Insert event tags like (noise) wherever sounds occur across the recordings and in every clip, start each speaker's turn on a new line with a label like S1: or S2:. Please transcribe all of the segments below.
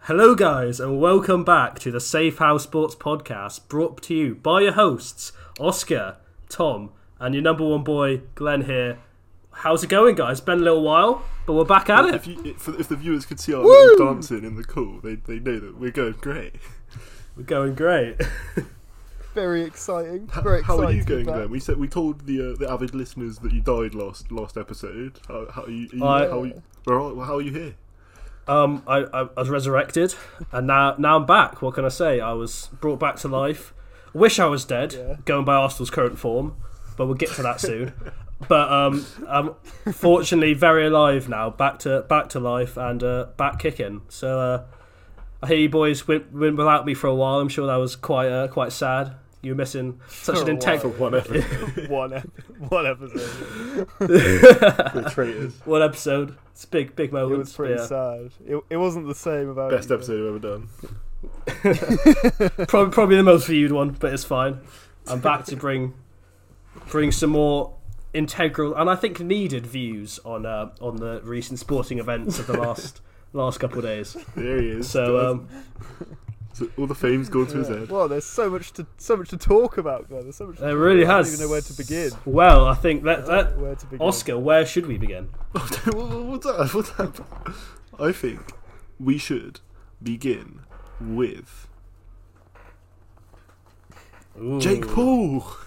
S1: Hello, guys, and welcome back to the Safe House Sports Podcast, brought to you by your hosts, Oscar, Tom, and your number one boy, Glenn here. How's it going, guys? Been a little while, but we're back at
S2: If,
S1: it.
S2: you, if, if the viewers could see our little dancing in the call, they they know that we're going great.
S1: We're going great. (laughs)
S3: Very exciting.
S2: (laughs)
S3: Very
S2: How
S3: exciting
S2: are you
S3: to be
S2: going,
S3: back.
S2: Glenn? We said we told the uh, the avid listeners that you died last last episode. How, how are you? Are you,
S1: I-
S2: how, are you where are- how are you here?
S1: Um, I, I, I was resurrected, and now now I'm back. What can I say? I was brought back to life. Wish I was dead,
S3: Yeah.
S1: going by Arsenal's current form, but we'll get to that soon. but um, I'm fortunately very alive now, back to back to life and uh, back kicking. So uh, I hear you boys went, went without me for a while. I'm sure that was quite uh, quite sad. You were missing such
S3: For
S1: an
S3: a
S1: integral
S2: (laughs) One episode.
S3: (laughs) One, ep- one episode.
S2: we're traitors.
S1: (laughs) one episode. It's big big
S3: It
S1: moment.
S3: was pretty sad. It, it wasn't the same
S2: (laughs)
S3: about
S2: Best
S3: you,
S2: episode I've ever done.
S1: probably probably the most viewed one, but it's fine. I'm back to bring bring some more integral and I think needed views on uh, on the recent sporting events of the last (laughs) last couple of days.
S2: There he is.
S1: So um,
S2: So all the fame's gone to his
S3: Yeah.
S2: head. (laughs)
S3: Well, there's so much to so much to talk about, Glenn. There's so much. To
S1: it
S3: talk
S1: really
S3: about.
S1: has.
S3: I don't even know where to begin.
S1: Well, I think that
S3: I don't
S1: that
S3: know where to begin?
S1: Oscar, where should we begin?
S2: What- what- what's that? What's that? I think we should begin with Jake Paul.
S1: (laughs)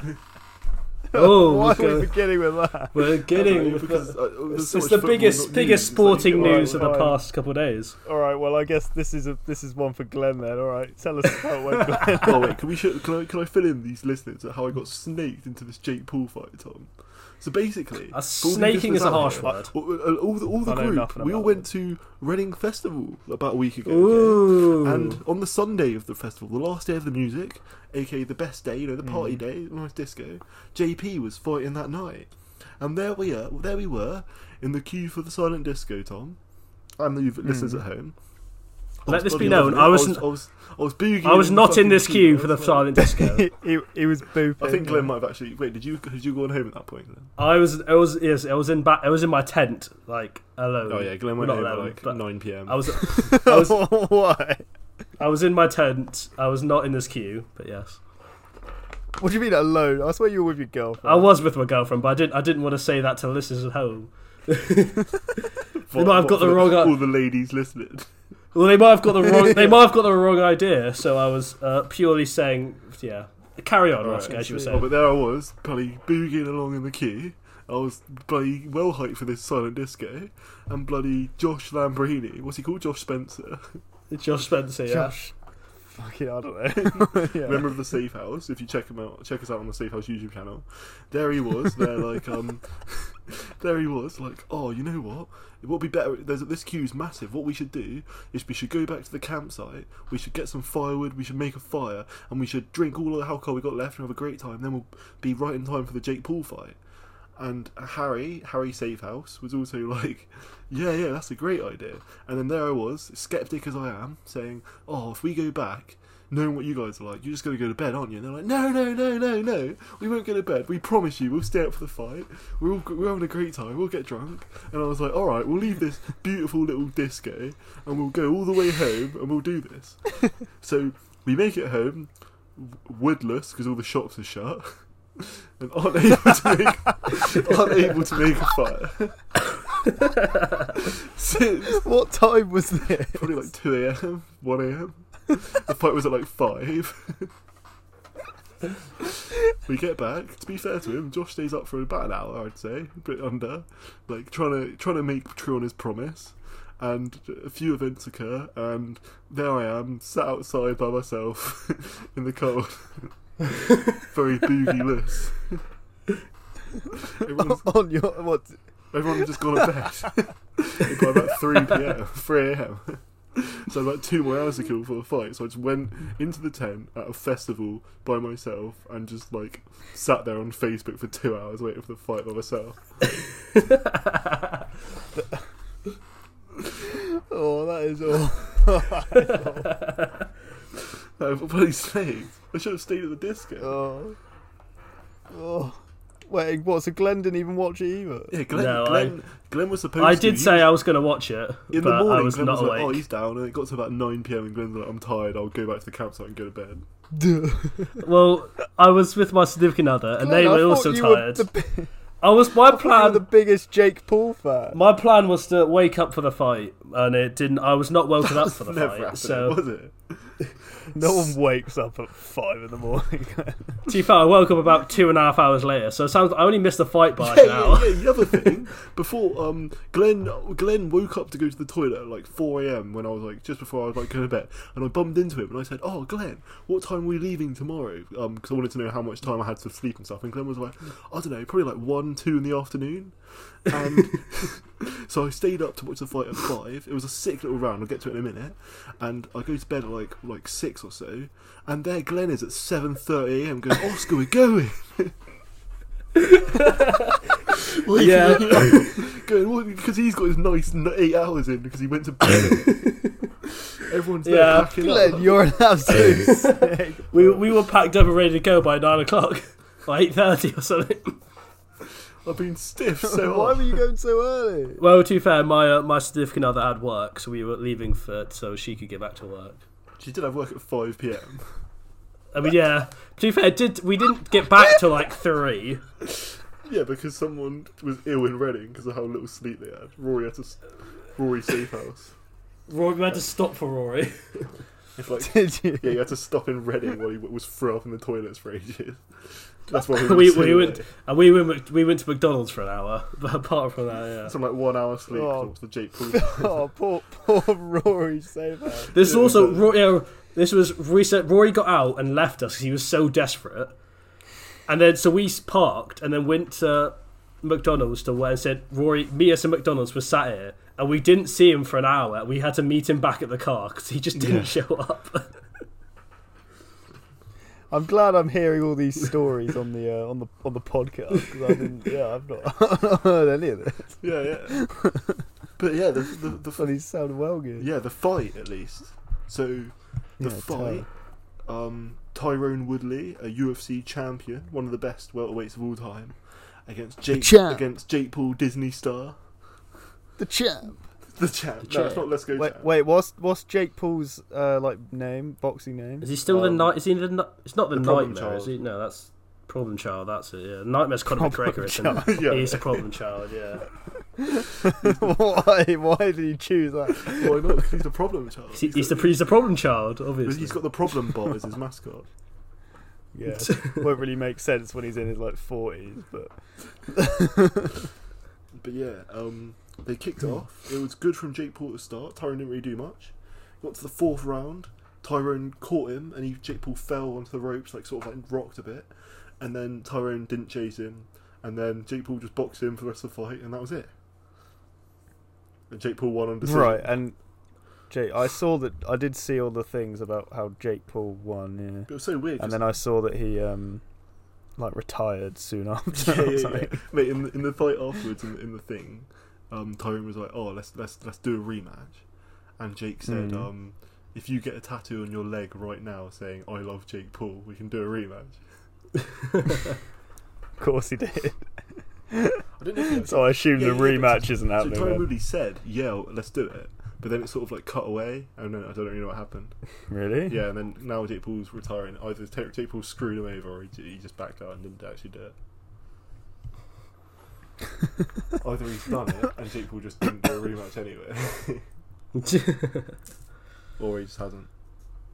S1: Oh,
S3: Why
S1: we're,
S3: are we
S1: go-
S3: beginning with that?
S1: we're getting.
S2: Because, uh, there's
S1: it's
S2: so much
S1: the
S2: football
S1: biggest
S2: news.
S1: biggest
S2: It's like-
S1: sporting
S3: Alright,
S1: news of the
S3: fine.
S1: past couple of days.
S3: All right. Well, I guess this is a this is one for Glenn then. All right. Tell us
S1: (laughs)
S3: about when Glenn.
S2: (laughs) oh wait, can we show, can I can I fill in these listeners at how I got snaked into this Jake Paul fight, Tom? So basically,
S1: A
S2: for all the
S1: snaking is a
S2: listeners out
S1: harsh
S2: here,
S1: word.
S2: All, all- all the, all the
S3: I know
S2: group,
S3: nothing
S2: we all
S3: about
S2: went to Reading Festival about a week ago. okay?
S1: Ooh,
S2: And on the Sunday of the festival, the last day of the music, aka the best day, you know, the
S1: Hmm.
S2: party day, nice disco, JP was fighting that night. And there we are, there we were, in the queue for the silent disco, Tom, and the listeners at home. I
S1: Hmm. Let
S2: was
S1: this be
S2: bloody
S1: known,
S2: loving it.
S1: I was-
S2: I was, I was, boogieing
S1: I was
S2: the
S1: not in
S2: fucking
S1: this queue for
S2: I
S1: the
S2: was like-
S1: silent disco.
S3: (laughs) he, he, he was booping.
S2: I think Glenn
S3: (laughs)
S2: might have actually. Wait, did you had you gone home at that point? Then?
S1: I was, I was, yes, I was in back, I was in my tent, like alone.
S2: Oh yeah, Glenn
S1: Well,
S2: went
S1: not
S2: home at
S1: alone,
S2: like
S1: but
S2: nine p.m.
S1: I was, I was,
S3: Why?
S1: I was in my tent. I was not in this queue, but yes,
S3: What do you mean alone? I swear you were with your girlfriend.
S1: I was with my girlfriend, but I didn't, I didn't want to say that to the listeners at home.
S2: What-
S1: might have
S2: what
S1: got the
S2: for
S1: wrong-
S2: All the ladies listening.
S1: Well, they might have got the wrong, they might have got the wrong idea. So I was uh, purely saying, yeah, carry on, Oscar, as you were
S2: Oh,
S1: saying.
S2: but there I was, bloody boogieing along in the queue. I was bloody well hyped for this silent disco, and bloody Josh Lambrini. What's he called? Josh Spencer,
S1: Josh Spencer, yeah.
S3: Josh. Fucking,
S1: (laughs)
S3: I don't know. (laughs) yeah.
S2: member of the Safe House. If you check him out, check us out on the Safe House YouTube channel. There he was. there, like, um, (laughs) there he was. Like, oh, you know what? It would be better. There's this queue's massive. What we should do is we should go back to the campsite. We should get some firewood. We should make a fire, and we should drink all the alcohol we got left and have a great time. Then we'll be right in time for the Jake Paul fight. And Harry, Harry Safehouse, was also (laughs) like, yeah, yeah, that's a great idea. And then there I was, skeptic as I am, saying, oh, if we go back, knowing what you guys are like, you're just going to go to bed, aren't you? And they're like, no, no, no, no, no, we won't go to bed. We promise you, we'll stay up for the fight. We're, all, we're having a great time. We'll get drunk. And I was like, all right, we'll leave this beautiful little disco and we'll go all the way home and we'll do this. so we make it home, w- woodless, because all the shops are shut. (laughs) And aren't able to make aren't able to make a fire. (laughs) so it was
S3: What time was this?
S2: probably like 2 a.m., 1 a.m. The fight was at like 5. we get back. To be fair to him, Josh stays up for about an hour, I'd say, a bit under, like trying to trying to make true on his promise. And a few events occur, and there I am, sat outside by myself (laughs) in the cold, very boogie-less. Everyone's
S3: (laughs) on your what?
S2: Everyone had just gone to bed by about 3 pm, 3 am. So about two more hours to kill for the fight. So I just went into the tent at a festival by myself and just like sat there on Facebook for two hours waiting for the fight by myself.
S3: Oh, that is all. (laughs)
S2: No, but bloody snakes. I should have stayed at the disco.
S3: Oh, oh. Wait, what? So Glenn didn't even watch it either.
S2: Yeah, Glenn.
S1: No, I-
S2: Glenn, Glenn was supposed.
S1: (laughs) I
S2: to.
S1: did
S2: He
S1: say
S2: was-
S1: I was going to watch it,
S2: in
S1: but
S2: the morning.
S1: I was
S2: Glenn
S1: not
S2: was like, "Oh,
S1: awake.
S2: he's down," and it got to about nine pm, and Glenn's like, "I'm tired. I'll go back to the campsite and go to bed."
S1: well, I was with my significant other, and
S3: Glenn,
S1: they
S3: I
S1: were
S3: thought
S1: also
S3: you were
S1: tired.
S3: the bi-
S1: I was my
S3: I thought you were
S1: plan.
S3: the biggest Jake Paul fan.
S1: My plan was to wake up for the fight, and it didn't. I was not woken up for the
S2: Never
S1: fight.
S2: happened,
S1: So,
S2: was it?
S3: (laughs) No one wakes up at five in the morning. (laughs)
S1: to be fair, I woke up about two and a half hours later. So, it sounds I only missed the fight by
S2: Yeah,
S1: an hour.
S2: yeah, yeah. The other
S1: (laughs)
S2: thing, before um, Glenn Glenn woke up to go to the toilet at like 4 a.m. when I was like just before I was like going to bed, and I bumped into him and I said, "Oh, Glenn, what time are we leaving tomorrow?" Um, because I wanted to know how much time I had to sleep and stuff. And Glenn was like,
S1: Mm.
S2: "I don't know, probably like one, two in the afternoon."
S1: (laughs)
S2: And (laughs) so I stayed up to watch the fight at five. It was a sick little round. I'll get to it in a minute. And I go to bed at like like six or so, and there Glenn is at 7:30 a.m. going, "Oscar, we're (laughs) going." Waking
S1: Yeah.
S2: up, (laughs) going, well, because he's got his nice n- eight hours in because he went to bed. (laughs) Everyone's there
S1: Yeah.
S2: packing
S3: Glenn,
S2: up.
S3: you're an absolute (laughs) snake.
S1: We, we were packed up and ready to go by nine o'clock, (laughs) or eight thirty or something.
S2: I've been stiff so (laughs)
S3: Why
S2: hard.
S3: were you going so early?
S1: Well, to be fair, my uh, my significant other had work, so we were leaving for so she could get back to work.
S2: She did have work at 5 p.m.
S1: I mean, yeah. To be fair, it did we didn't get back till like three?
S2: Yeah, because someone was ill in Reading because of how little sleep they had. Rory had to. s- Rory Safehouse.
S1: Rory, we had to stop for Rory.
S2: It's like,
S3: (laughs) Did you?
S2: yeah, you had to stop in Reading while he w- was throw up in the toilets for ages. That's
S3: (laughs)
S2: why we,
S1: We-
S2: were so
S1: we went-
S2: late.
S1: And we went we went to McDonald's for an hour. (laughs) But apart from that, yeah.
S2: That's on like one hour sleep. 'cause
S3: Oh.
S2: it was the Jake
S3: (laughs)
S2: Paul.
S3: Oh, poor, poor Rory Saber.
S1: This is
S2: Yeah,
S1: also
S2: but-
S1: Ro- yeah, this was reset. Rory got out and left us because he was so desperate. And then so we s- parked and then went to McDonald's to where and said Rory, me us and McDonald's were sat here and we didn't see him for an hour. We had to meet him back at the car because he just didn't (laughs)
S2: Yeah.
S1: show up.
S3: I'm glad I'm hearing all these stories on the uh, on the on the podcast 'cause I didn't. Yeah, I've not, (laughs) I've not heard any of this,
S2: yeah, yeah. But yeah, the the, the
S3: but he sounded well good.
S2: Yeah, the fight at least. So the
S3: Yeah,
S2: fight, um, Tyrone Woodley, a UFC champion, one of the best welterweights of all time, against Jake
S3: champ.
S2: against Jake Paul, Disney star, (laughs)
S3: The champ.
S2: the champ. No,
S3: champ.
S2: it's not. Let's go.
S3: Wait,
S2: champ.
S3: wait, what's what's Jake Paul's uh, like name, boxing name?
S1: Is he still the
S2: Um,
S1: night? Is he the? ni- It's not the,
S2: the problem
S1: nightmare, is
S2: child.
S1: he? No, that's problem child. That's it. Yeah, nightmare's Conor
S3: Problem
S1: McGregor, isn't it?
S2: (laughs) Yeah.
S1: He's a problem child. Yeah,
S3: (laughs) why? Why did he choose that?
S2: Why not? 'Cause He's the problem child.
S1: he's, he's the
S2: got,
S1: he's the problem child. Obviously,
S2: he's got the problem bot as his mascot.
S3: Yeah, (laughs)
S2: (laughs)
S1: (laughs)
S3: won't really make sense when he's in his like forties. But
S2: But yeah, um, they kicked
S3: Hmm.
S2: off. It was good from Jake Paul to start. Tyrone didn't really do much. Got to the fourth round. Tyrone caught him, and he Jake Paul fell onto the ropes, like sort of like rocked a bit. And then Tyrone didn't chase him, and then Jake Paul just boxed him for the rest of the fight, and that was it. And Jake Paul won on decision.
S3: right, and Jake, I saw that. I did see all the things about how Jake Paul won.
S2: But
S3: Yeah,
S2: It was so weird.
S3: and
S2: 'cause-
S3: then I saw that he um like retired soon after.
S2: yeah,
S3: or
S2: yeah,
S3: something.
S2: yeah. Mate, in, the- in the fight afterwards, in, in the thing, um, Tyrone was like, "Oh, let's let's let's do a rematch," and Jake said,
S3: Mhm.
S2: um, "If you get a tattoo on your leg right now saying I love Jake Paul, we can do a rematch."
S3: Of course he did.
S2: I don't know. If he
S3: So I assume
S2: Yeah,
S3: the
S2: yeah,
S3: rematch
S2: but-
S3: isn't
S2: actually-
S3: happening.
S2: so Tyrone
S3: then.
S2: Woodley said, "Yeah, well, let's do it," but then it sort of like cut away, and then I don't really know what happened.
S3: Really?
S2: Yeah, and then now Jake Paul's retiring. Either Jake Jake Paul screwed him over, or he, j- he just backed out and didn't actually do it. Either he's done it, and Jake Paul just didn't do a rematch anyway. (laughs) Or he just hasn't.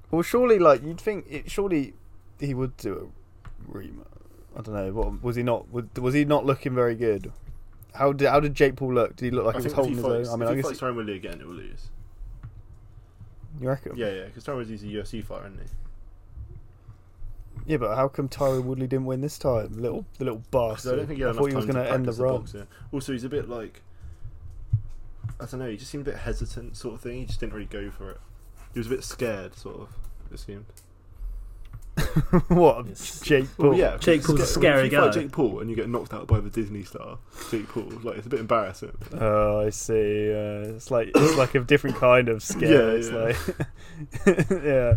S3: Well, surely, like you'd think it. Surely he would do a rematch. I don't know. What was he not? Was, was he not looking very good? How did how did Jake Paul look? Did he look like he was
S2: think if
S3: holding his
S2: fights,
S3: own? I mean,
S2: if
S3: I
S2: he fights
S3: guess
S2: Tyron Woodley again, it will lose.
S3: you reckon.
S2: Yeah, yeah, because Tyron Woodley's a UFC fighter, isn't
S3: Oh,
S2: he?
S3: Yeah, but how come Tyron Woodley didn't win this time? Little the little
S2: Because
S3: bastard.
S2: I don't think he had enough
S3: thought he was
S2: time
S3: going
S2: to
S3: to end the
S2: practice
S3: run.
S2: boxing. Also, he's a bit like, I don't know, he just seemed a bit hesitant, sort of thing. He just didn't really go for it. He was a bit scared, sort of. It seemed.
S3: (laughs) what
S1: Yes.
S3: Jake Paul?
S2: Well, yeah,
S1: Jake
S2: it's
S1: Paul's a
S2: sca-
S1: scary
S2: if you
S1: guy.
S2: fight Jake Paul and you get knocked out by the Disney star, Jake Paul, like it's a bit embarrassing.
S3: Oh, I see. Uh, it's like it's like a different kind of
S2: (laughs) Yeah,
S3: scare. it's
S2: yeah.
S3: like (laughs) yeah,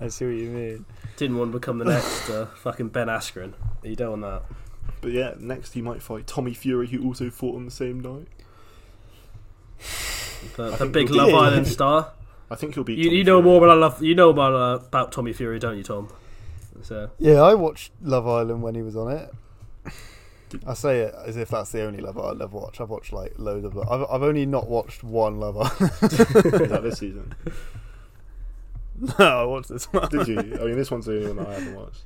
S3: I see what you mean. (laughs)
S1: didn't want to become the next uh, fucking Ben Askren. You don't want that.
S2: But yeah, next he might fight Tommy Fury, who also fought on the same night.
S1: The,
S2: I
S1: the
S2: think
S1: big
S2: we
S1: Love
S3: did.
S1: Island
S3: (laughs)
S1: star.
S2: I think he'll beat.
S1: You,
S2: Tommy
S1: you know
S2: Fury.
S1: more about love. You know about uh, about Tommy Fury, don't you, Tom? So
S3: Yeah, I watched Love Island when he was on
S2: (laughs)
S3: it. I say it as if that's the only Love Island I've watched. I've watched like loads of. I've I've only not watched one Love Island. (laughs)
S2: (laughs) Is that this season?
S3: no, I watched this one.
S2: Did you? I mean, this one's the only one I haven't watched.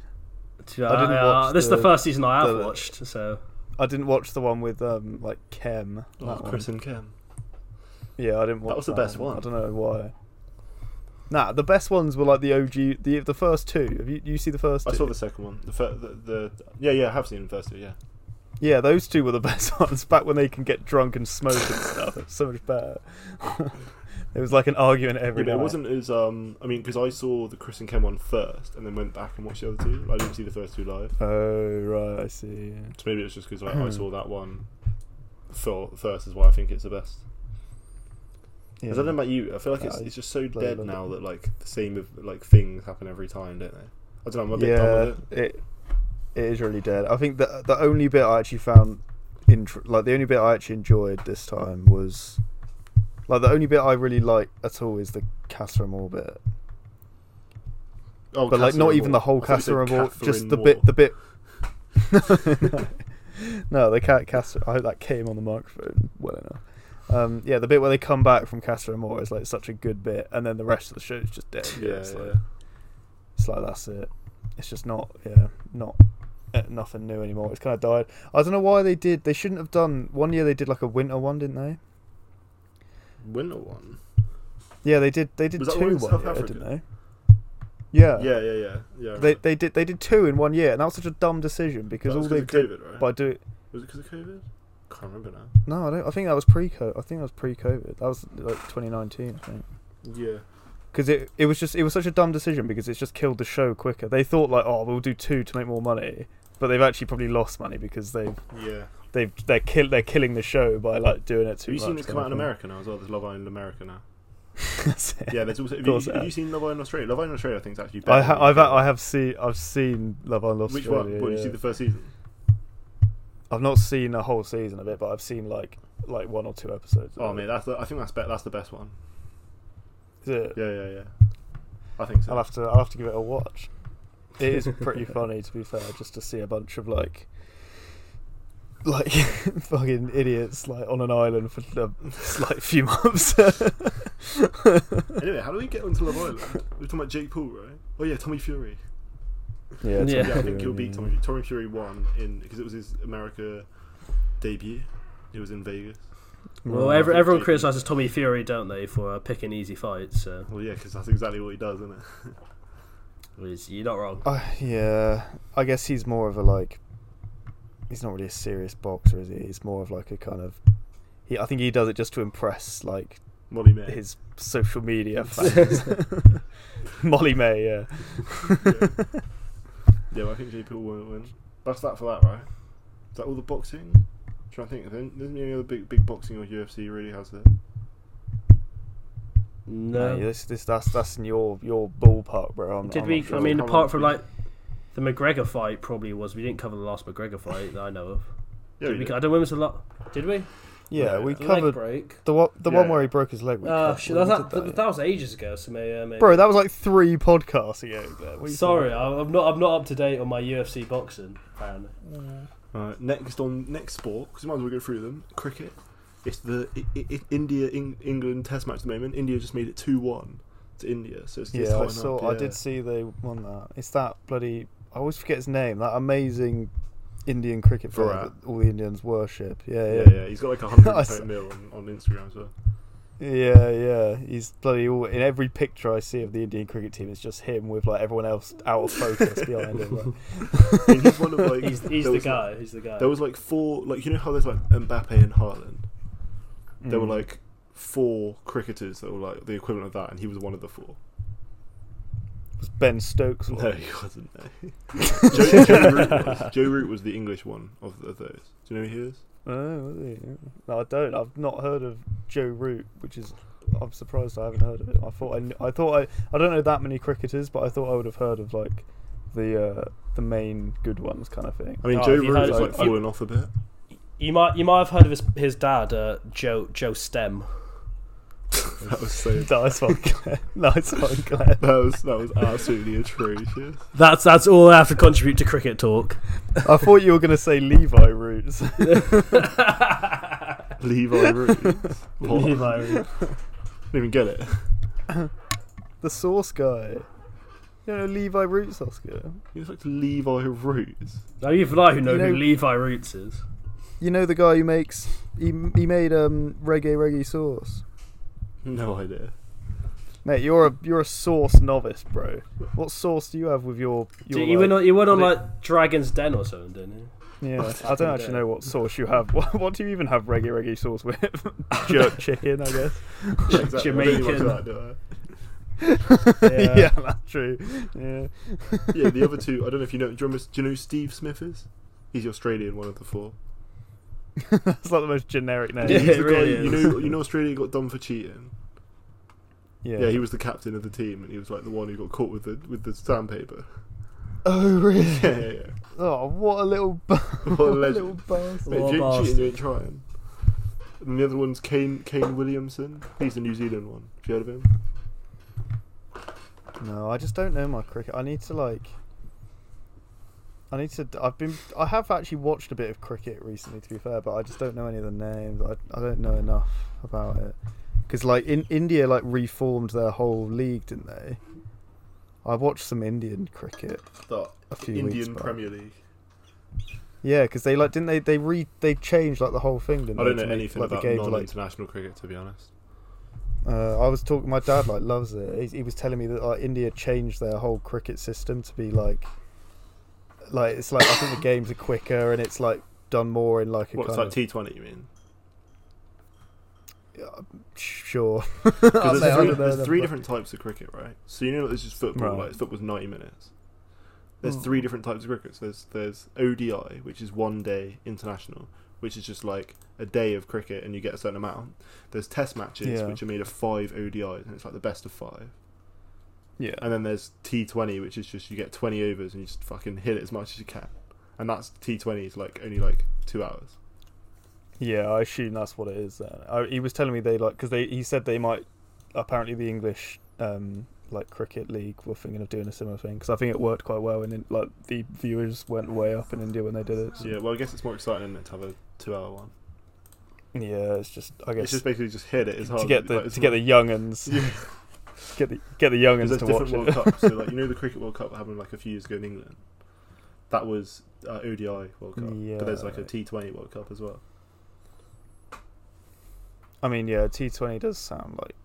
S1: uh,
S3: I didn't
S1: uh,
S3: watch
S1: this is
S3: the-
S1: the first season I have
S3: the-
S1: watched. So
S3: I didn't watch the one with um like Kem.
S2: Oh,
S3: that
S2: Chris
S3: one.
S2: and Kim.
S3: Yeah, I didn't watch.
S2: was the best one.
S3: I don't know why. Nah, the best ones were like the OG, the the first two. Have you you see the first?
S2: I
S3: two?
S2: saw the second one. The, fir- the, the yeah yeah I have seen the first two yeah.
S3: Yeah, those two were the (laughs) best ones. Back when they can get drunk and smoke and stuff, it's so much better. (laughs) it was like an argument every
S2: Yeah, but
S3: day.
S2: it wasn't as um. I mean, because I saw the Chris and Kim one first, and then went back and watched the other two. I didn't see the first two live,
S3: Oh right, I see. yeah.
S2: so maybe it's just because like,
S3: Hmm.
S2: I saw that one for first is why I think it's the best. 'Cause
S3: Yeah.
S2: I don't know about you. I feel like it's,
S3: Uh,
S2: it's just so
S3: bloody
S2: dead
S3: love
S2: now
S3: it.
S2: that like the same of like things happen every time, don't they? I don't know. I'm a bit done
S3: yeah,
S2: with it.
S3: it it is really dead. I think the the only bit I actually found intr- like the only bit I actually enjoyed this time was like the only bit I really like at all is the Catherine Moore bit.
S2: Oh,
S3: but like not
S2: Catherine
S3: even the
S2: Moore.
S3: whole
S2: I thought you said
S3: Catherine Moore, just
S2: Catherine
S3: the
S2: Moore.
S3: bit the bit. (laughs) no, the cat Catherine. I hope that came on the microphone well enough. Um, yeah, the bit where they come back from Catherine Moore is like such a good bit, and then the rest of the show is just dead.
S2: Yeah,
S3: it's,
S2: yeah.
S3: Like, it's like that's it. It's just not yeah not eh, nothing new anymore. It's kind of died. I don't know why they did. They shouldn't have done. One year they did like a winter one, didn't they?
S2: Winter one.
S3: Yeah, they did. They did
S2: Was that one
S3: two
S2: in
S3: one
S2: South
S3: year,
S2: Africa?
S3: didn't they? Yeah.
S2: Yeah, yeah, yeah, yeah.
S3: They, they did they did two in one year, and that was such a dumb decision because all they
S2: of
S3: did
S2: COVID, right?
S3: by doing
S2: Was it because of COVID? Can't remember now.
S3: no, I don't. I think that was pre-COVID. I think that was pre-COVID. That was like 2019, I think.
S2: Yeah.
S3: Because it it was just it was such a dumb decision because it's just killed the show quicker. They thought like, oh, we'll do two to make more money, but they've actually probably lost money because they've
S2: Yeah.
S3: they've they're kill they're killing the show by like doing it too
S2: Have you
S3: much.
S2: seen this come
S3: kind
S2: out
S3: of
S2: in
S3: thing.
S2: America now as well? There's Love Island America
S3: (laughs)
S2: now.
S3: That's it.
S2: Yeah, there's also. Have, you,
S3: course it
S2: have you
S3: has.
S2: seen Love Island Australia? Love Island Australia, I think, is actually better.
S3: I ha-
S2: than
S3: I've
S2: UK.
S3: I have seen I've seen Love Island
S2: Which
S3: Australia.
S2: one? What, did you
S3: yeah.
S2: see the first season?
S3: I've not seen a whole season of it, but I've seen like like one or two episodes. of
S2: Oh
S3: it.
S2: man, that's the, I think that's be- that's the best one.
S3: Is it?
S2: Yeah, yeah, yeah. I think so.
S3: I'll have to I'll have to give it a watch. It is
S2: (laughs)
S3: pretty funny to be fair, just to see a bunch of like like (laughs) fucking idiots like on an island for a (laughs) like few months. (laughs)
S2: Anyway, how do we get onto Love
S3: (laughs)
S2: Island? We're talking about Jake Paul, right? Oh yeah, Tommy Fury.
S3: yeah,
S1: Yeah.
S2: Yeah, I think he'll beat Tommy. Fury. Tommy Fury won in because it was his America debut. It was in Vegas.
S1: well,
S3: Right.
S1: every,
S2: think
S1: everyone
S2: Jake-
S1: criticizes Tommy Fury, don't they, for uh, picking easy fights? So
S2: Well, yeah, because that's exactly what he does, isn't it?
S1: it's- you're not
S3: (laughs)
S1: wrong.
S3: Uh, yeah, I guess he's more of a like. He's not really a serious boxer, is he? He's more of like a kind of. He, I think he does it just to impress like
S2: Molly May.
S3: his social
S1: (laughs)
S3: media fans. Molly May, yeah.
S2: Yeah, but I think Jake Paul won't win. That's that for that, right? Is that all the boxing? trying to think. There isn't any other big big boxing or UFC really has there.
S1: No,
S3: Hey, this this that's that's in your your ballpark, bro. I'm,
S1: did
S3: I'm
S1: we?
S3: Not sure.
S1: I mean,
S2: How long-
S1: apart from like the McGregor fight, probably was. We didn't cover the last McGregor fight that I know of.
S2: Yeah,
S1: Did
S2: we
S1: we,
S2: did.
S1: I don't remember the lot. Did we?
S3: yeah, we
S1: Leg
S3: covered
S1: break.
S3: the one the
S2: Yeah.
S3: one where he broke his leg. We
S1: Uh,
S3: covered.
S1: shit,
S3: We
S1: that, that,
S3: did
S1: that, was ages ago. So maybe, uh, maybe.
S3: bro, that was like three podcasts ago. Bro. What are you
S1: sorry,
S3: talking
S1: I- I'm not. I'm not up to date on my UFC boxing. Apparently,
S2: Alright, next on next sport because might as well go through them. Cricket. It's the I- I- I- India Eng- England Test match at the moment. India just made it two one to India, so it's
S3: about?
S2: it's
S3: yeah, I
S2: tying
S3: saw.
S2: up,
S3: I
S2: yeah.
S3: did see they won that. It's that bloody. I always forget his name. That amazing Indian cricket player
S2: Virat.
S3: that all the Indians worship. Yeah,
S2: Yeah,
S3: yeah,
S2: yeah, he's got like a
S3: (laughs)
S2: hundred
S3: I
S2: and
S3: saw-
S2: something mil on, on Instagram
S3: (laughs)
S2: as well.
S3: Yeah, yeah. He's bloody all in every picture I see of the Indian cricket team. It's just him with like everyone else out of focus behind
S2: (laughs)
S3: him. like.
S2: I mean, he's one of like
S3: (laughs)
S1: he's, he's
S2: there
S1: the
S2: was, like-
S1: guy. he's the guy.
S2: there was like four, like you know how there's like Mbappe and Haaland. There were
S3: Mm.
S2: like four cricketers that were like the equivalent of that, and he was one of the four.
S3: was Ben Stokes.
S2: No, he wasn't. No. Joe, Joe Root was. Joe Root was the English one of, the, of those. Do you know who he is?
S3: Oh, was he? No, I don't. I've not heard of Joe Root, which is I'm surprised I haven't heard of it. I thought I, kn- I thought I, I don't know that many cricketers, but I thought I would have heard of like the uh, the main good ones kind of thing. (laughs)
S2: I mean,
S1: Oh,
S2: Joe
S1: have you heard
S2: Rogan's
S3: of-
S2: like
S3: you-
S2: falling off a (laughs) bit.
S1: You might you might have heard of his his dad, uh, Joe Joe Stem.
S2: That was so.
S3: nice one, (laughs) Claire. nice one, Claire.
S2: That was that was absolutely atrocious.
S1: That's that's all I have to contribute to cricket (laughs) talk.
S3: I thought you were gonna say Levi Roots. (laughs)
S2: Levi Roots. What? Didn't even get it.
S3: the sauce guy. You know Levi Roots, Oscar.
S2: He looks like Levi Roots.
S1: Now even I Oh, who know,
S3: You know-
S1: who Levi Roots is.
S3: You know the guy who makes he he made um reggae reggae sauce.
S2: No (laughs) idea.
S3: Mate, you're a you're a sauce novice, bro. What sauce do you have with your? your
S1: you went
S3: like-
S1: on you went on
S3: Like-
S1: like Dragon's Den or something,
S3: (laughs)
S1: didn't you?
S3: yeah, I don't actually know what sauce you have. (laughs) What, what do you even have reggae reggae sauce with? (laughs) Jerk chicken, I guess.
S2: Yeah, exactly. I don't really watch
S1: Jamaican.
S2: that, do I?
S1: Yeah.
S3: yeah, (laughs) that's true. Yeah. (laughs)
S2: yeah, the other two. I don't know if you know. Do you, remember, do you know who Steve Smith is? He's the Australian one of the four.
S3: That's like the most generic name.
S1: Yeah,
S2: He's the
S1: it really
S2: guy, you
S1: is.
S2: know, you know, Australia got done for cheating.
S3: Yeah.
S2: Yeah, he was the captain of the team, and he was like the one who got caught with the with the sandpaper.
S3: Oh really?
S2: (laughs) Yeah, yeah, yeah.
S3: Oh, what a little (laughs) ba-
S2: What a
S3: what a
S2: legend.
S3: little bastard.
S2: Mate, if
S1: What a
S2: you ain't cheating,
S1: bastard.
S2: you ain't trying. And the other one's Kane Kane Williamson. He's the New Zealand one. Have you heard of him?
S3: No, I just don't know my cricket. I need to like. I need to. I've been. I have actually watched a bit of cricket recently, to be fair, but I just don't know any of the names. I, I don't know enough about it. Because like in India, like reformed their whole league, didn't they? I watched some Indian cricket
S2: The
S3: a few weeks
S2: Indian
S3: back.
S2: Premier League.
S3: Yeah, because they like didn't they they re they changed like the whole thing, didn't
S2: I
S3: they?
S2: don't know
S3: to make,
S2: anything
S3: like,
S2: about
S3: the games, like
S2: non-international cricket, to be honest.
S3: Uh, I was talking. My dad like loves it. He, he was telling me that like India changed their whole cricket system to be like, like it's like I think
S2: (coughs)
S3: the games are quicker and it's like done more in like a
S2: What's
S3: kind
S2: like
S3: of
S2: T Twenty? You mean?
S3: sure.
S2: Because
S3: I'll
S2: there's
S3: say, Oh, I
S2: three,
S3: don't know
S2: there's
S3: them,
S2: three
S3: but-
S2: different types of cricket, right? So you know, there's just football.
S3: Right.
S2: Like football's ninety minutes. There's
S3: Mm.
S2: three different types of cricket. So there's there's ODI, which is one day international, which is just like a day of cricket, and you get a certain amount. There's Test matches,
S3: Yeah.
S2: which are made of five ODIs, and it's like the best of five.
S3: Yeah.
S2: And then there's T20, which is just you get 20 overs and you just fucking hit it as much as you can. And that's T20 is like only like two hours.
S3: Yeah, I assume that's what it is. Then I, he was telling me they like because they he said they might apparently the English um like cricket league were thinking of doing a similar thing because I think it worked quite well and it, like the viewers went way up in India when they did it.
S2: Yeah, well, I guess it's more exciting isn't it, to have a two hour one.
S3: yeah, it's just I guess
S2: It's just basically just hit it as hard
S3: to get
S2: as-
S3: the
S2: like, it's
S3: to get the
S2: (laughs)
S3: younguns
S2: Yeah.
S3: (laughs) get the get
S2: Because
S3: the younguns
S2: there's
S3: to
S2: different
S3: watch
S2: World
S3: it.
S2: Cups. So, like, you know,
S3: (laughs)
S2: the Cricket World Cup that happened like a few years ago in England? That was uh, ODI World Cup. But there's like a
S3: Yeah.
S2: T20 World Cup as well.
S3: I mean, yeah, T Twenty does sound like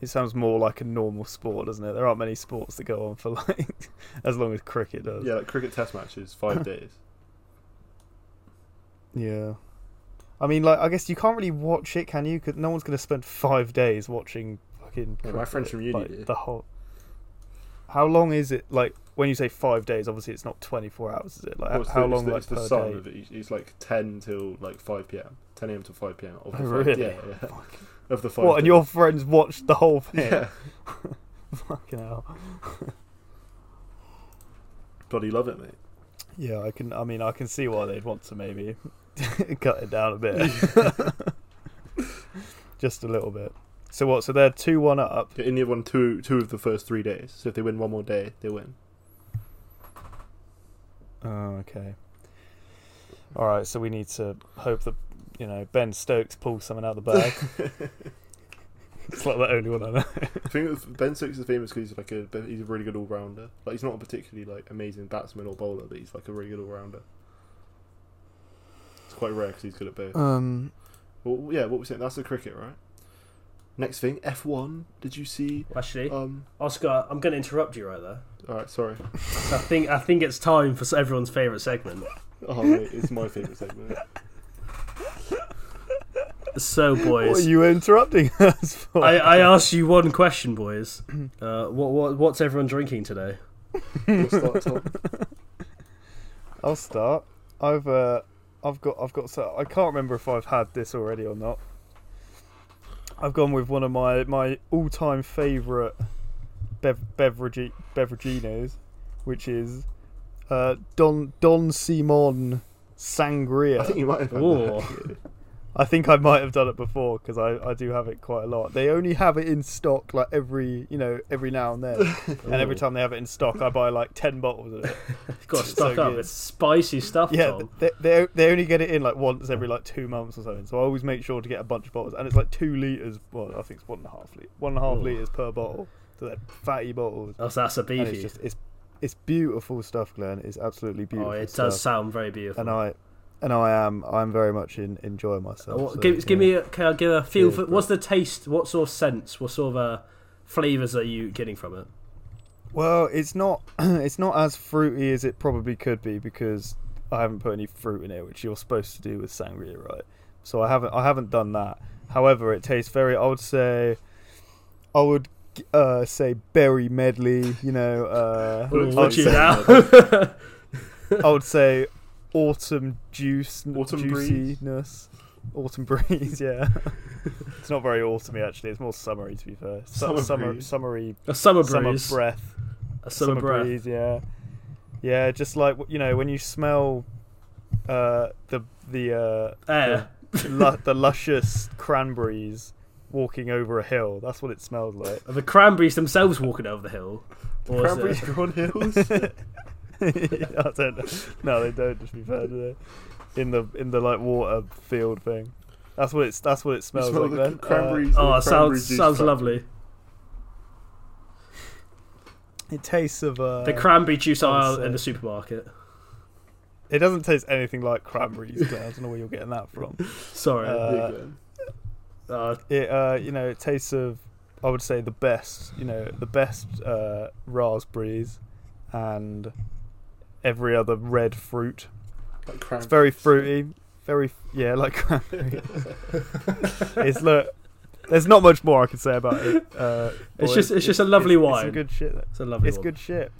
S3: it sounds more like a normal sport, doesn't it? There aren't many sports that go on for (laughs) like as long as cricket does.
S2: Yeah, like cricket test matches, five
S3: (laughs)
S2: days.
S3: Yeah. I mean, like, I guess you can't really watch it, can you? 'Cause no one's going to spend five days watching fucking.
S2: Yeah, my
S3: cricket,
S2: friends from uni
S3: like,
S2: did.
S3: The whole. How long is it? Like, when you say five days, obviously it's not twenty four hours, is it? Like,
S2: Well, it's
S3: how
S2: the,
S3: long?
S2: It's the,
S3: like
S2: it's the
S3: per
S2: sum
S3: day?
S2: of it. It's- It's like 10 till like 5 p.m. 10 a.m. to 5 p.m. Of the
S3: Oh,
S2: five,
S3: really?
S2: Yeah, yeah. Of the five.
S3: What? And
S2: days.
S3: your friends watched the whole
S2: (laughs)
S3: thing?
S2: yeah.
S3: (laughs) Fucking hell.
S2: Bloody love it, mate.
S3: Yeah, I can. I mean, I can see why they'd want to maybe (laughs) cut it down a bit, (laughs) just a little bit. So what? So they're two one up.
S2: Yeah, India won two two of the first three days. So if they win one more day, they win.
S3: Oh, okay. All right. So we need to hope that you know Ben Stokes pulls something out of the bag. (laughs) it's like the only one I know.
S2: I think it was- Ben Stokes is famous because he's like a he's a really good all rounder. Like he's not a particularly like amazing batsman or bowler, but he's like a really good all rounder. It's quite rare because he's good at both.
S3: Um.
S2: Well, yeah, what we saying? That's the cricket, right? Next thing, F one. Did you see?
S1: Actually,
S2: Um.
S1: Oscar, I'm going to interrupt you right there.
S2: All right, sorry. (laughs)
S1: 'Cause I think I think it's time for everyone's favourite segment.
S2: Oh, mate, it's my favorite segment.
S1: So,
S3: What are
S1: boys,
S3: you interrupting us for? (laughs)
S1: I, I asked you one question, boys. Uh, what, what what's everyone drinking today?
S2: We'll start Tom.
S3: I'll start. I've uh, I've got I've got so I can't remember if I've had this already or not. I've gone with one of my my all time favourite bev- beverage beveraginos, which is Uh, Don Don Simon Sangria.
S2: I think you might have had
S1: Ooh.
S2: that. (laughs)
S3: I think I might have done it before because I, I do have it quite a lot. They only have it in stock like every you know every now and then, and every
S1: Ooh.
S3: time they have it in stock, I buy like ten bottles of it.
S1: You've got to
S3: (laughs) So
S1: stock up.
S3: good.
S1: It's spicy stuff,
S3: Yeah,
S1: Tom.
S3: they, they they only get it in like once every like two months or something. So I always make sure to get a bunch of bottles, and it's like two liters. Well, I think it's one and a half liter, one and a half
S1: Ooh.
S3: liters per bottle. So they're fatty bottles.
S1: Oh, so that's a
S3: and it's
S1: beefy.
S3: just it's it's beautiful stuff, Glenn. It's absolutely
S1: oh,
S3: beautiful.
S1: it
S3: stuff.
S1: does sound very beautiful. Uh,
S3: and I and I am I'm very much in enjoying myself.
S1: What-
S3: so,
S1: give,
S3: you
S1: give
S3: know.
S1: me a, can I give a feel
S3: Cheers,
S1: for
S3: bro.
S1: what's the taste? What sort of sense? What sort of uh, flavors are you getting from it?
S3: Well, it's not (clears throat) it's not as fruity as it probably could be because I haven't put any fruit in it, which you're supposed to do with sangria, right? So I haven't I haven't done that. However, it tastes very. I would say, I would uh, say berry medley. You know, uh,
S2: Well,
S1: Would
S2: it's
S3: I, would
S2: like
S1: you
S3: say,
S2: saying
S1: now?
S3: I would say autumn juice,
S2: Autumn breeze.
S3: juiciness, autumn (laughs) breeze. Yeah, it's not very autumny actually. It's more summery to be fair. Su-
S2: Summer
S3: (laughs) summer,
S2: breeze.
S3: summery,
S1: (laughs) a summer
S3: summer
S1: breeze.
S3: breath
S1: a summer, breath.
S3: breeze, yeah, yeah. Just like you know, when you smell uh, the the
S1: (laughs) Air.
S3: uh, lu- the luscious cranberries walking over a hill, that's what it smells like.
S1: Are the cranberries themselves walking over the hill? Or is it-
S2: Cranberries drawn
S3: (laughs)
S2: hills.
S3: I don't know. No, they don't. Just be fair, do they? In the in the like water field thing. That's what it's. That's what it
S2: You
S3: smells
S2: smell
S3: like.
S2: the
S3: then. Uh,
S2: cranberries.
S1: Oh,
S2: the
S1: it sounds
S2: cranberry juice
S1: sounds
S2: factory.
S1: lovely.
S3: it tastes of. Uh,
S1: The cranberry juice
S3: I would
S1: aisle
S3: say-
S1: in the supermarket.
S3: it doesn't taste anything like cranberries. Glenn. I don't know where you're getting that from.
S1: Sorry.
S3: Uh,
S2: Yeah, Glenn.
S1: Uh,
S3: it uh you know it tastes of i would say the best you know the best uh raspberries and every other red fruit
S2: Like
S3: it's
S2: cranberries.
S3: very fruity very yeah like (laughs) cranberry it's look there's not much more i can say about it uh
S1: It's
S3: boys.
S1: just- it's just a lovely
S3: it's,
S1: wine.
S3: it's some good shit
S1: it's a lovely
S3: it's
S1: one.
S3: good shit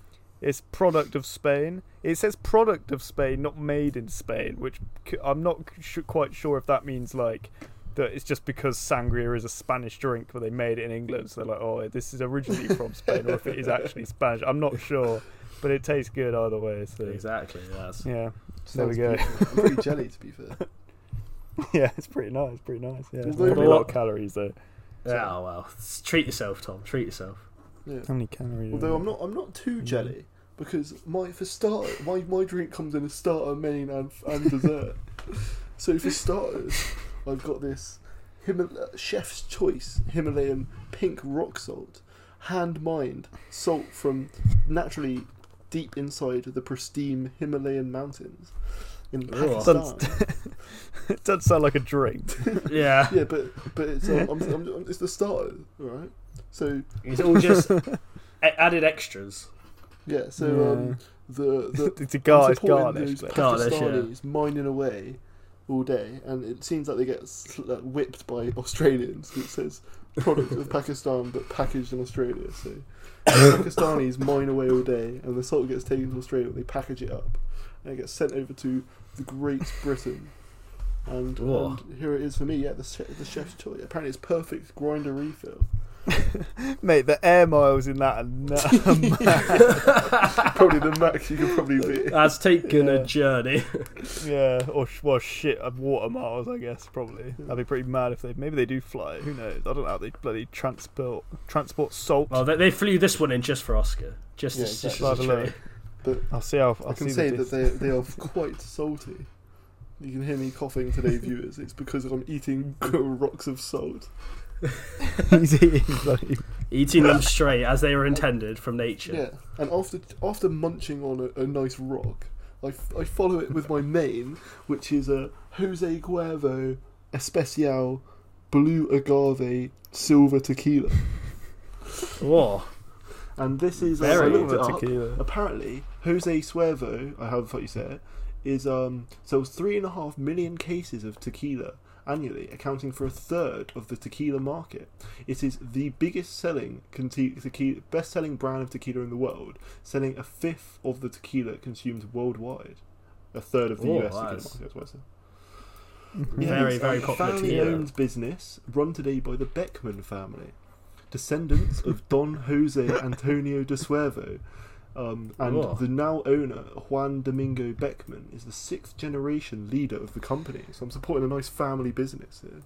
S3: it's product of spain it says product of spain not made in spain which c- i'm not sh- quite sure if that means like that it's just because sangria is a spanish drink but they made it in england so they're like oh this is originally from spain or if it is actually spanish i'm not sure but it tastes good either way so
S1: Exactly. That's
S3: yeah There we
S2: Sounds
S3: go.
S2: beautiful. I'm pretty jelly, to be fair.
S3: (laughs) yeah it's pretty nice pretty nice yeah
S2: Although-
S3: probably a lot of calories though
S1: yeah. Oh well. (laughs) Treat yourself, Tom. Treat yourself.
S2: Yeah.
S3: how many calories
S2: Although I'm not, I'm not too jelly because my for starter, my, my drink comes in a starter, main, and and dessert. so for starters, I've got this Himal- uh, chef's choice Himalayan pink rock salt, hand mined salt from naturally deep inside the pristine Himalayan mountains in
S1: Ooh.
S2: Pakistan.
S3: it does sound like a drink
S1: Yeah.
S2: yeah, but but it's um, I'm, I'm, it's the starter, right? So
S1: It's all just a- added extras.
S2: yeah, so
S3: Yeah.
S2: um, the the
S3: (laughs) it's a
S2: I'm
S3: garlic
S2: supporting
S3: garnish
S2: those
S3: Glenn.
S1: Garnish, yeah.
S2: Pakistanis mining away all day, and it seems like they get sl- like, whipped by Australians. It says product of Pakistan, but packaged in Australia.
S1: (coughs)
S2: So Pakistanis mine away all day, and the salt gets taken to Australia. and They package it up, and it gets sent over to the Great Britain. And,
S1: Whoa.
S2: and here it is for me. Yeah, the, che- the chef's choice. Apparently, it's perfect grinder refill.
S3: Mate, the air miles
S2: (laughs)
S3: in that are nuts.
S2: Probably the max you could
S1: (laughs)
S2: probably be.
S1: That's taken
S3: Yeah.
S1: a journey.
S3: yeah, or sh- well, shit, uh, water miles, I guess probably. I'd be pretty mad if they maybe they do fly. Who knows? I don't know how they bloody transport transport salt.
S1: Well, they, they flew this one in just for Oscar. Just
S2: Yeah,
S1: as just
S2: exactly.
S1: as
S3: Have
S1: a
S3: a
S1: treat.
S3: look.
S2: But
S3: I'll see how I'll
S2: I can
S3: see
S2: say
S3: the
S2: that they, they are (laughs) quite salty. You can hear me coughing today, viewers. It's because I'm eating (laughs) rocks of salt.
S3: they (laughs) he's eating bloody
S1: Eating them straight as they were intended from nature.
S2: Yeah, and after after munching on a, a nice rock, I, f- I follow it with my (laughs) main, which is a Jose Cuervo Especial Blue Agave Silver Tequila.
S1: Whoa.
S2: And this is uh, I
S1: Very
S2: looked it
S3: silver
S2: up.
S3: tequila.
S2: Apparently, Jose Suervo, I haven't thought you said it, is um sells three and a half million cases of tequila annually, accounting for a third of the tequila market. It is the biggest selling conti- tequila, best selling brand of tequila in the world, selling a fifth of the tequila consumed worldwide. A third of the
S1: Oh,
S2: US tequila
S1: that's-
S2: market, that's what I said.
S1: Very,
S2: it's
S1: very
S2: a
S1: popular tequila.
S2: family-owned business run today by
S1: (laughs)
S2: the Beckman family, descendants of Don Jose Antonio de Suervo, Um, and
S1: Whoa.
S2: the now owner, Juan Domingo Beckman, is the sixth generation leader of the company. So I'm supporting a nice family business here.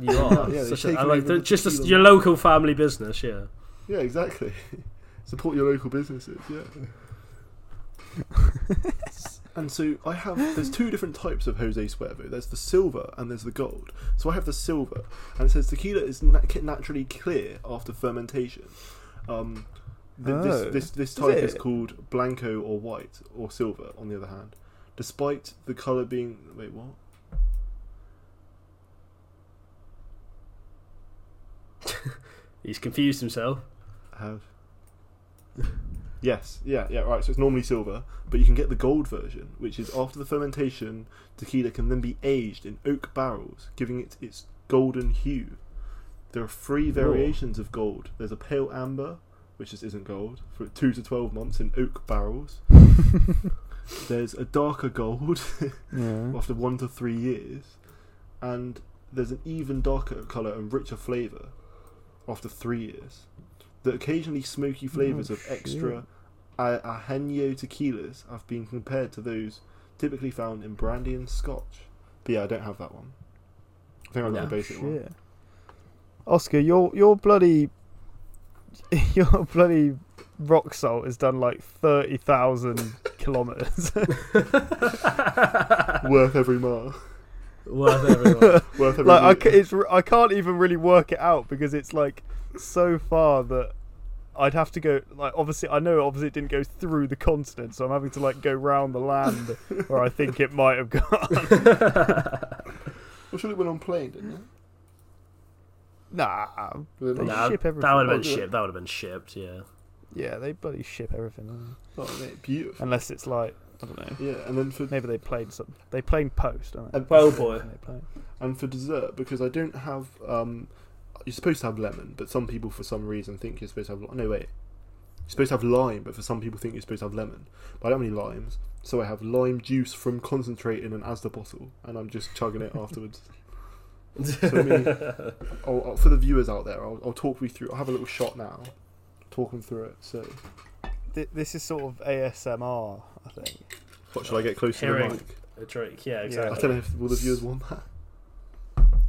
S1: You are.
S2: yeah, they've
S1: such a,
S2: taken
S1: I like
S2: over
S1: the,
S2: the
S1: just a,
S2: Elon
S1: your
S2: Musk.
S1: local family business, yeah.
S2: Yeah, exactly. (laughs) Support your local businesses.
S3: (laughs)
S2: Yeah. and so I have. There's two different types of Jose Cuervo. There's the silver and there's the gold. So I have the silver, and it says tequila is na- naturally clear after fermentation. Um, th-
S3: Oh.
S2: this, this this type is
S3: it?
S2: called blanco or white or silver. On the other hand, despite the color being wait what.
S1: He's confused himself. (laughs)
S2: have. (laughs) yes, yeah, yeah, right. So it's normally silver, but you can get the gold version, which is after the fermentation, tequila can then be aged in oak barrels, giving it its golden hue. There are three variations of gold. There's a pale amber, which just isn't gold, for two to twelve months in oak barrels. There's a darker gold
S3: Yeah.
S2: after one to three years, and there's an even darker colour and richer flavour after three years. The occasionally smoky flavours of
S3: Oh, shit.
S2: extra a- ajenjo tequilas have been compared to those typically found in brandy and scotch. But yeah, I don't have that one. I think I've got
S1: No.
S2: the basic one.
S3: Shit. Oscar, your your bloody (laughs) your bloody rock salt has done like thirty thousand kilometers.
S2: Worth every
S3: (laughs)
S2: mile.
S1: Worth everyone.
S2: Worth every
S3: like I,
S2: meter.
S3: ca- it's, r- I can't even really work it out because it's like so far that I'd have to go like obviously I know obviously it didn't go through the continent so I'm having to like go round the land where I think it might have gone. (laughs)
S2: Well, surely it went on plane, didn't it?
S3: nah,
S2: Was it
S3: They
S1: (laughs) Nah,
S2: not?
S3: ship
S1: that would
S3: everything.
S1: have been
S2: Oh, yeah.
S1: shipped. That would have been shipped, yeah.
S3: yeah, they bloody ship everything don't
S2: Oh, mate,
S3: they?
S2: beautiful.
S3: unless it's like I don't know.
S2: Yeah, and then for
S3: Maybe they played some. They played post. Don't they?
S2: and-
S1: Well, boy.
S3: They played.
S2: and for dessert because I don't have. Um, you're supposed to have lemon, but some people for some reason think you're supposed to have. li- No wait, you're supposed to have lime, but for some people think you're supposed to have lemon. But I don't have any limes, so I have lime juice from concentrate in an Asda bottle, and I'm just chugging it afterwards. So me, I'll, I'll, for the viewers out there, I'll, I'll talk you through. I'll have a little shot now, talk them through it. So,
S3: Th- This is sort of ASMR, I think.
S2: what should I get close to the
S1: Hearing.
S2: mic?
S1: A drink, yeah,
S2: I
S1: exactly.
S2: don't know if will the viewers want that.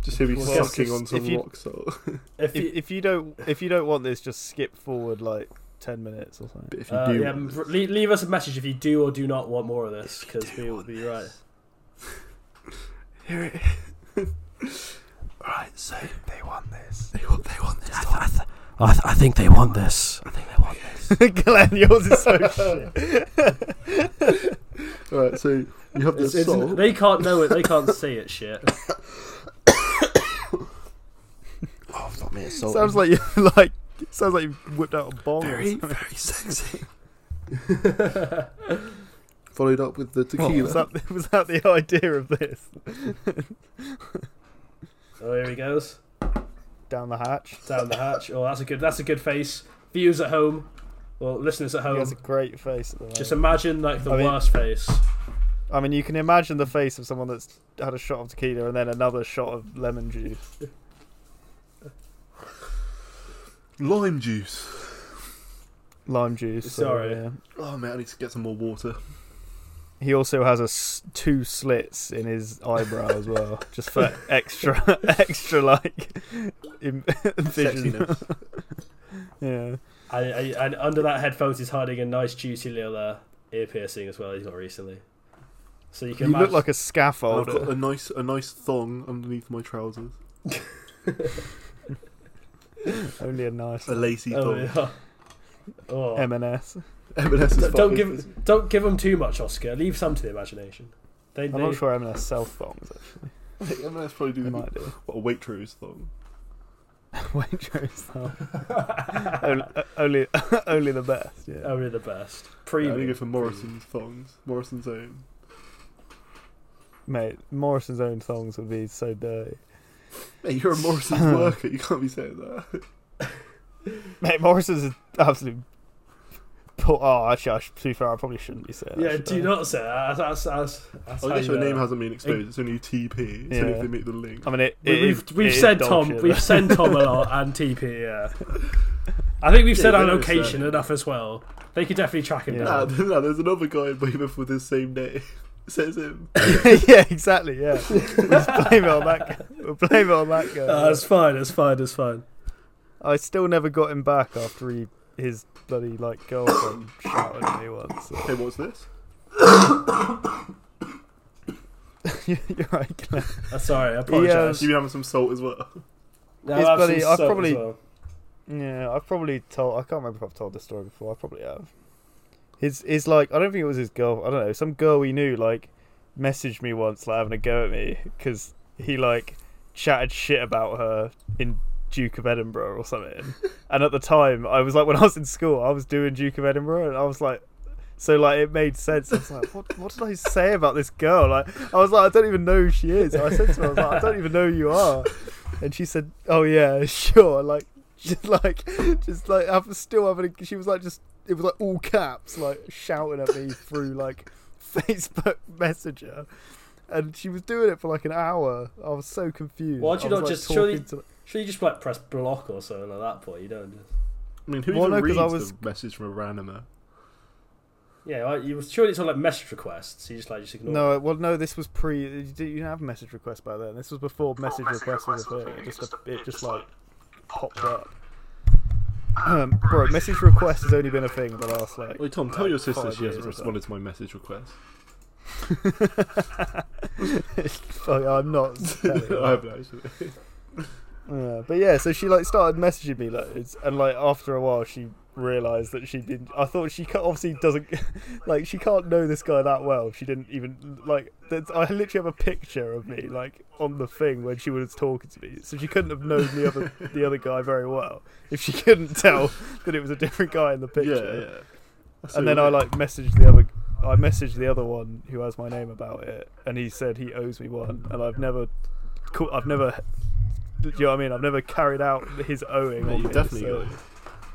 S2: Just hear me
S3: Well,
S1: yes,
S2: sucking
S3: if-
S2: on some
S3: if you-
S2: rock salt.
S1: If
S3: If,
S1: you,
S3: if you don't, if you don't want this, just skip forward like ten minutes or
S1: (laughs)
S3: something. (laughs)
S2: But if you
S1: uh,
S2: do,
S1: yeah,
S2: want
S1: r-
S2: this-
S1: leave, leave us a message if you do or do not want more of this, because we will be right.
S2: Hear it. Alright, so
S3: They want this.
S2: they want, they want this.
S1: I, th- I, th- I think they want this. I think they want this.
S3: Glenn, yours is so
S2: (laughs)
S3: shit.
S2: Alright, so you have the
S1: It's- it's-
S2: salt.
S1: they can't know it. They can't
S3: (laughs)
S1: see it. Shit. (laughs)
S2: Oh, it's (laughs) not me, it's salt.
S3: sounds like you (laughs) like. Sounds like you whipped out a bomb. or
S2: very,
S3: something. (laughs)
S2: very sexy.
S1: Oh,
S2: Followed up with the tequila.
S3: Was that, was that the idea of this?
S1: Oh, here he goes
S3: Down the hatch.
S1: down the hatch. Oh, that's a good. That's a good face. Viewers at home, well, listeners at
S3: He
S1: home,
S3: has a great face at the moment.
S1: Um, just imagine like the
S3: I mean-
S1: worst face.
S3: I mean, you can imagine the face of someone that's had a shot of tequila and then another shot of lemon juice.
S2: Lime juice.
S3: Lime juice.
S1: Sorry.
S3: yeah.
S2: Oh man, I need to get some more water.
S3: He also has a s- two slits in his eyebrow as well, (laughs) just for extra, (laughs) extra like Im- (laughs) vision.
S2: Sexiness.
S3: Yeah,
S1: I, I, and under that headphones, he's hiding a nice, juicy little uh, ear piercing as well. He's got recently, so you
S3: you
S1: can
S3: look
S1: imagine.
S3: like
S2: And I've
S3: a
S2: got
S3: scaffold.
S2: a nice, a nice thong underneath my trousers.
S3: Only a nice
S2: A lacy
S1: oh,
S2: thong.
S1: yeah. (laughs) oh.
S3: M&S.
S2: (laughs) M&S is
S1: Don't- don't
S2: fucking-
S1: give don't give them too much, Oscar. Leave some to the imagination. They,
S3: I'm
S1: they
S3: not sure M&S self bombs.
S2: (laughs)
S3: Actually,
S2: M&S probably
S3: they
S2: do
S3: might do.
S2: what a Waitrose thong.
S3: Waitrose though. (laughs)
S1: (laughs)
S3: only, only, (laughs) only the best. Yeah.
S1: only the best.
S2: Yeah, I'm
S1: Premium.
S2: gonna go for Morrison's thongs. Morrison's own.
S3: Mate, Morrison's own songs would be so dirty.
S2: Hey, (laughs) you're a Morrison's worker. You can't be saying that.
S3: Mate, Morrison's an absolute But oh, actually, I should, to be fair, I probably shouldn't be saying.
S1: Yeah,
S3: that,
S1: do
S3: should I?
S1: not say that. That's, that's, that's, that's
S2: I
S1: how
S2: guess
S1: you,
S2: your
S1: uh,
S2: name hasn't been exposed. It's only TP. It's only
S3: Yeah.
S2: if they make the link.
S3: I mean, it,
S1: we-
S3: it
S1: we've
S3: is-
S1: we've
S3: it is
S1: said
S3: dog
S1: Tom,
S3: shit,
S1: we've said Tom a
S3: (laughs)
S1: lot and TP. Yeah, I think we've said our
S2: there is
S1: location
S2: that.
S1: enough as well. They could definitely track him
S3: Yeah.
S2: Nah, (laughs)
S1: down.
S2: nah, there's another guy in Weymouth with his same name. (laughs) Says him.
S3: though. (laughs) yeah, exactly. Yeah,
S1: (laughs)
S3: we'll just blame it on that. Guy. We'll blame it on that guy.
S1: Uh, it's fine. It's fine. It's fine.
S3: I still never got him back after he his bloody like girlfriend shouted at me once. (laughs) So.
S2: Hey, what's this?
S3: You're right, Glenn.
S1: Uh, sorry, I apologise.
S2: You been having some salt as well.
S1: No,
S3: It's
S1: I've
S3: bloody-
S1: seen
S3: I've
S1: soap as
S3: probably-
S1: well.
S3: Yeah, I've probably told. I can't remember if I've told this story before. I probably have. His his like I don't think it was his girl. I don't know. Some girl we knew like messaged me once like having a go at me because he like chatted shit about her in Duke of Edinburgh or something. and at the time, I was like when I was in school, I was doing Duke of Edinburgh, and I was like. So like it made sense. I was like, what, what did I say about this girl? Like I was like, I don't even know who she is. I said to her, I was like, I don't even know who you are. And she said, Oh yeah, (laughs) sure. Like just like just like I'm still having a, she was like just it was like all caps like shouting at me through like (laughs) facebook messenger and she was doing it for like an hour i was so confused
S1: Why'd you
S3: I
S1: not
S3: was, like,
S1: just- surely-
S3: talking to-
S1: Should you just like press block or something at that point? You don't just.
S2: I mean, who
S3: Well,
S2: even
S3: no, 'cause
S2: reads
S3: I was-
S2: the message from a randomer?
S1: Yeah, like, you surely it's on like message requests. You just like just ignore.
S3: no well no this was pre you didn't you have message requests back then this was before Oh, message requests was a thing it just, it just like popped up um, bro message request has only been a thing in the last like (laughs)
S2: Wait, Tom, tell your sister
S3: five
S2: she hasn't
S3: years or so.
S2: responded to my message (laughs) request.
S3: oh, i'm not telling you.
S2: (laughs) I haven't actually.
S3: Yeah, but yeah, so she like started messaging me loads, and like after a while, she realised that she'd been. I thought she ca- obviously doesn't (laughs) like she can't know this guy that well. if She didn't even like. that's- I literally have a picture of me like on the thing when she was talking to me, so she couldn't have known the other the other guy very well if she (laughs) couldn't tell that it was a different guy in the picture.
S2: Yeah, yeah. That's so
S3: And then I
S2: weird.
S3: like messaged the other. I messaged the other one who has my name about it, and he said he owes me one, and I've never, cau- I've never, do you know what I mean? I've never carried out his owing.
S2: Mate,
S3: on
S2: you
S3: me,
S2: definitely
S3: so-
S2: got it.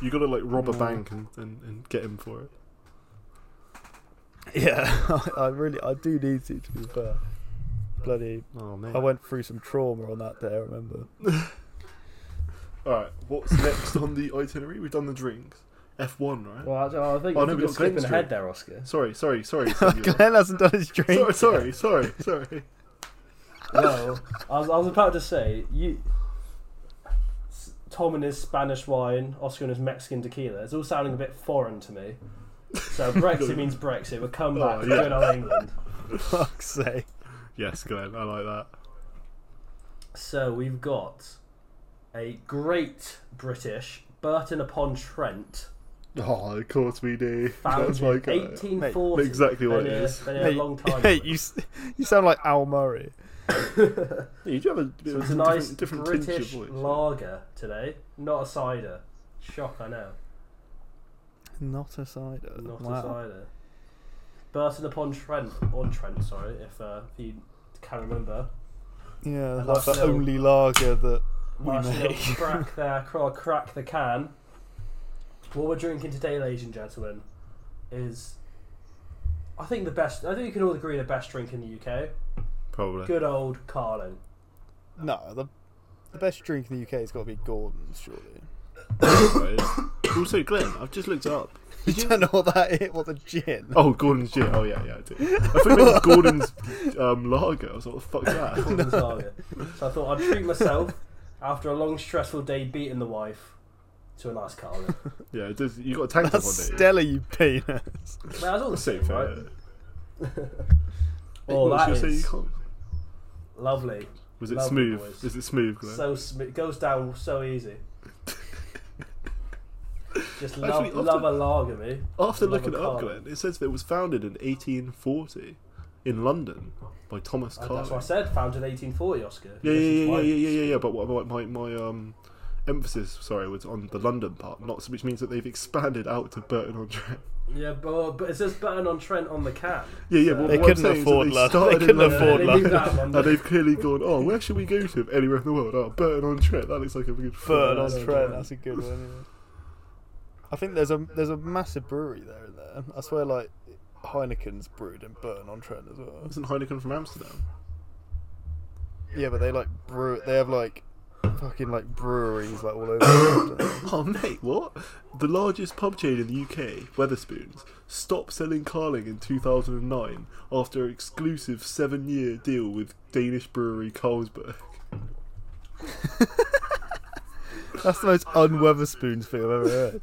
S2: You gotta like rob a
S3: Mm.
S2: bank and, and, and get him for it.
S3: (laughs) Yeah, I, I really, I do need to. To be fair, bloody,
S2: Oh man.
S3: I went through some trauma on that day. I remember.
S2: Alright, what's next on the itinerary? We've done the drinks. F one, right?
S1: Well, I, I think
S2: Oh,
S1: I think you're
S2: no, we got Glenn
S1: skipping
S2: Street.
S1: ahead there, Oscar.
S2: Sorry, sorry,
S3: (laughs)
S2: sorry, sorry.
S3: Glenn hasn't done his drink.
S2: sorry, sorry, sorry, sorry. (laughs)
S1: well, I was, I was about to say you, S- Tom and his Spanish wine, Oscar and his Mexican tequila. It's all sounding a bit foreign to me.
S2: (laughs)
S1: So Brexit means Brexit. We're coming back
S2: Oh,
S1: to
S2: yeah.
S1: good old England.
S3: For
S1: (laughs)
S3: fuck's sake.
S2: Yes, Glenn, I like that.
S1: So we've got a great British Burton upon Trent,
S2: Oh, of course we do. That's
S1: founded
S2: my guy.
S1: 1840.
S2: Exactly what
S1: Been
S2: it
S1: here-
S2: is.
S1: been here a
S3: Mate, (laughs)
S1: long time.
S3: Mate, you, s- you sound like Al Murray.
S2: Hey, you do have a bit
S1: So
S2: of
S1: it's a nice
S2: different, different
S1: British
S2: tinge of voice.
S1: lager today, not a cider. Shock, I know.
S3: Not a cider.
S1: Not
S3: wow.
S1: a cider. Burton upon Trent, on Trent, sorry, if, uh, if you can remember.
S3: Yeah,
S1: And
S3: like
S1: that's
S3: the
S1: little-
S3: only lager that we
S1: Nice little
S3: make.
S1: (laughs) crack there, crawl, crack the can. What we're drinking today, ladies and gentlemen, is I think the best. I think you can all agree the best drink in the UK.
S2: Probably. (coughs)
S1: Good old Carling.
S3: No, the, the best drink in the UK has got to be Gordon's, surely.
S2: Right. also, Glenn, I've just looked it up.
S3: You don't know what that is, what the gin.
S2: Oh, Gordon's gin. Oh yeah, yeah, I do. I
S1: (laughs)
S2: think it was Gordon's um, lager. I was like, what the fuck's that?
S1: Gordon's (laughs) Lager. So I thought I'd treat myself after a long, stressful day beating the wife to a nice Carling.
S2: Yeah, it does, you got a tank top
S3: That's
S2: one day.
S3: Stella, you (laughs) penis.
S1: Man, that's all the same,
S2: Safe,
S1: right?
S2: yeah. (laughs)
S1: Oh,
S2: What,
S1: that
S2: so you
S1: is
S2: can't-
S1: lovely.
S2: Was it
S1: Lovely
S2: smooth?
S1: boys.
S2: Is it smooth, Glenn?
S1: So sm- it goes down so
S2: (laughs)
S1: easy. Just love,
S2: Actually,
S1: love
S2: after-
S1: a lager, me.
S2: After
S1: Love
S2: looking it
S1: a
S2: up,
S1: Carling.
S2: Glenn, it says that it was founded in 1840 in London by Thomas
S1: Uh, That's
S2: Carling.
S1: what I said. Founded 1840, Oscar.
S2: Yeah, yeah,
S1: Listen to
S2: yeah, yeah,
S1: mine.
S2: yeah, yeah, yeah. But what, what my my um emphasis, sorry, was on the London part, not which means that they've expanded out to Burton on Trent.
S1: Yeah, but, but it says Burton on Trent on the can.
S2: (laughs) Yeah, yeah.
S1: So-
S2: But what
S3: They
S2: I'm
S3: couldn't
S2: saying is that
S3: afford
S2: they
S3: London.
S2: started
S3: They
S2: in
S3: couldn't
S2: London.
S3: afford
S1: they
S3: London.
S1: leave that one,
S2: (laughs) And
S1: don't
S2: they've clearly gone, oh, where should we go to? Anywhere in the world. Oh, Burton on Trent. That looks like a good
S3: Burn
S1: Yeah,
S3: on
S1: that's
S3: Trent,
S1: good.
S3: that's a good one. I think there's a there's a massive brewery there. in There, I swear, like Heineken's brewed in Burton on Trent as well.
S2: Isn't Heineken from Amsterdam? (laughs)
S3: Yeah, but they like brew. They have like fucking like breweries like all over. London.
S2: Oh mate, what? The largest pub chain in the UK, Weatherspoons, stopped selling Carling in 2009 after an exclusive seven-year deal with Danish brewery Carlsberg.
S3: (coughs)
S2: (laughs)
S3: That's the most unweatherspoons thing I've ever heard.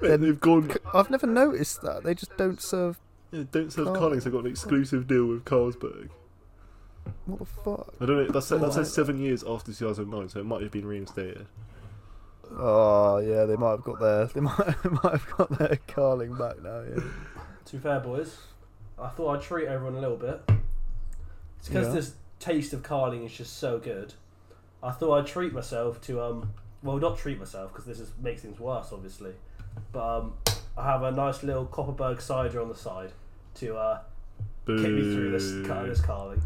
S2: Mate,
S3: Then-
S2: they've gone.
S3: I've never noticed that. They just don't serve.
S2: yeah, don't sell
S3: Carl-
S2: Carling, so they've got an exclusive deal with Carlsberg.
S3: What the fuck?
S2: I don't know. That's, that says seven years after 2009, so it might have been reinstated.
S3: Oh yeah, they might have got their they (laughs) might, they might have got their carling back now. Yeah.
S1: To be fair, boys, I thought I'd treat everyone a little bit. It's because
S3: Yeah.
S1: this taste of carling is just so good. I thought I'd treat myself to um, well, not treat myself because this is makes things worse, obviously. But um, I have a nice little Copperberg cider on the side to uh,
S2: Boo.
S1: get me through this cut of this carling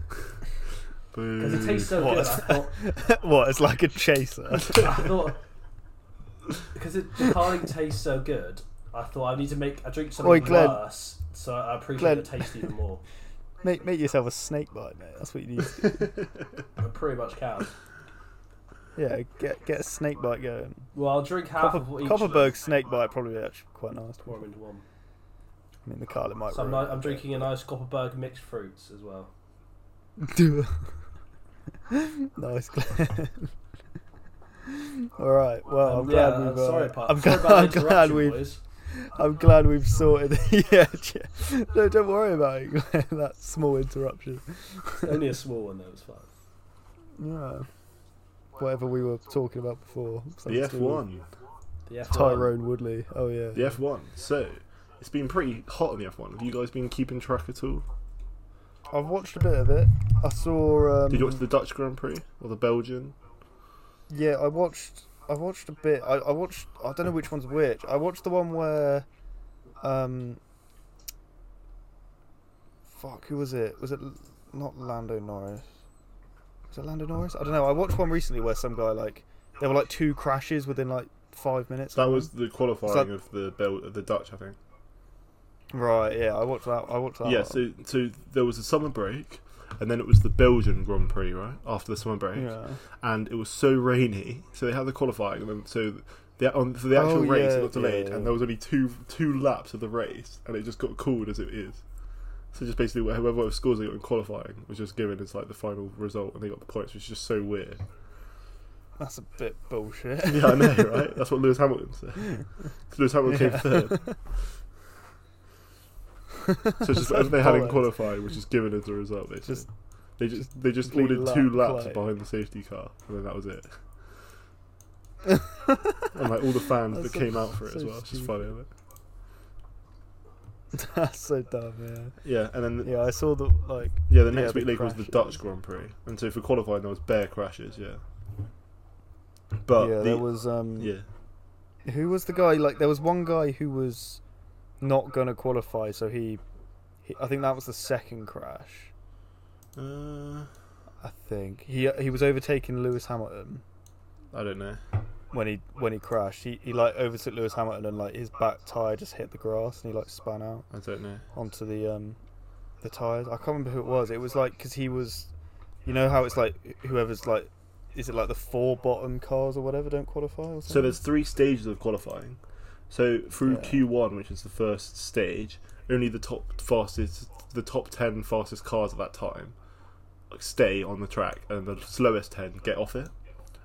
S1: because it
S2: Boo.
S1: tastes so
S3: What?
S1: good. I thought
S3: (laughs) what? It's like a chaser.
S1: I thought because it the carling tastes so good. I thought I need to make I drink something
S3: Oi, Glenn.
S1: worse, so I appreciate
S3: Glenn.
S1: the taste even more.
S3: (laughs) Make make yourself a snake bite, mate. That's what (laughs) you need. To
S1: (laughs)
S3: do.
S1: I pretty much can.
S3: Yeah, get get a snake bite going.
S1: Well, I'll drink half
S3: Copper,
S1: of what each.
S3: Copperberg snake bite probably actually quite nice. to be
S1: Pour 'em
S3: honest.
S1: into one.
S3: I mean, the Carling might.
S1: So I'm,
S3: ruin
S1: like,
S3: it,
S1: I'm
S3: but- (laughs)
S1: drinking a nice Copperberg mixed fruits as well.
S3: (laughs) nice, Glenn. All right. Well, I'm
S1: Um,
S3: glad
S1: yeah,
S3: we've.
S1: I'm
S3: uh,
S1: sorry, Pat. sorry
S3: I'm, glad,
S1: about the
S3: I'm glad
S1: interruption,
S3: we've.
S1: boys.
S3: I'm glad we've sorted. (laughs) yeah. che- (laughs) No, don't worry about it. Glenn, (laughs) that small interruption.
S1: Only a small one though. It's fine.
S3: Yeah. Whatever we were talking about before.
S2: The
S3: something to do with
S2: F1.
S1: The F1.
S3: Tyrone Woodley. Oh yeah.
S2: The F1. So, it's been pretty hot on the F1. Have you guys been keeping track at all?
S3: I've watched a bit of it. I saw. Um,
S2: Did you watch the Dutch Grand Prix or the Belgian?
S3: Yeah, I watched. I watched a bit. I, I watched. I don't know which one's which. I watched the one where, um, fuck, who was it? Was it L- not Lando Norris? Was it Lando Norris? I don't know. I watched one recently where some guy like there were like two crashes within like five minutes.
S2: That was the qualifying
S3: It's like-
S2: of the Bel- of the Dutch, I think.
S3: right. Yeah, I watched that. I watched that.
S2: Yeah.
S3: one.
S2: So, so there was a summer break, and then it was the Belgian Grand Prix, right? After the summer break,
S3: yeah.
S2: and it was so rainy, so they had the qualifying, and then so. The, on, for the actual
S3: Oh,
S2: race,
S3: yeah,
S2: it got delayed,
S3: yeah.
S2: and there was only two two laps of the race, and it just got called as it is. So just basically, wh- whoever scores they got in qualifying was just given as like the final result, and they got the points, which is just so
S3: (laughs)
S2: weird.
S3: That's a bit bullshit.
S2: Yeah, I know,
S3: (laughs)
S2: right? That's what Lewis Hamilton said. So Lewis Hamilton came
S3: Yeah.
S2: third. so it's just whatever they had in
S3: bollocks.
S2: qualifying, which is given as a result. Basically.
S3: Just
S2: they just they just
S3: complete
S2: ordered two
S3: lap
S2: laps
S3: play.
S2: behind the safety car, and then that was
S3: (laughs)
S2: it. and like all the fans
S3: That's
S2: that
S3: so-
S2: came out for it as
S3: so
S2: well. It's just funny, isn't it?
S3: (laughs) that's so dumb.
S2: Yeah, and then
S3: Yeah.
S2: the-
S3: Yeah, I saw the like.
S2: yeah, the next
S3: the
S2: week league was the
S3: crashes.
S2: Dutch Grand Prix, and so for qualifying there was bare crashes. Yeah, but
S3: yeah,
S2: the,
S3: there was um.
S2: yeah,
S3: Who was the guy? Like, there was one guy who was not gonna qualify, so he, he I think that was the second crash.
S2: uh,
S3: I think he he was overtaking Lewis Hamilton
S2: I don't know.
S3: when he when he crashed. He he like overtook Lewis Hamilton and like his back tire just hit the grass and he like spun out
S2: I don't know.
S3: onto the um the tires. I can't remember who it was. It was like because he was, you know how it's like whoever's like, is it like the four bottom cars or whatever don't qualify or something?
S2: So there's three stages of qualifying. So through
S3: Yeah.
S2: Q1, which is the first stage, only the top fastest, the top ten fastest cars at that time, like, stay on the track, and the slowest ten get off it.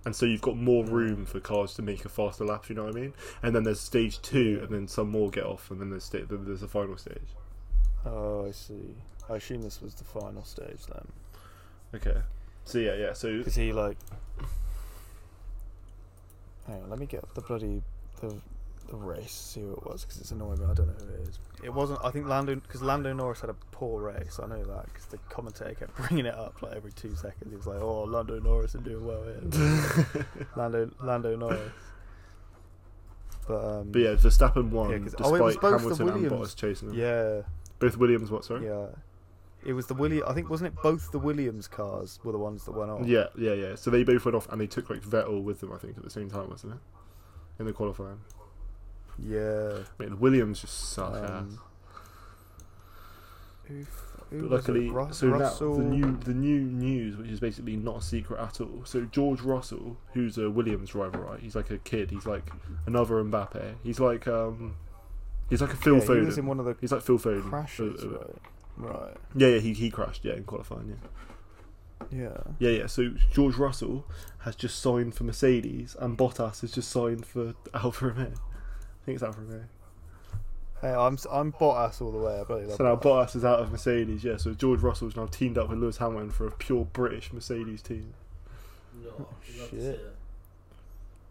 S2: And so you've got more room for cars to make a faster lap. You know what I mean? And then there's stage two, and then some more get off, and then there's sta- then there's the final stage.
S3: oh, I see. I assume this was the final stage then.
S2: Okay. So yeah, yeah. So
S3: Because he like, hang on, let me get up the bloody the the race. See who it was because it's annoying me. I don't know who it is. It wasn't. I think Lando because Lando Norris had a poor race. I know that because the commentator kept (laughs) bringing it up like every two seconds. He was like, "Oh, Lando Norris is doing well here." (laughs) Lando Lando Norris. But um.
S2: but yeah, Verstappen won
S3: Yeah, 'cause-
S2: despite
S3: oh, it was both the
S2: Hamilton and
S3: Williams.
S2: Bottas chasing him.
S3: Yeah.
S2: Both Williams. What? Sorry.
S3: Yeah. It was the William. I think wasn't it both the Williams cars were the ones that went on.
S2: Yeah, yeah, yeah. So they both went off and they took like Vettel with them, I think, at the same time, wasn't it? In the qualifying.
S3: Yeah.
S2: Mate, the Williams just suck ass.
S3: Um, who, who
S2: But
S3: was
S2: luckily,
S3: it? Rus-
S2: so now
S3: Russell.
S2: the new the new news, which is basically not a secret at all. So George Russell, who's a Williams driver, right? He's like a kid. He's like another Mbappe. He's like um, he's like a Phil
S3: yeah, he
S2: Foden.
S3: was in one of the
S2: he's like Phil Foden.
S3: crashes,
S2: Uh, uh,
S3: right? Right.
S2: Yeah, yeah, he, he crashed. Yeah, in qualifying. Yeah.
S3: Yeah.
S2: Yeah, yeah. So George Russell has just signed for Mercedes, and Bottas has just signed for Alfa Romeo. I think it's Alfa Romeo.
S3: Hey, I'm s- I'm Bottas all the way. I bloody love.
S2: So now
S3: Bottas.
S2: Bottas is out of Mercedes. Yeah, so George Russell's now teamed up with Lewis Hamilton for a pure British Mercedes team.
S3: shit.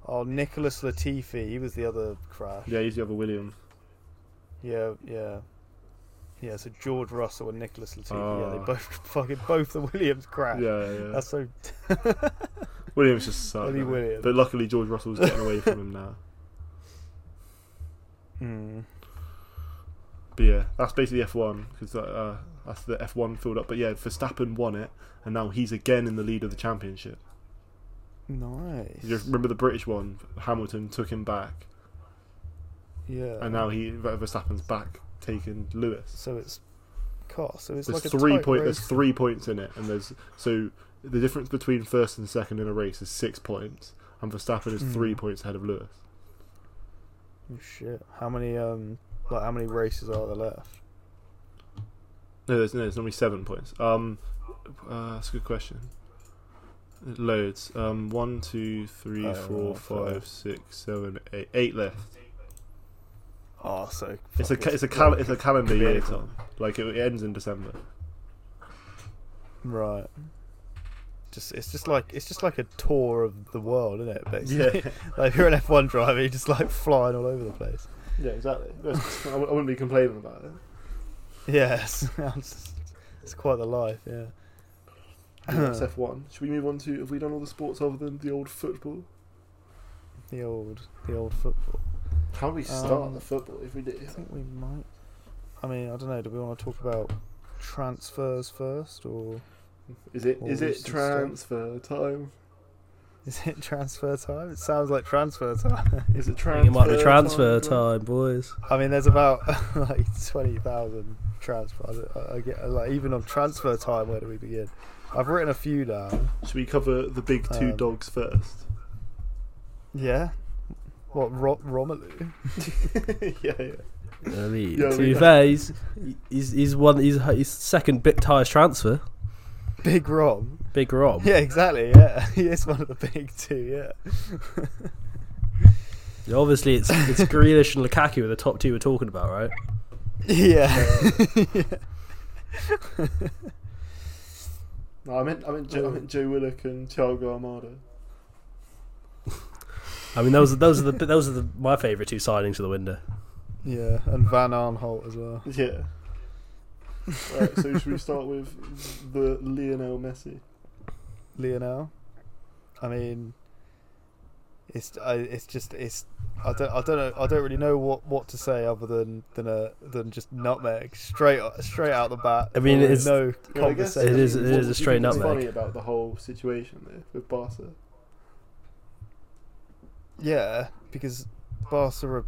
S3: Oh, Nicholas Latifi, he was the other crash.
S2: Yeah, he's the other Williams.
S3: Yeah, yeah. Yeah, so George Russell and Nicholas Latifi, yeah,
S2: Oh.
S3: they both (laughs) fucking both the Williams
S2: Yeah,
S3: crash.
S2: yeah. (laughs) yeah.
S3: That's so
S2: Williams just sucked.
S3: Bloody
S2: man.
S3: Williams.
S2: But luckily George Russell's getting away from him now.
S3: mm.
S2: But yeah, that's basically F1 because uh, that's the F1 filled up. But yeah, Verstappen won it, and now he's again in the lead of the championship.
S3: nice.
S2: You just remember the British one? Hamilton took him back,
S3: Yeah.
S2: and now he Ver- Verstappen's back taking Lewis.
S3: so it's cost. So it's
S2: there's
S3: like a
S2: three
S3: tight
S2: point.
S3: race.
S2: There's three points in it, and there's so the difference between first and second in a race is six points, and Verstappen is
S3: Hmm.
S2: three points ahead of Lewis.
S3: Oh, shit. How many um like how many races are there left?
S2: No, there's no. There's only seven points. Um, uh, that's a good question. It loads. Um, one, two, three,
S3: Oh,
S2: four,
S3: right,
S2: Uh, five, six, seven, eight, eight left.
S3: Oh, so
S2: It's a
S3: fuck,
S2: ca- it's a cal- it's a calendar year,
S3: Beautiful.
S2: Tom. Like it, it ends in December.
S3: right. Just it's just like it's just like a tour of the world, isn't
S2: (laughs)
S3: it? Basically,
S2: (laughs) Yeah.
S3: (laughs) like if you're an F1 driver, you're just like flying all over the place.
S2: Yeah, exactly. I wou- I wouldn't be complaining about it.
S3: Yes, (laughs) it's, it's quite the life. Yeah.
S2: That's F1. (clears throat) Should we move on to? Have we done all the sports other than the old football?
S3: (clears throat) The old, the old football.
S2: How do we
S3: start Um, the
S2: football if we do?
S3: I think we might. I mean, I don't know. Do we want to talk about transfers first, or
S2: Is it
S3: Or
S2: is it
S3: recent stuff.
S2: transfer time?
S1: (laughs)
S3: is it (laughs) transfer time? It sounds like transfer time.
S2: Is it
S1: It might be transfer
S2: transfer? time?
S1: time,
S3: (laughs)
S1: boys.
S3: I mean, there's about like twenty thousand transfers. I, I get like even on transfer time. Where do we begin? I've written a few down.
S2: Should we cover the big two
S3: Um,
S2: dogs (laughs) first?
S3: Yeah. What Ro- (laughs) Romelu?
S2: yeah, yeah.
S1: I mean,
S2: Yeah,
S1: to
S2: we-
S1: be fair, he's, he's, he's one he's his second bit highest transfer.
S3: Big Rom?
S1: Big
S3: (laughs)
S1: Rob.
S3: Yeah, exactly. Yeah, (laughs) he is one of the big two. Yeah.
S1: Obviously, it's it's Grealish and Lukaku are the top two we're talking about, right?
S3: Yeah. (laughs)
S2: No, I meant I meant Joe, I meant Joe Willock and Thiago Armada.
S1: I mean, those are those are the those are the, my favourite two signings of the window.
S3: yeah, and Van Arnholt as well.
S2: Yeah. right, so should we start with the Lionel Messi?
S3: Lionel. I mean, it's I, it's just it's I don't I don't know I don't really know what, what to say other than than a than just nutmeg straight straight out the bat.
S1: I mean,
S3: There was
S1: it's-
S3: no
S2: Well, I guess-
S3: conversation.
S1: It is- it
S2: what
S1: is a
S2: do you
S1: straight
S2: think is
S1: nutmeg.
S2: Funny about the whole situation there with Barca.
S3: Yeah, because Barca are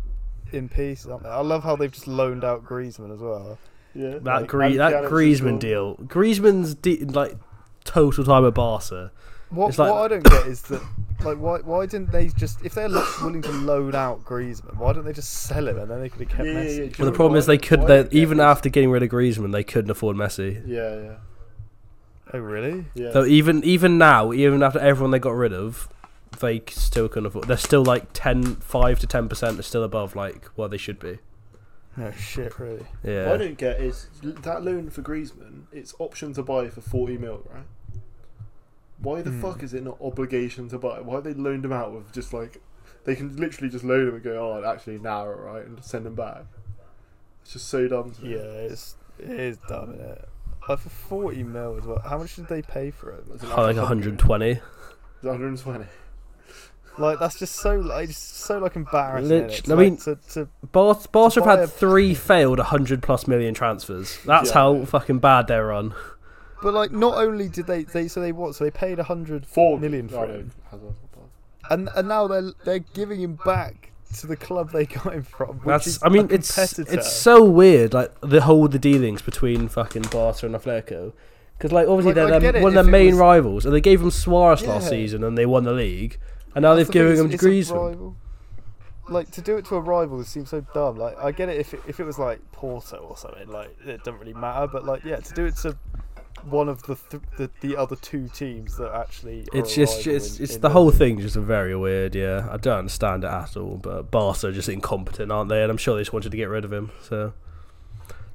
S3: in peace. Aren't they? I love how they've just loaned out Griezmann as well.
S2: Yeah,
S1: That
S2: like,
S1: Gre-
S2: and
S1: that
S2: Pjanic as well.
S1: Griezmann deal, Griezmann's de- like total time at Barca.
S3: What
S1: It's like-
S3: what I don't get is that like why why didn't they just if they're lo- willing to loan out Griezmann, why don't they just sell him and then they could have kept
S2: Yeah, yeah,
S3: Messi?
S2: yeah,
S1: Well,
S2: Sure,
S1: the problem
S2: why-
S1: is they could
S2: why
S1: they,
S2: did they
S1: even
S2: get-
S1: after getting rid of Griezmann, they couldn't afford Messi.
S2: Yeah, yeah,
S3: Oh really?
S2: yeah.
S1: So even even now, even after everyone they got rid of, they c- still couldn't afford. They're still like 10, 5 to ten percent are still above like what they should be.
S3: No shit, really.
S1: Yeah.
S2: What I don't get is that loan for Griezmann. It's option to buy for forty mil, right? Why the
S3: Hmm.
S2: fuck is it not obligation to buy? Why have they loaned him out with just like they can literally just loan him and go, oh, actually now, right, and send him back. It's just so dumb. To me.
S3: Yeah, it's it is dumb, is it? Like for forty mil as well. How much did they pay for it?
S2: It's
S1: Oh, like 120.
S2: One hundred and twenty.
S3: Like that's just so like it's so like embarrassing.
S1: Lit-
S3: innit? It's
S1: I
S3: like,
S1: mean-
S3: to, to,
S1: Bar- Barca have
S3: Buy a-
S1: had three failed 100 plus million transfers. That's
S2: Yeah.
S1: how fucking bad they're on.
S3: but like not only did they they so they what so they paid a hundred
S2: Four
S3: (laughs) Million for
S2: I
S3: him.
S2: know, Hazard.
S3: and and now they're they're giving him back to the club they got him from. Which
S1: That's.
S3: is
S1: I mean,
S3: a
S1: it's
S3: competitor.
S1: it's so weird. Like the whole the dealings between fucking Barca and Atletico, because like obviously
S3: Like, I
S1: they're
S3: get
S1: their,
S3: it
S1: one of
S3: if
S1: their
S3: it
S1: main
S3: was-
S1: rivals, and they gave them Suarez last
S3: Yeah.
S1: season, and they won the league, and now they've
S3: That's the thing,
S1: given them to
S3: it's- it's a
S1: Griezmann.
S3: rival. Like to do it to a rival it seems so dumb. Like I get it if it, if it was like Porto or something, like it doesn't really matter. But like yeah, to do it to one of the th- the, the other two teams that actually are
S1: It's
S3: a
S1: just,
S3: rival
S1: it's,
S3: in-
S1: it's
S3: in
S1: the whole
S3: London.
S1: thing just very weird. Yeah, I don't understand it at all. But Barca are just incompetent, aren't they? And I'm sure they just wanted to get rid of him. So,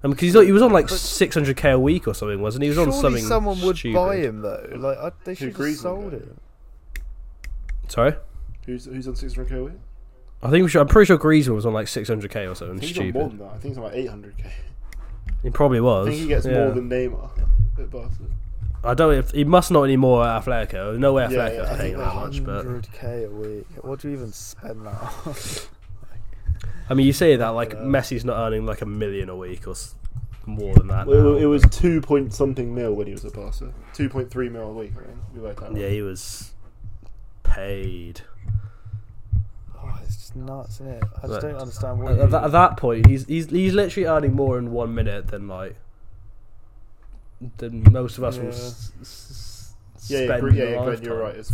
S1: because he's like, he was on like
S3: But-
S1: 600k a week or something, wasn't he? He was
S3: Surely
S1: on something.
S3: someone would
S1: stupid.
S3: buy him though. Like I, they should have
S2: Griezmann
S3: sold
S2: go?
S3: him.
S1: Sorry,
S2: Who's who's on six hundred k with?
S1: I think we should, I'm pretty sure Griezmann was on like 600k or something
S2: I think he's on
S1: stupid.
S2: more than that. I think he's on like eight hundred k.
S1: He probably
S2: I
S1: was.
S2: think he gets
S1: yeah.
S2: more than Neymar at Barca.
S1: I don't. If, he must not anymore at Atletico. No way
S2: Yeah,
S1: Atletico's
S2: yeah, I
S1: paying
S2: think
S1: that
S2: that's
S1: much. But
S3: 100k a week. What do you even spend that on? (laughs)
S1: I mean, you say that like
S3: Yeah.
S1: Messi's not earning like a million a week or s- more than that.
S2: Well, it
S1: now.
S2: was two point something mil when he was at Barca. Two point three mil a week. I think we worked out.
S1: yeah, he was paid.
S3: oh, it's just nuts, isn't it? I just
S1: Look,
S3: don't understand what.
S1: At, at
S3: it
S1: that, at
S3: is.
S1: that point, he's he's he's literally earning more in one minute than like than most of us will.
S3: Yeah.
S1: S- s- s-
S2: Yeah, yeah,
S1: spend
S2: Gre-
S1: in
S2: yeah,
S1: a
S2: yeah Glenn, you're
S1: lifetime.
S2: right. It's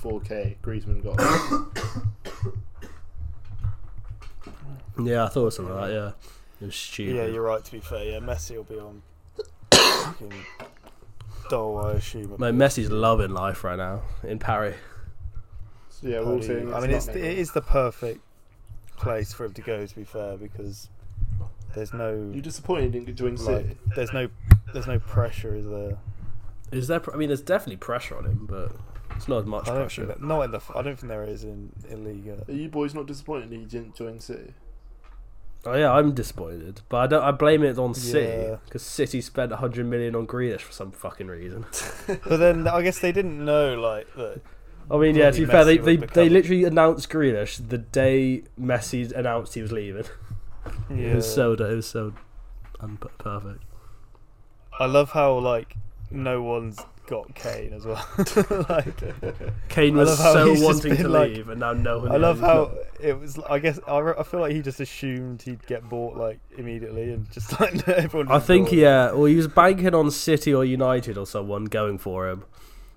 S2: 594k Griezmann
S1: (coughs)
S2: got.
S1: Yeah, I thought something like that. Yeah, it was stupid.
S3: Yeah, you're right. To be fair, yeah, Messi will be on. fucking dole, I assume. at
S1: Mate, Messi's loving life right now in Paris.
S2: so yeah, we're all
S3: Paris.
S2: saying.
S3: I mean, it's
S2: not
S3: the, it
S2: Neymar.
S3: is the perfect place for him to go. To be fair, because there's no
S2: You're disappointed he didn't get join City.
S3: like, there's no there's no pressure, is there?
S1: Is there? pr- I mean, there's definitely pressure on him, but it's not as much
S3: I don't
S1: pressure.
S3: think that, not in the I don't think there is in, in Liga.
S2: Are you boys not disappointed he didn't join City?
S1: Oh yeah, I'm disappointed, but I don't. I blame it on City
S3: Yeah.
S1: because City spent 100 million on Grealish for some fucking
S3: (laughs)
S1: reason.
S3: (laughs) But then I guess they didn't know like that.
S1: I mean, yeah. To be
S3: Bloody
S1: fair, they
S3: Messi
S1: they,
S3: would
S1: they
S3: become-
S1: literally announced Grealish the day Messi announced he was leaving. (laughs) It was so it was so unperfect.
S3: I love how like no one's got Kane as well. (laughs) like
S1: Kane
S3: I
S1: was
S3: love how
S1: so
S3: he's just
S1: wanting
S3: been
S1: to
S3: like-
S1: leave, and now no one.
S3: I love
S1: is.
S3: how it was. I guess I, re- I feel like he just assumed he'd get bought like immediately and just (laughs) like
S1: (laughs)
S3: everyone.
S1: I
S3: just
S1: think
S3: bought. (laughs)
S1: yeah. Well, he was banking on City or United or someone going for him,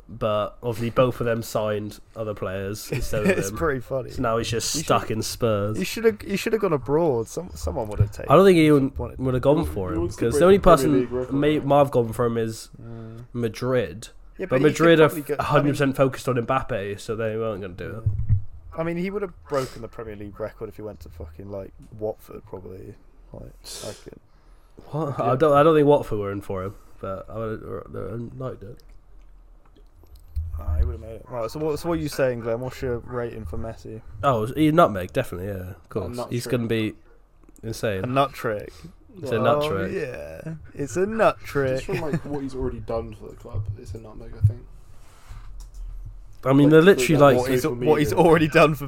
S1: but obviously both of them signed other players instead of
S3: (laughs) it's
S1: him.
S3: pretty funny.
S1: So now he's just
S3: You should-
S1: stuck in Spurs.
S3: You should have. You should have gone abroad. Some someone would have taken.
S1: I don't think he would,
S3: wanted-
S1: would have gone
S2: Who-
S1: for
S2: who
S1: him
S2: wants to
S1: because
S2: break
S1: the only
S2: the Premier
S1: person
S2: League record?
S1: may, might have gone for him is
S3: Mm.
S1: Madrid.
S3: Yeah,
S1: But
S3: he could
S1: Madrid are
S3: probably go-
S1: 100% focused on Mbappe, so they weren't going to do it.
S3: I mean, he would have broken the Premier League record if he went to fucking like Watford, probably. Like, I could.
S1: What?
S2: Yeah.
S1: I, don't, I don't think Watford were in for him, but I would uh, have liked it.
S3: Nah, he would have made it. Right. So what? So what are you saying, Glenn? What's your rating for Messi?
S1: Oh, he's Nutmeg, definitely, yeah, of course.
S2: nut
S1: He's
S2: trick.
S1: going to be
S3: A
S1: insane.
S3: nut trick.
S1: It's a nut
S3: Oh,
S1: trick.
S3: Yeah, it's a nut
S2: Just
S3: trick.
S2: from like what he's already done for the club, it's a nutmeg.
S1: (laughs)
S2: I think.
S1: I mean,
S2: like,
S1: they're
S2: through
S1: literally
S2: that
S1: like.
S3: what, he's,
S2: social
S3: what he's
S2: media.
S3: already done for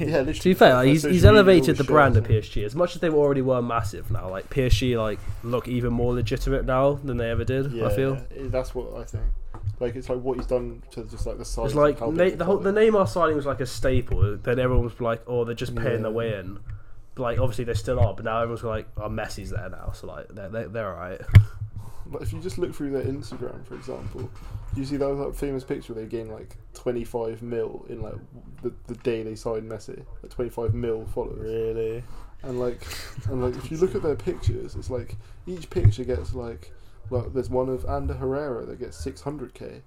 S2: (laughs) Yeah, literally.
S1: To be fair, like, he's,
S2: Social
S1: he's
S2: media, all
S1: elevated the
S2: shares
S1: brand of
S2: and-
S1: PSG as much as they already were massive. Now, like PSG, like look even more legitimate now than they ever did.
S2: Yeah,
S1: I feel.
S2: yeah, that's what I think. Like it's like what he's done to just like the size.
S1: It's
S2: of
S1: like
S2: how big
S1: Na- the whole the
S2: club
S1: Neymar signing was like a staple. Then everyone was like, "Oh, they're just paying
S3: Yeah.
S1: their way in." But like obviously they still are, but now everyone's like, "Oh, Messi's there now," so like they're they're, they're all right.
S2: is. Like, if you just look through their Instagram, for example, you see that was that famous picture where they gained like 25 mil in like the, the day they signed Messi, like 25 mil followers.
S3: Really?
S2: and
S3: (laughs)
S2: like and like if you look at their pictures it's like each picture gets like like there's one of Ander Herrera that gets 600k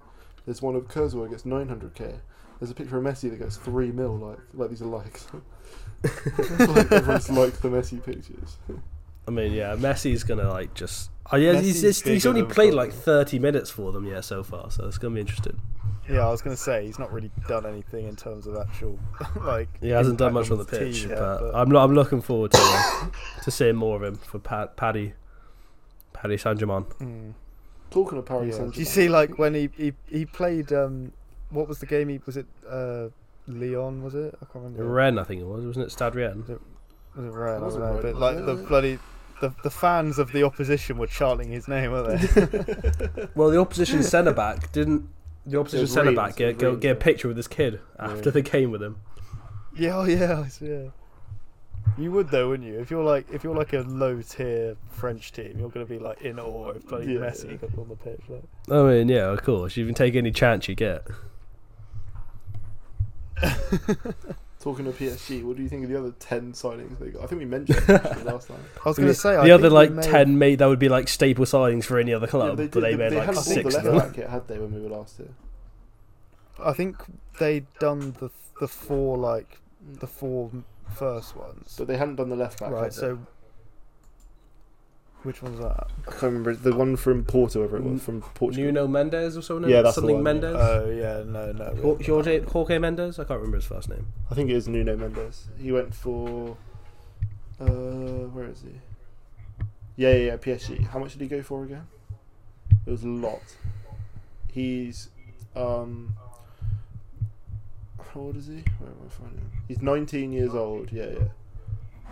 S2: there's one of Kurzawa that gets 900k there's a picture of Messi that gets 3 mil like like these are
S3: (laughs)
S2: likes (laughs) like everyone's liked the Messi pictures
S1: I mean, yeah, Messi's gonna like just. Oh yeah, he's
S3: Messi's
S1: he's, he's
S3: bigger
S1: only
S3: than
S1: played
S3: football.
S1: like thirty minutes for them, yeah, so far. So it's gonna be interesting.
S3: Yeah, I was gonna say he's not really done anything in terms of actual (laughs) like.
S1: He hasn't done
S3: impact
S1: much on the
S3: his
S1: pitch,
S3: team yet,
S1: but, I'm lo- I'm looking forward to uh, to seeing more of him for Pat, Paddy, Paddy Sanjaman.
S3: Hmm.
S2: talking of Paris
S3: Yeah.
S2: Saint
S3: Do you see like when he he, he played um what was the game he was it uh Leon was it I can't remember
S1: Ren, I think it was, wasn't it? Stad Ren.
S3: was it Ren? I don't
S2: Wasn't
S3: know
S2: Ren,
S3: but
S2: was
S3: like
S2: it?
S3: the bloody the, the fans of the opposition were chanting his name weren't
S2: (laughs)
S3: they
S1: Well, the opposition centre back didn't. The opposition
S2: was
S1: centre
S2: Reams,
S1: back
S2: it was
S1: get, go,
S2: Reams,
S1: get a
S2: yeah.
S1: picture with this kid after
S2: Yeah.
S1: the game with him.
S3: Yeah, oh, yeah, I see, yeah. You would though, wouldn't you? If you're like if you're like a low tier French team, you're gonna be like in awe if bloody
S2: Yeah. (laughs)
S3: Messi got on the pitch. Like.
S1: I mean, yeah, of course. You can take any chance you get.
S2: Talking of PSG, what do you think of the other ten signings they got? I think we mentioned
S1: (laughs)
S2: it actually last time.
S3: I was gonna say
S1: the
S3: I
S1: other
S3: think we
S1: like
S3: may-
S1: ten made that would be like staple signings for any other club,
S2: they
S1: but they,
S2: did-
S1: made
S2: they
S1: like
S2: had all the
S1: six of (laughs)
S2: left
S1: them.
S2: back kit, had they when we were last here?
S3: I think they done the the four like the four first ones.
S2: But they hadn't done the left back. had
S3: right,
S2: they?
S3: so which one's that?
S2: I can't remember the one from Porto, wherever it was from Portugal.
S1: Nuno Mendes or something.
S2: Yeah, that's the
S1: something
S2: one, yeah.
S1: Mendes.
S3: Oh yeah, no, no.
S1: Jor- Jorge, Jorge Mendes. I can't remember his first name.
S2: I think it is Nuno Mendes. He went for. Uh, where is he? Yeah, yeah, yeah, PSG. How much did he go for again? It was a lot. He's. Um, how old is he? Where am I finding him? He's 19 years old, yeah, yeah.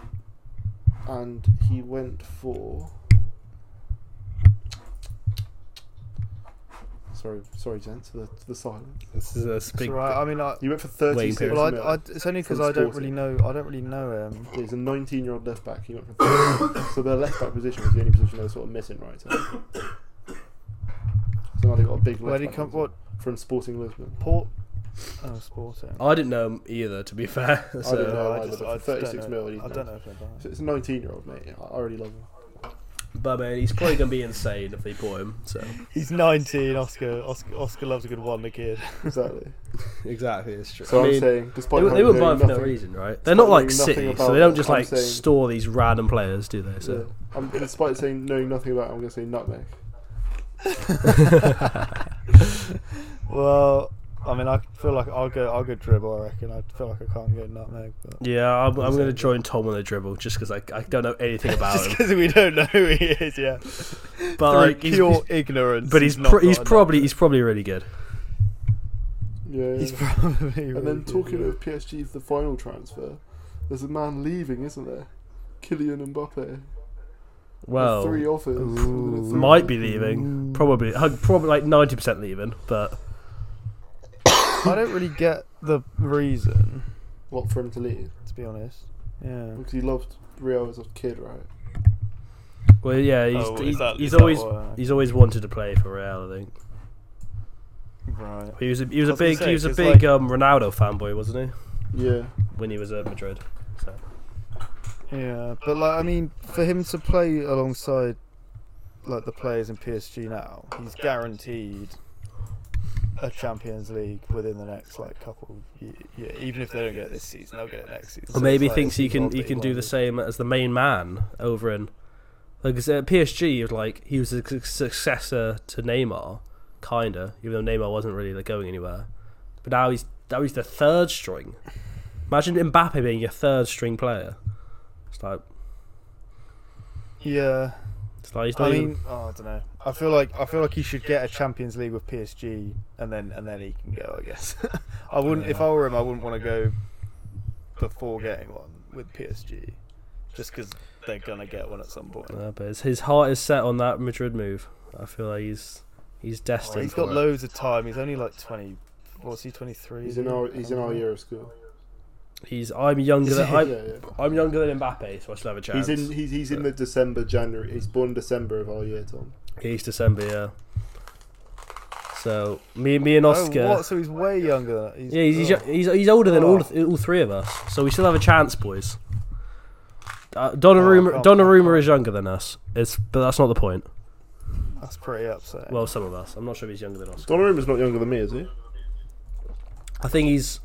S2: And he went for. Sorry, sorry, gents, for the, the silence.
S1: This is a
S3: It's
S1: big.
S3: alright. I mean, I,
S2: He went for 36
S1: Wayne Pierce.
S3: well,
S2: million.
S3: I, I, it's only because
S2: From
S3: I don't really
S2: Sporting.
S3: know. I don't really know him.
S2: He's a 19 year old left back. He went from (coughs) so their left back position was the only position they were sort of missing, right? So now they got a big left
S3: Where did he
S2: back
S3: come?
S2: as well,
S3: What
S2: from Sporting Lisbon.
S3: port? Oh, Sporting.
S1: I didn't know him either, to be fair. (laughs)
S2: I didn't
S1: So,
S2: know
S3: I
S2: either,
S3: just,
S2: but
S3: I
S2: for 36
S3: don't know.
S2: mil, he's
S3: I
S2: nice.
S3: don't know if they're buying.
S2: So it's a 19 year old mate. I already love him.
S1: but man, he's probably gonna be insane if they bought him. So
S3: He's 19. Oscar, Oscar, Oscar loves a good one. The kid.
S2: Exactly.
S1: (laughs) exactly, it's true.
S2: So
S1: I
S2: I am
S1: mean, they,
S2: saying, despite
S1: were- they
S2: having
S1: were buying for no
S2: nothing-
S1: reason, right? They're not like
S2: knowing nothing
S1: City, so
S2: about
S1: they don't
S2: it,
S1: just
S2: I'm
S1: like
S2: saying-
S1: store these random players, do they? So
S2: Yeah. I'm, despite saying knowing nothing about, it, I'm going to say nutmeg.
S3: (laughs) Well, I mean, I feel like I'll go. I'll go dribble. I reckon. I feel like I can't go nutmeg, but
S1: yeah, I'm, I'm gonna join Tom on the dribble just because I, I don't know (laughs) anything
S3: (laughs)
S1: about
S3: just
S1: him.
S3: because we don't know who he is, yeah.
S1: But
S3: Through
S1: like, he's,
S3: pure ignorance.
S1: (laughs) but he's
S3: not
S1: pro- he's
S3: got a
S1: probably he's probably really good.
S2: Yeah.
S3: nut. He's (laughs) probably.
S2: and then talking of PSG's the final transfer, there's a man leaving, isn't there? Kylian Mbappe.
S1: Well,
S2: three offers.
S3: Ooh.
S2: Three
S1: might be leaving.
S3: Ooh.
S1: Probably, uh, probably like ninety percent leaving. But
S3: I don't really get the reason,
S2: What for him to leave?
S3: to be honest. Yeah.
S2: Because he loved Rio as a kid, right?
S1: well, yeah, he's
S3: Oh, is
S1: he's,
S3: that-
S1: he's
S3: is that
S1: always
S3: why?
S1: he's always wanted to play for Real. I think
S3: Right.
S1: he was a, he was a
S3: I was gonna
S1: big
S3: say,
S1: he was a
S3: 'cause,
S1: big
S3: like-
S1: um, Ronaldo fanboy, wasn't he?
S2: Yeah.
S1: When he was at Madrid. So.
S3: Yeah, but like I mean, for him to play alongside like the players in PSG now, he's guaranteed a Champions League within the next like couple. Of ye- yeah, even if they don't get it this season, they'll get it next season.
S1: Or
S3: So
S1: maybe
S3: it's like,
S1: thinks
S3: it's
S1: he
S3: odd
S1: can
S3: that
S1: he can do
S3: won't
S1: the same as the main man over in like 'cause uh, at PSG he was like he was a su- successor to Neymar, kinda, even though Neymar wasn't really like going anywhere. But now he's now he's the third string. Imagine Mbappe being your third string player. It's like
S3: Yeah,
S1: it's like he's not
S3: I
S1: even,
S3: mean, oh, I don't know. I feel like I feel like he should get a Champions League with PSG, and then and then he can go. I guess (laughs) I wouldn't. If I were him, I wouldn't want to go the four game one with PSG, just because they're gonna get one at some point.
S1: uh, but his, his heart is set on that Madrid move. I feel like he's he's destined.
S3: Oh, he's
S1: for
S3: got
S1: it.
S3: loads of time. He's only like twenty. What's he? Oh, Twenty three.
S2: He's in our he's in our year of school.
S1: He's I'm younger
S3: Is
S1: than
S3: he? (laughs)
S1: I'm,
S2: Yeah, yeah.
S1: I'm younger than Mbappe, so I still have a chance.
S2: He's in he's, he's in the December January. He's born December of our year, Tom.
S1: He's December,
S3: Oh,
S1: yeah. So me, me and Oscar.
S3: Oh, what? So he's way younger. Than that. He's,
S1: yeah, he's, he's,
S3: oh.
S1: he's, he's older than all
S3: Oh.
S1: th- all three of us, so we still have a chance, boys. Uh, Donnarumma,
S3: Oh, I can't-
S1: Donnarumma is younger than us. It's but that's not the point.
S3: That's pretty upsetting.
S1: Well, some of us. I'm not sure if he's younger than us.
S2: Donnarumma's not younger than me, is he?
S1: I think he's.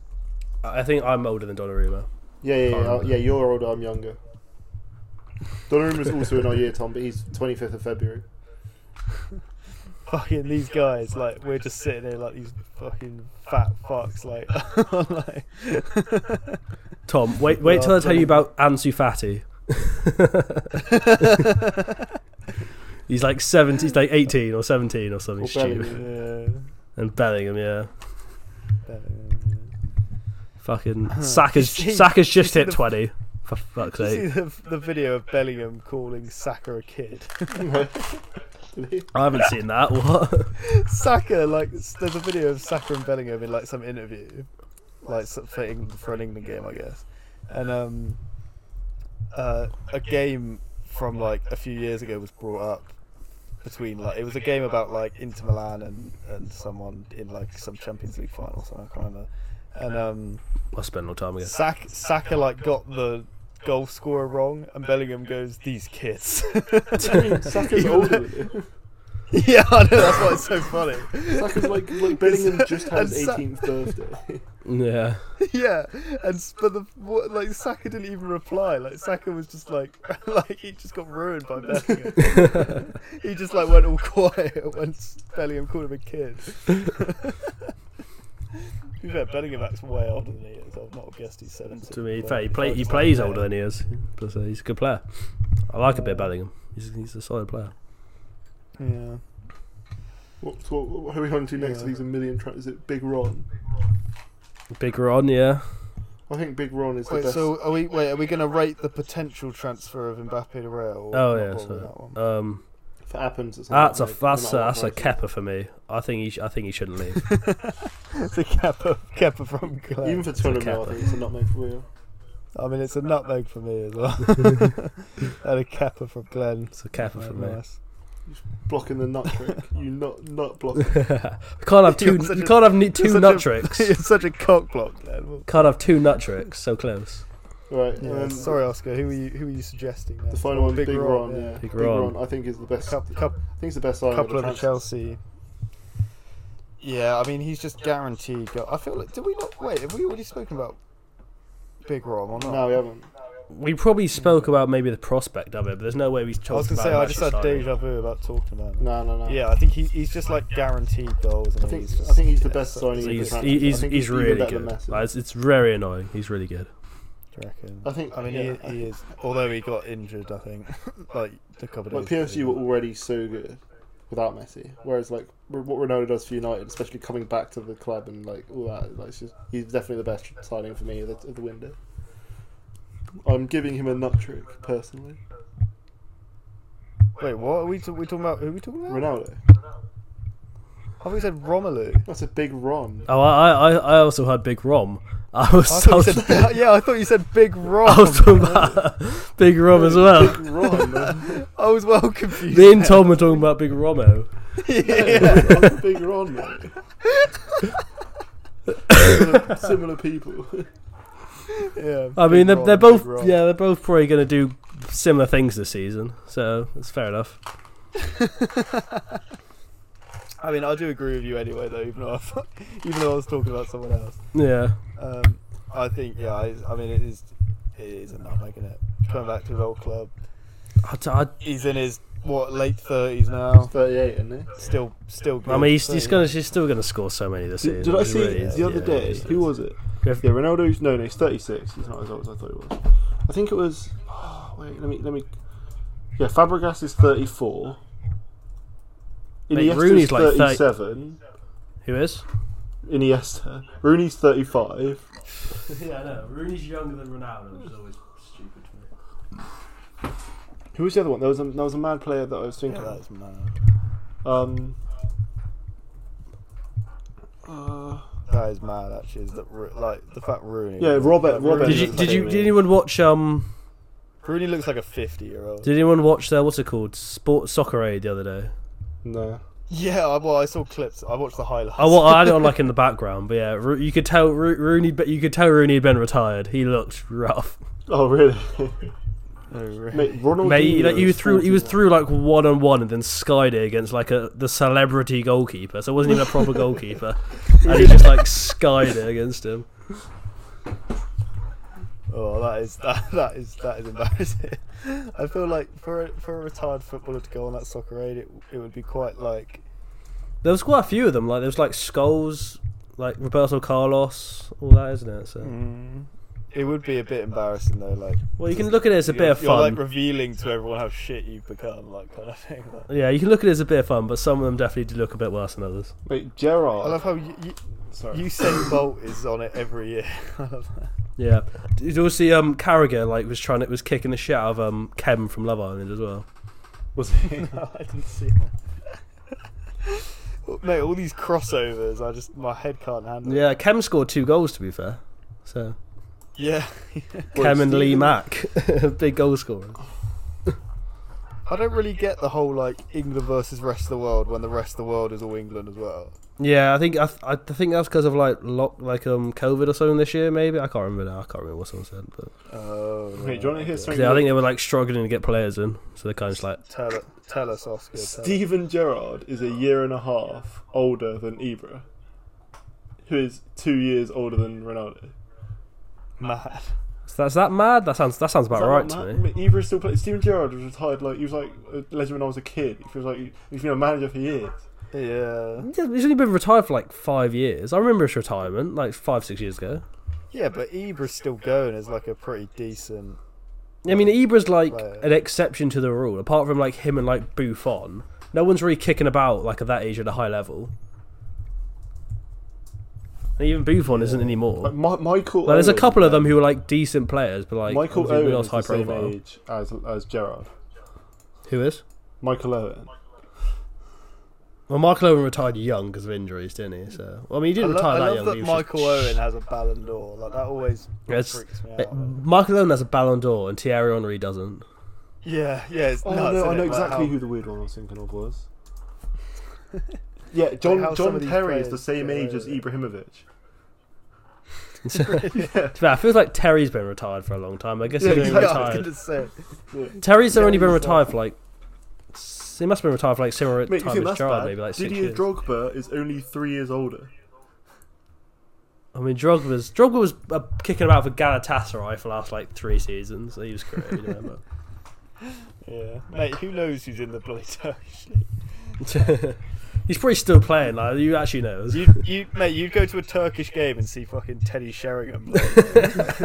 S1: I think I'm older than Donnarumma.
S2: Yeah, yeah, yeah.
S1: Can't
S2: yeah you're older. I'm younger. Donnarumma's also in our year, Tom, but he's 25th of February.
S3: fucking these guys, like we're just sitting here like these fucking fat fucks, like.
S1: (laughs)
S3: (laughs) like
S1: Tom, wait, wait till I tell you about Ansu (laughs) Fati. he's like 17, he's like 18 or 17 or something
S2: Or
S1: stupid.
S2: Bellingham.
S3: yeah.
S1: And Bellingham, yeah.
S3: Bellingham, yeah.
S1: Fucking Saka's
S3: You see-
S1: Saka's just
S3: you see
S1: hit
S3: the-
S1: twenty. For fuck's
S3: Did you
S1: sake!
S3: see the, the video of Bellingham calling Saka
S2: (laughs)
S3: a kid? (laughs)
S1: I haven't seen that. What?
S3: Saka, like, s- there's a video of Saka and Bellingham in like some interview, like so- for, Eng- for an England game, I guess. And um, uh, a game from like a few years ago was brought up between like it was a game about like Inter Milan and, and someone in like some Champions League final, so I can't remember. And um,
S1: I spent a long time ago.
S3: Saka, Saka like got the goal scorer wrong, and Bellingham goes, "These kids." (laughs)
S2: (laughs) Saka's
S3: Even
S2: older.
S3: though-
S2: than him.
S3: (laughs) yeah, I know that's why it's so funny.
S2: Saka's like
S3: (laughs)
S2: like Bellingham just had his
S3: And Sa-
S2: 18th birthday.
S1: Yeah.
S3: (laughs) yeah, and s- but the what, like Saka didn't even reply. Like Saka was just like, (laughs) like he just got ruined by Bellingham.
S1: (laughs)
S3: he just like went all quiet (laughs) once Bellingham called him a kid. (laughs) To be fair, Bellingham acts way older than he is. I've not guessed he's seventy.
S1: To me,
S3: But
S1: fair, he,
S3: if
S1: play,
S3: I
S1: he
S3: just-
S1: plays
S3: yeah.
S1: older than he is. Plus, uh, he's a good player. I like a bit of Bellingham. He's, he's a solid player.
S3: Yeah.
S2: (laughs) What, so what, what are we on to next?
S3: Yeah.
S2: He's a million. Tra- is it Big Ron?
S1: Big Ron, yeah.
S2: I think Big Ron is the
S3: Wait,
S2: best.
S3: so are we? Wait, are we going to rate the potential transfer of Mbappe to Real?
S1: Oh, yeah, sorry. Um,
S2: for Athens, it's not
S1: that's a
S2: like-
S1: that's a,
S2: not
S1: that's a
S2: like-
S1: kepper for me. I think he sh- I think he shouldn't leave.
S3: (laughs) the Kepa, Kepa from Glen.
S2: Even for Tottenham, now, I think it's a nutmeg for real.
S3: I mean,
S2: (laughs)
S3: it's a nutmeg for me as well. and a Kepa from Glen.
S1: It's a
S3: (laughs)
S1: kepper for me.
S3: Nice.
S2: Blocking
S3: (laughs)
S2: the nut trick. you nut nut block.
S1: we (laughs) can't have two.
S3: You're such
S1: You
S3: a-
S1: can't have ne- two
S3: such a-
S1: nut tricks.
S3: (laughs) You're such a cock block, Glen.
S1: Can't have two nut tricks. So close.
S2: Right.
S3: Yeah,
S2: and then
S3: sorry, Oscar. Who are you? Who are you suggesting? Now?
S2: The final one, Big, Ron. Yeah.
S1: Big Ron.
S2: I think is the best.
S3: Couple, couple,
S2: I think it's the best signing.
S3: couple of the
S2: transfer.
S3: Chelsea. Yeah, I mean, he's just guaranteed. Go- I feel like. Did we not? Wait, have we already spoken about Big Rom or not?
S2: No, we haven't.
S1: We probably spoke about maybe the prospect of it, but there's no way we've
S3: I
S1: talked
S3: was gonna
S1: about.
S3: say
S1: him
S3: I just
S1: actually
S3: had
S1: signing.
S3: deja vu about talking about. It.
S2: No, no, no.
S3: Yeah, I think he, he's just like guaranteed goals. And
S2: I think
S3: he's just,
S2: I think he's the
S3: yeah,
S2: best
S3: so-
S2: signing. of the
S1: He's,
S2: transfer.
S1: he-
S2: I
S1: he's,
S2: think
S1: he's
S2: even
S1: really
S2: better than
S1: good.
S2: Messi.
S1: Like, it's, it's very annoying. He's really good.
S3: do you reckon?
S2: I think.
S3: I mean,
S2: yeah,
S3: he, he is. Although he got injured, I think (laughs) like a couple
S2: Like
S3: of days
S2: PSG
S3: ago.
S2: were already so good without Messi, whereas like r- what Ronaldo does for United, especially coming back to the club and like all that, like it's just, he's definitely the best signing for me of the, of the window. I'm giving him a nut trick personally.
S3: Wait, what are we, t- we talking about? Who are we talking about?
S2: Ronaldo,
S3: I thought we
S1: (laughs)
S3: said Romelu.
S2: that's a big Ron.
S1: Oh, I, I, I also had Big Rom. (laughs) I was,
S3: I
S1: I
S3: thought
S1: was,
S3: you said, (laughs) yeah, I thought you said Big Rom.
S1: I was talking about (laughs) Big Rom as well.
S2: Big Ron, man.
S3: (laughs) I was well confused.
S1: Me and Tom were talking about Big Romo.
S3: yeah.
S2: That's a big Ron,
S1: (laughs)
S2: man. similar, similar people.
S3: yeah.
S1: I mean,
S3: Big
S1: they're,
S3: Rom,
S1: they're
S3: Big
S1: both
S3: Rom.
S1: yeah, they're both probably going to do similar things this season, so it's fair enough.
S3: I mean, I do agree with you anyway, though. Even though I, thought- (laughs) even though I was talking about someone else.
S1: Yeah,
S3: Um, I think yeah. I, I mean, it is it is a nutmeg, isn't it? Coming back to his old club.
S1: I, d- I-
S3: He's in his what late thirties now.
S2: 38, isn't he?
S3: Still, still. Good,
S1: I mean, he's,
S3: so,
S1: he's
S3: yeah.
S1: gonna he's still gonna score so many this
S2: Did,
S1: season.
S2: did I
S1: He
S2: see
S1: really is,
S2: the other
S1: yeah,
S2: day?
S1: he's-
S2: Who was it?
S1: Griff-
S2: Yeah, Ronaldo's no, no, he's 36. He's not as old as I thought he was. I think it was. Oh, wait, let me, let me. Yeah, Fabregas is 34.
S1: Mate,
S2: Iniesta's
S1: Rooney's like thirty-
S2: 37.
S1: Who is?
S2: Iniesta. Rooney's 35.
S1: (laughs) Yeah, I know. Rooney's younger than Ronaldo, which is always stupid to me.
S2: Who was the other one? There was a, there was a mad player that I was
S3: Yeah,
S2: thinking. of.
S3: that's mad.
S2: Um. Uh,
S3: That is mad. Actually, is that Ro- like the fact Rooney?
S2: Yeah,
S1: Did
S2: Robert- Robert
S3: Rooney
S1: you
S2: Yeah,
S3: looks
S1: did
S3: like
S1: you
S3: a-
S1: did anyone watch um
S3: Rooney looks like a fifty-year-old.
S1: did anyone watch their what's it called Sport Soccer Aid the other day?
S2: no.
S3: Yeah, I, well, I saw clips. I watched the highlights.
S1: I, wa- I had it on like in the background, but yeah, Ro- you could tell Ro- Rooney but you could tell Rooney had been retired. He looked rough.
S2: Oh, really? (laughs)
S3: Oh, really?
S2: Mate, Ronaldinho.
S1: Mate, he, like, he
S2: is
S1: was through. He was
S2: 41.
S1: through like one on one, and then skied it against like a the celebrity goalkeeper. So it wasn't even a
S2: (laughs)
S1: proper goalkeeper, and he just like skied it against him.
S3: Oh, that is that, (laughs) that is that is embarrassing. (laughs) I feel like for a, for a retired footballer to go on that soccer aid, it it would be quite like
S1: There was quite a few of them. Like there was like Skulls, like Roberto Carlos, all that, isn't it?
S3: Hmm.
S1: So
S2: Mm.
S3: it would be a bit embarrassing though. Like
S1: well, you can look at it as a bit
S3: you're,
S1: of
S3: you're,
S1: fun.
S3: like revealing to everyone how shit you've become, like kind of thing.
S1: (laughs)
S3: Like,
S1: yeah, you can look at it as a bit of fun, but some of them definitely do look a bit worse than others.
S2: Mate,
S3: I
S2: Gerard.
S3: love how you, you,
S2: Sorry.
S3: Usain Bolt is on it every year. (laughs) I love that.
S1: Yeah, did you see um Carragher like was trying it was kicking the shit out of um Kem
S2: (laughs)
S1: from Love Island as well.
S2: was he?
S3: no, I didn't see that. Mate, all these crossovers, I just my head can't handle. it.
S1: Yeah, Kem scored two goals to be fair. So
S3: Yeah.
S1: Kem and Lee Mack, (laughs) big goal scorer.
S3: I don't really get the whole like England versus rest of the world when the rest of the world is all England as well.
S1: Yeah, I think I, th- I think that's because of like lock like um COVID or something this year maybe. I can't remember now. I can't remember what someone said, but
S3: Oh.
S2: Wait, do you want to hear something?
S1: yeah, I think they were like struggling to get players in, so they're kind of just like
S3: Tell, it- tell us, Oscar. tell us.
S2: Steven Gerrard is a year and a half older than Ibra, who is two years older than Ronaldo.
S3: Mad.
S1: that's that mad. That sounds that sounds
S2: Is
S1: about
S2: that
S1: right
S2: not
S1: to
S2: mad?
S1: me.
S2: I mean, Ibra still plays. Steven Gerrard was retired. Like he was like a legend when I was a kid. He was like he's been a manager for years.
S3: Yeah.
S1: Yeah, He's only been retired for like five years. I remember his retirement like five six years ago.
S3: Yeah, but Ibra's still going as like a pretty decent.
S1: I mean, Ibra's like
S3: Player.
S1: an exception to the rule. Apart from like him and like Buffon, no one's really kicking about like at that age at a high level. And even Buffon isn't anymore.
S2: Like Mi- Michael.
S1: Like, there's a
S2: Owen,
S1: couple of them who are like decent players, but like
S2: Michael
S1: obviously
S2: Owen
S1: Will's
S2: is the same age as as Gerrard.
S1: Who is?
S2: Michael Owen.
S1: Well, Michael Owen retired young because of injuries, didn't he? So well, I mean, he
S3: I,
S1: didn't
S3: lo-
S1: retire
S3: I
S1: that
S3: love
S1: young.
S3: that
S1: he was just-
S3: Michael Owen has a Ballon d'Or. Like that always
S1: It's-
S3: freaks me
S1: Uh,
S3: out.
S1: Michael Owen has a Ballon d'Or and Thierry Henry doesn't.
S3: Yeah, yeah. It's
S2: Oh
S3: nuts,
S2: no, I
S3: innit?
S2: know
S3: Like,
S2: exactly
S3: how-
S2: who the weird one I was thinking of was. (laughs) yeah, John
S3: how some
S2: John
S3: of these
S2: Terry is the
S3: players
S2: same
S3: get away
S2: age as
S3: with it.
S2: Ibrahimovic.
S3: (laughs)
S1: To be fair, it feels like Terry's been retired for a long time. I guess
S2: Yeah,
S1: he's only
S3: Yeah, I was
S1: retired.
S3: gonna say.
S1: Terry's only been
S3: Terry's
S1: retired for like. s- He must have been retired for like similar
S2: Mate, you
S1: time
S2: think
S1: as
S2: that's
S1: Gerard,
S2: bad?
S1: maybe like six
S2: Didier
S1: years.
S2: Drogba is only three years older.
S1: I mean, Drogba's Drogba was uh, kicking about for Galatasaray for the last like three seasons. He was great. You know,
S3: Yeah, mate. Who knows who's in the bloody Turkish?
S1: but-
S2: (laughs)
S1: He's probably still playing. Like you actually know.
S3: You, you, mate. You'd go to a Turkish game and see fucking Teddy Sheringham. Like,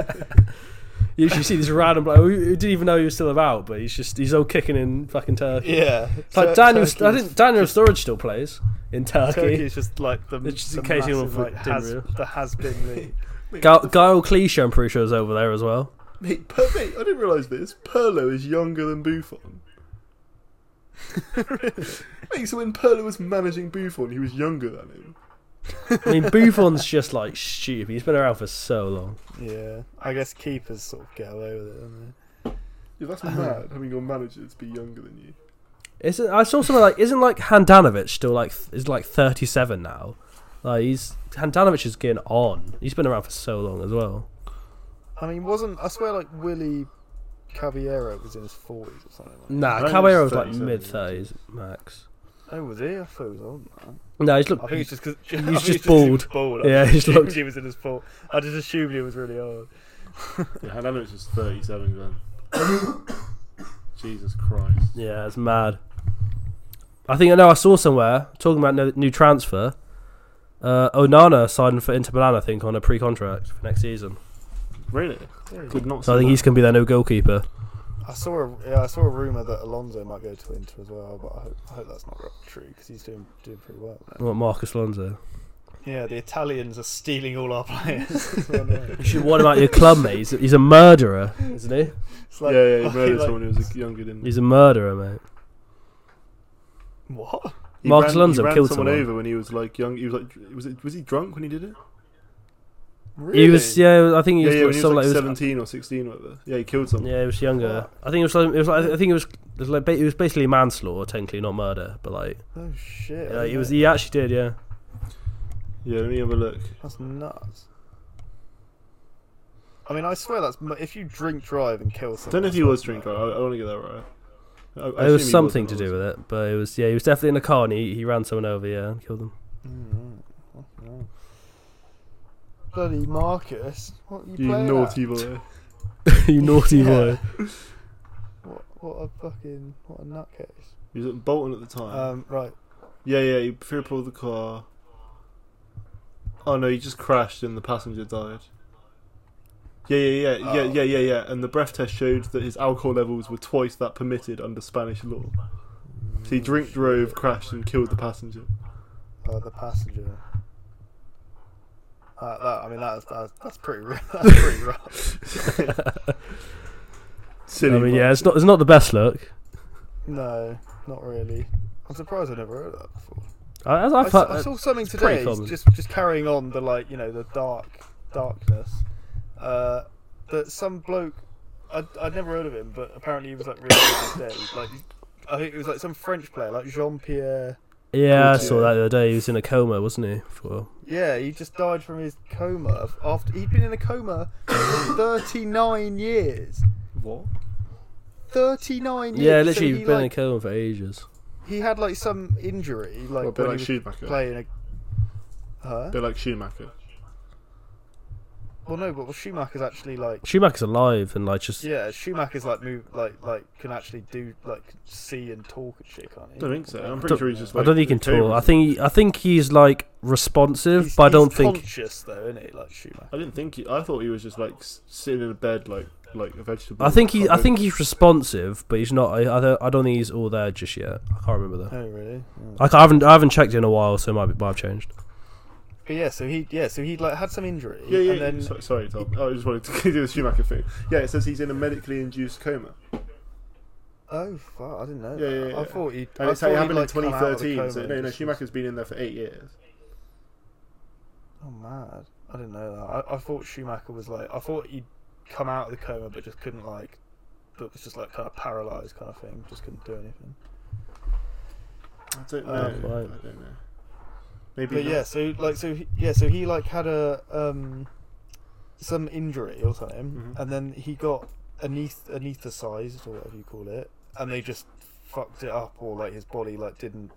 S1: You usually see this random bloke who who didn't even know he was still about, but he's just he's all kicking in fucking Turkey.
S3: (laughs) yeah,
S1: It's like
S3: Tur-
S1: Daniel,
S3: Turkey
S1: I
S3: is-
S1: think Daniel Sturridge still plays in
S3: Turkey
S1: Turkey.
S3: is just like the
S1: It's just
S3: the
S1: in case anyone
S3: massive,
S1: thought-
S3: like,
S1: didn't
S3: has,
S1: realise.
S3: the has (laughs) been league.
S1: Guy Guile Clichy, I'm pretty sure, is over there as well.
S2: (laughs) Mate, per- mate, I didn't realise this. Perlo is younger than (laughs) Buffon. mate, so when Perlo was managing Buffon, he was younger than him.
S1: I mean, Buffon's just like stupid. He's been around for so long.
S3: Yeah, I guess keepers sort of get away with it. Don't
S2: Yeah, (laughs) that's mad having your managers be younger than you.
S1: Isn't I saw something like isn't like Handanovic still like th- is like 37 now? Like he's Handanovic is getting on. He's been around for so long as well.
S3: they? I mean, wasn't I swear like Willie Caballero was in his forties or something? Like
S1: Nah,
S2: Handanovic is
S1: Caballero was like
S2: 37,
S1: mid 30s max.
S3: that. Oh, was he? I thought he was old. Man.
S1: No, he's
S3: (laughs) I
S1: look.
S3: think it's just because he's
S1: just bald.
S3: bald. I
S1: Yeah,
S3: just
S1: he's
S3: assumed
S1: looked-
S3: (laughs) He was in his forties. I just assumed he was really old.
S2: Yeah, Handanovic was 37 then. (coughs) Jesus Christ.
S1: Yeah, it's mad. I think I know. I saw somewhere talking about no, new transfer. Uh, Onana signed for Inter Milan, I think, on a pre-contract for next season.
S2: Really? Could not
S1: So I think he's going to be their new goalkeeper.
S3: I saw a yeah, I saw a rumor that Alonso might go to Inter as well, but I hope, I hope that's not true because he's doing doing pretty well. Now.
S1: What Marcus Alonso?
S3: Yeah, the Italians are stealing all our (laughs) players.
S1: You should warn him out your club, mate. He's a, he's a murderer, isn't he?
S3: It's
S2: Yeah,
S3: like,
S2: yeah, he
S3: (laughs) like-
S2: murdered
S3: like-
S2: someone who was younger than
S1: He's a murderer, mate.
S3: What?
S2: He
S1: Marcus
S2: ran-
S1: Alonso
S2: he ran
S1: killed
S2: someone,
S1: someone.
S2: over when he was like young. He was like, was it? Was he drunk when he did it?
S3: Really?
S1: He was, yeah. I think he
S2: yeah,
S1: was,
S2: yeah, when he was
S1: something like-
S2: like
S1: it was-
S2: seventeen or sixteen, or whatever. Yeah, he killed someone.
S1: yeah, he was younger. I think it was. Like, it was like, I think it was. It was, like, ba- it was basically manslaughter, technically not murder, but like,
S3: Oh shit!
S1: yeah, like,
S3: isn't
S1: it was.
S3: it?
S1: He actually did, yeah.
S2: Yeah, let me have a look.
S1: e-
S3: That's nuts. I mean, I swear that's mu- if you drink, drive, and kill
S2: I
S3: someone.
S2: don't know if he
S3: that's
S2: was
S3: not
S2: drunk. I,
S3: murder.
S2: I want to get that right. I, I
S1: It
S2: assume
S1: was
S2: he
S1: something to
S2: wasn't,
S1: do
S2: obviously.
S1: with it, but it was yeah. He was definitely in a car and he, he ran someone over, yeah, and killed
S3: (laughs)
S1: them. (laughs)
S3: Mm, right. Fucking hell. Bloody Marcus! What are you,
S2: You
S3: playing
S2: naughty
S3: at?
S2: boy.
S1: you naughty
S3: Yeah.
S1: boy.
S3: What, what a fucking what a nutcase!
S2: He was at Bolton at the time.
S3: Um, right.
S2: yeah, yeah. He crippled the car. Oh no, he just crashed and the passenger died. Yeah, yeah, yeah, yeah,
S3: Oh.
S2: yeah, yeah, yeah. And the breath test showed that his alcohol levels were twice that permitted under Spanish law. So he drink drove, crashed, and killed the passenger.
S3: Mm. Uh, the passenger. Uh, that, I mean, that's that's, that's pretty rough. (laughs)
S1: (laughs)
S3: That's pretty rough.
S1: I
S2: Silly.
S1: mean,
S2: man.
S1: yeah, it's not it's not the best look.
S3: No, not really. I'm surprised I never heard of that before.
S1: I, as I, uh,
S3: I,
S1: put,
S3: saw, I saw something
S1: pretty
S3: today.
S1: common.
S3: Just just carrying on the like you know the dark darkness. Uh, that some bloke I I'd never heard of him, but apparently he was like really (coughs) good dead. Like I think it was like some French player, like Jean Pierre.
S1: yeah, I
S3: Cool,
S1: saw
S3: yeah.
S1: that the other day. He was in a coma, wasn't he? For
S3: Yeah, he just died from his coma after he'd been in a coma for (coughs) 39 years.
S2: What?
S3: 39 years.
S1: yeah,
S3: So
S1: literally,
S3: he,
S1: been in a
S3: like,
S1: coma for ages.
S3: he had like some injury, like
S2: Well, a bit
S3: when
S2: like
S3: he was
S2: Schumacher.
S3: playing a. Huh?
S2: They're like Schumacher.
S3: Well, no, but Schumacher's actually like
S1: Schumacher's alive and like just
S3: Yeah, Schumacher's like move, like like can actually do like see and talk and shit, can't he?
S2: I don't think so. I'm pretty sure he's just.
S1: I
S2: Like,
S1: don't think he can
S2: came-
S1: talk. I think I think he's like responsive,
S3: He's-
S1: but I don't
S3: he's
S1: think
S3: conscious though, isn't he? Like Schumacher.
S2: I didn't think. He, I thought he was just like s- sitting in a bed, like like a vegetable.
S1: I think he I
S2: can't
S1: think
S2: move.
S1: he's responsive, but he's not. I, I don't I don't think he's all there just yet. I can't remember though.
S3: Oh really? Yeah.
S1: Like I haven't I haven't checked in a while, so it might be, might have changed.
S3: But yeah, so he yeah, so he like had some injury.
S2: Yeah, yeah.
S3: and then
S2: so- sorry, Tom. I just wanted to (laughs) do the Schumacher thing. Yeah, it says he's in a medically induced coma.
S3: Oh fuck, I didn't
S2: Yeah,
S3: know. that.
S2: yeah,
S3: I
S2: yeah.
S3: thought he.
S2: And
S3: I
S2: it's how
S3: thought
S2: it
S3: he'd,
S2: happened in
S3: like, come out of the
S2: 2013. So
S3: coma
S2: no,
S3: and
S2: no,
S3: just-
S2: Schumacher's been in there for eight years.
S3: Oh mad! I didn't know that. I, I thought Schumacher was like I thought he'd come out of the coma, but just couldn't like, but was just like kind of paralyzed kind of thing, just couldn't do anything.
S2: I don't know.
S3: Uh,
S1: Ah, right.
S2: I don't know. Maybe.
S3: But
S2: not.
S3: yeah, so like so he, yeah, so he like had a um some injury or something,
S2: Mhm.
S3: and then he got aneth- anesthetized or whatever you call it, and they just fucked it up or like his body like didn't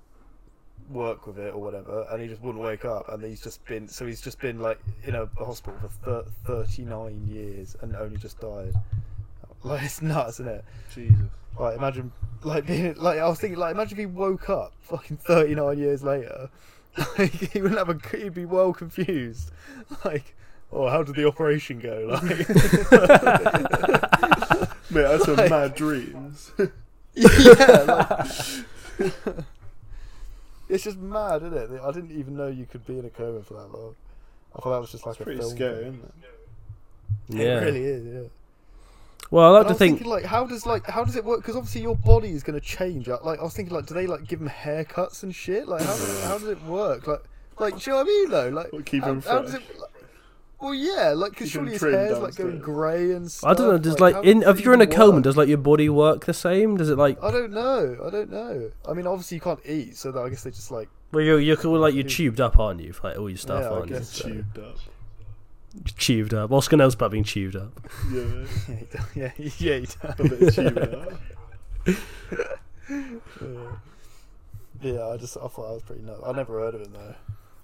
S3: work with it or whatever, and he just wouldn't wake up, and he's just been so he's just been like in a hospital for thir- thirty nine years and only just died. Like it's nuts, isn't it?
S2: Jesus.
S3: Like imagine like being like I was thinking like imagine if he woke up fucking thirty nine years later. (laughs) Like he wouldn't have a he'd be well confused. Like Oh, how did the operation go?
S2: (laughs)
S3: (laughs) Like,
S2: Mate, that's (laughs) some
S3: Like-
S2: mad dreams. (laughs)
S3: yeah, like, it's just mad, isn't it? I didn't even know you could be in a coma for that long. I thought that was just like a
S2: Pretty
S3: film
S2: scary,
S3: thing.
S2: isn't it?
S1: Yeah.
S3: It really is. Yeah.
S1: Well, I like
S3: And
S1: to
S3: I was
S1: think.
S3: thinking, like, how does like how does it work? Because obviously your body is going to change. Like, I was thinking, like, do they like give them haircuts and shit? Like, how does, how does it work? Like, like, do you know what I mean? Though, like,
S2: What, keep
S3: how,
S2: them
S3: how does it?
S2: fresh?
S3: Like, well, yeah, like, because
S2: Keep them
S3: surely his
S2: trimmed
S3: hair's like going
S2: downstairs.
S3: grey and stuff.
S1: I don't know. Does
S3: how
S1: like in
S3: does it
S1: if you're in a
S3: even
S1: coma,
S3: work?
S1: does like your body work the same? Does it like
S3: I don't know. I don't know. I mean, obviously you can't eat, so that, I guess they just like (laughs)
S1: well you're you're cool, like you're tubed up, aren't you? for, Like all your stuff,
S3: Yeah, I
S1: aren't you?
S3: guess.
S1: So,
S2: Tubed up.
S1: tubed up. Oscar knows about being tubed up.
S2: (laughs) Yeah.
S3: yeah, he does- yeah, (laughs) he- yeah, he does.
S2: A bit
S3: (laughs)
S2: of tubed up.
S3: Uh, yeah, I just I thought that was pretty nuts. I never heard of him though.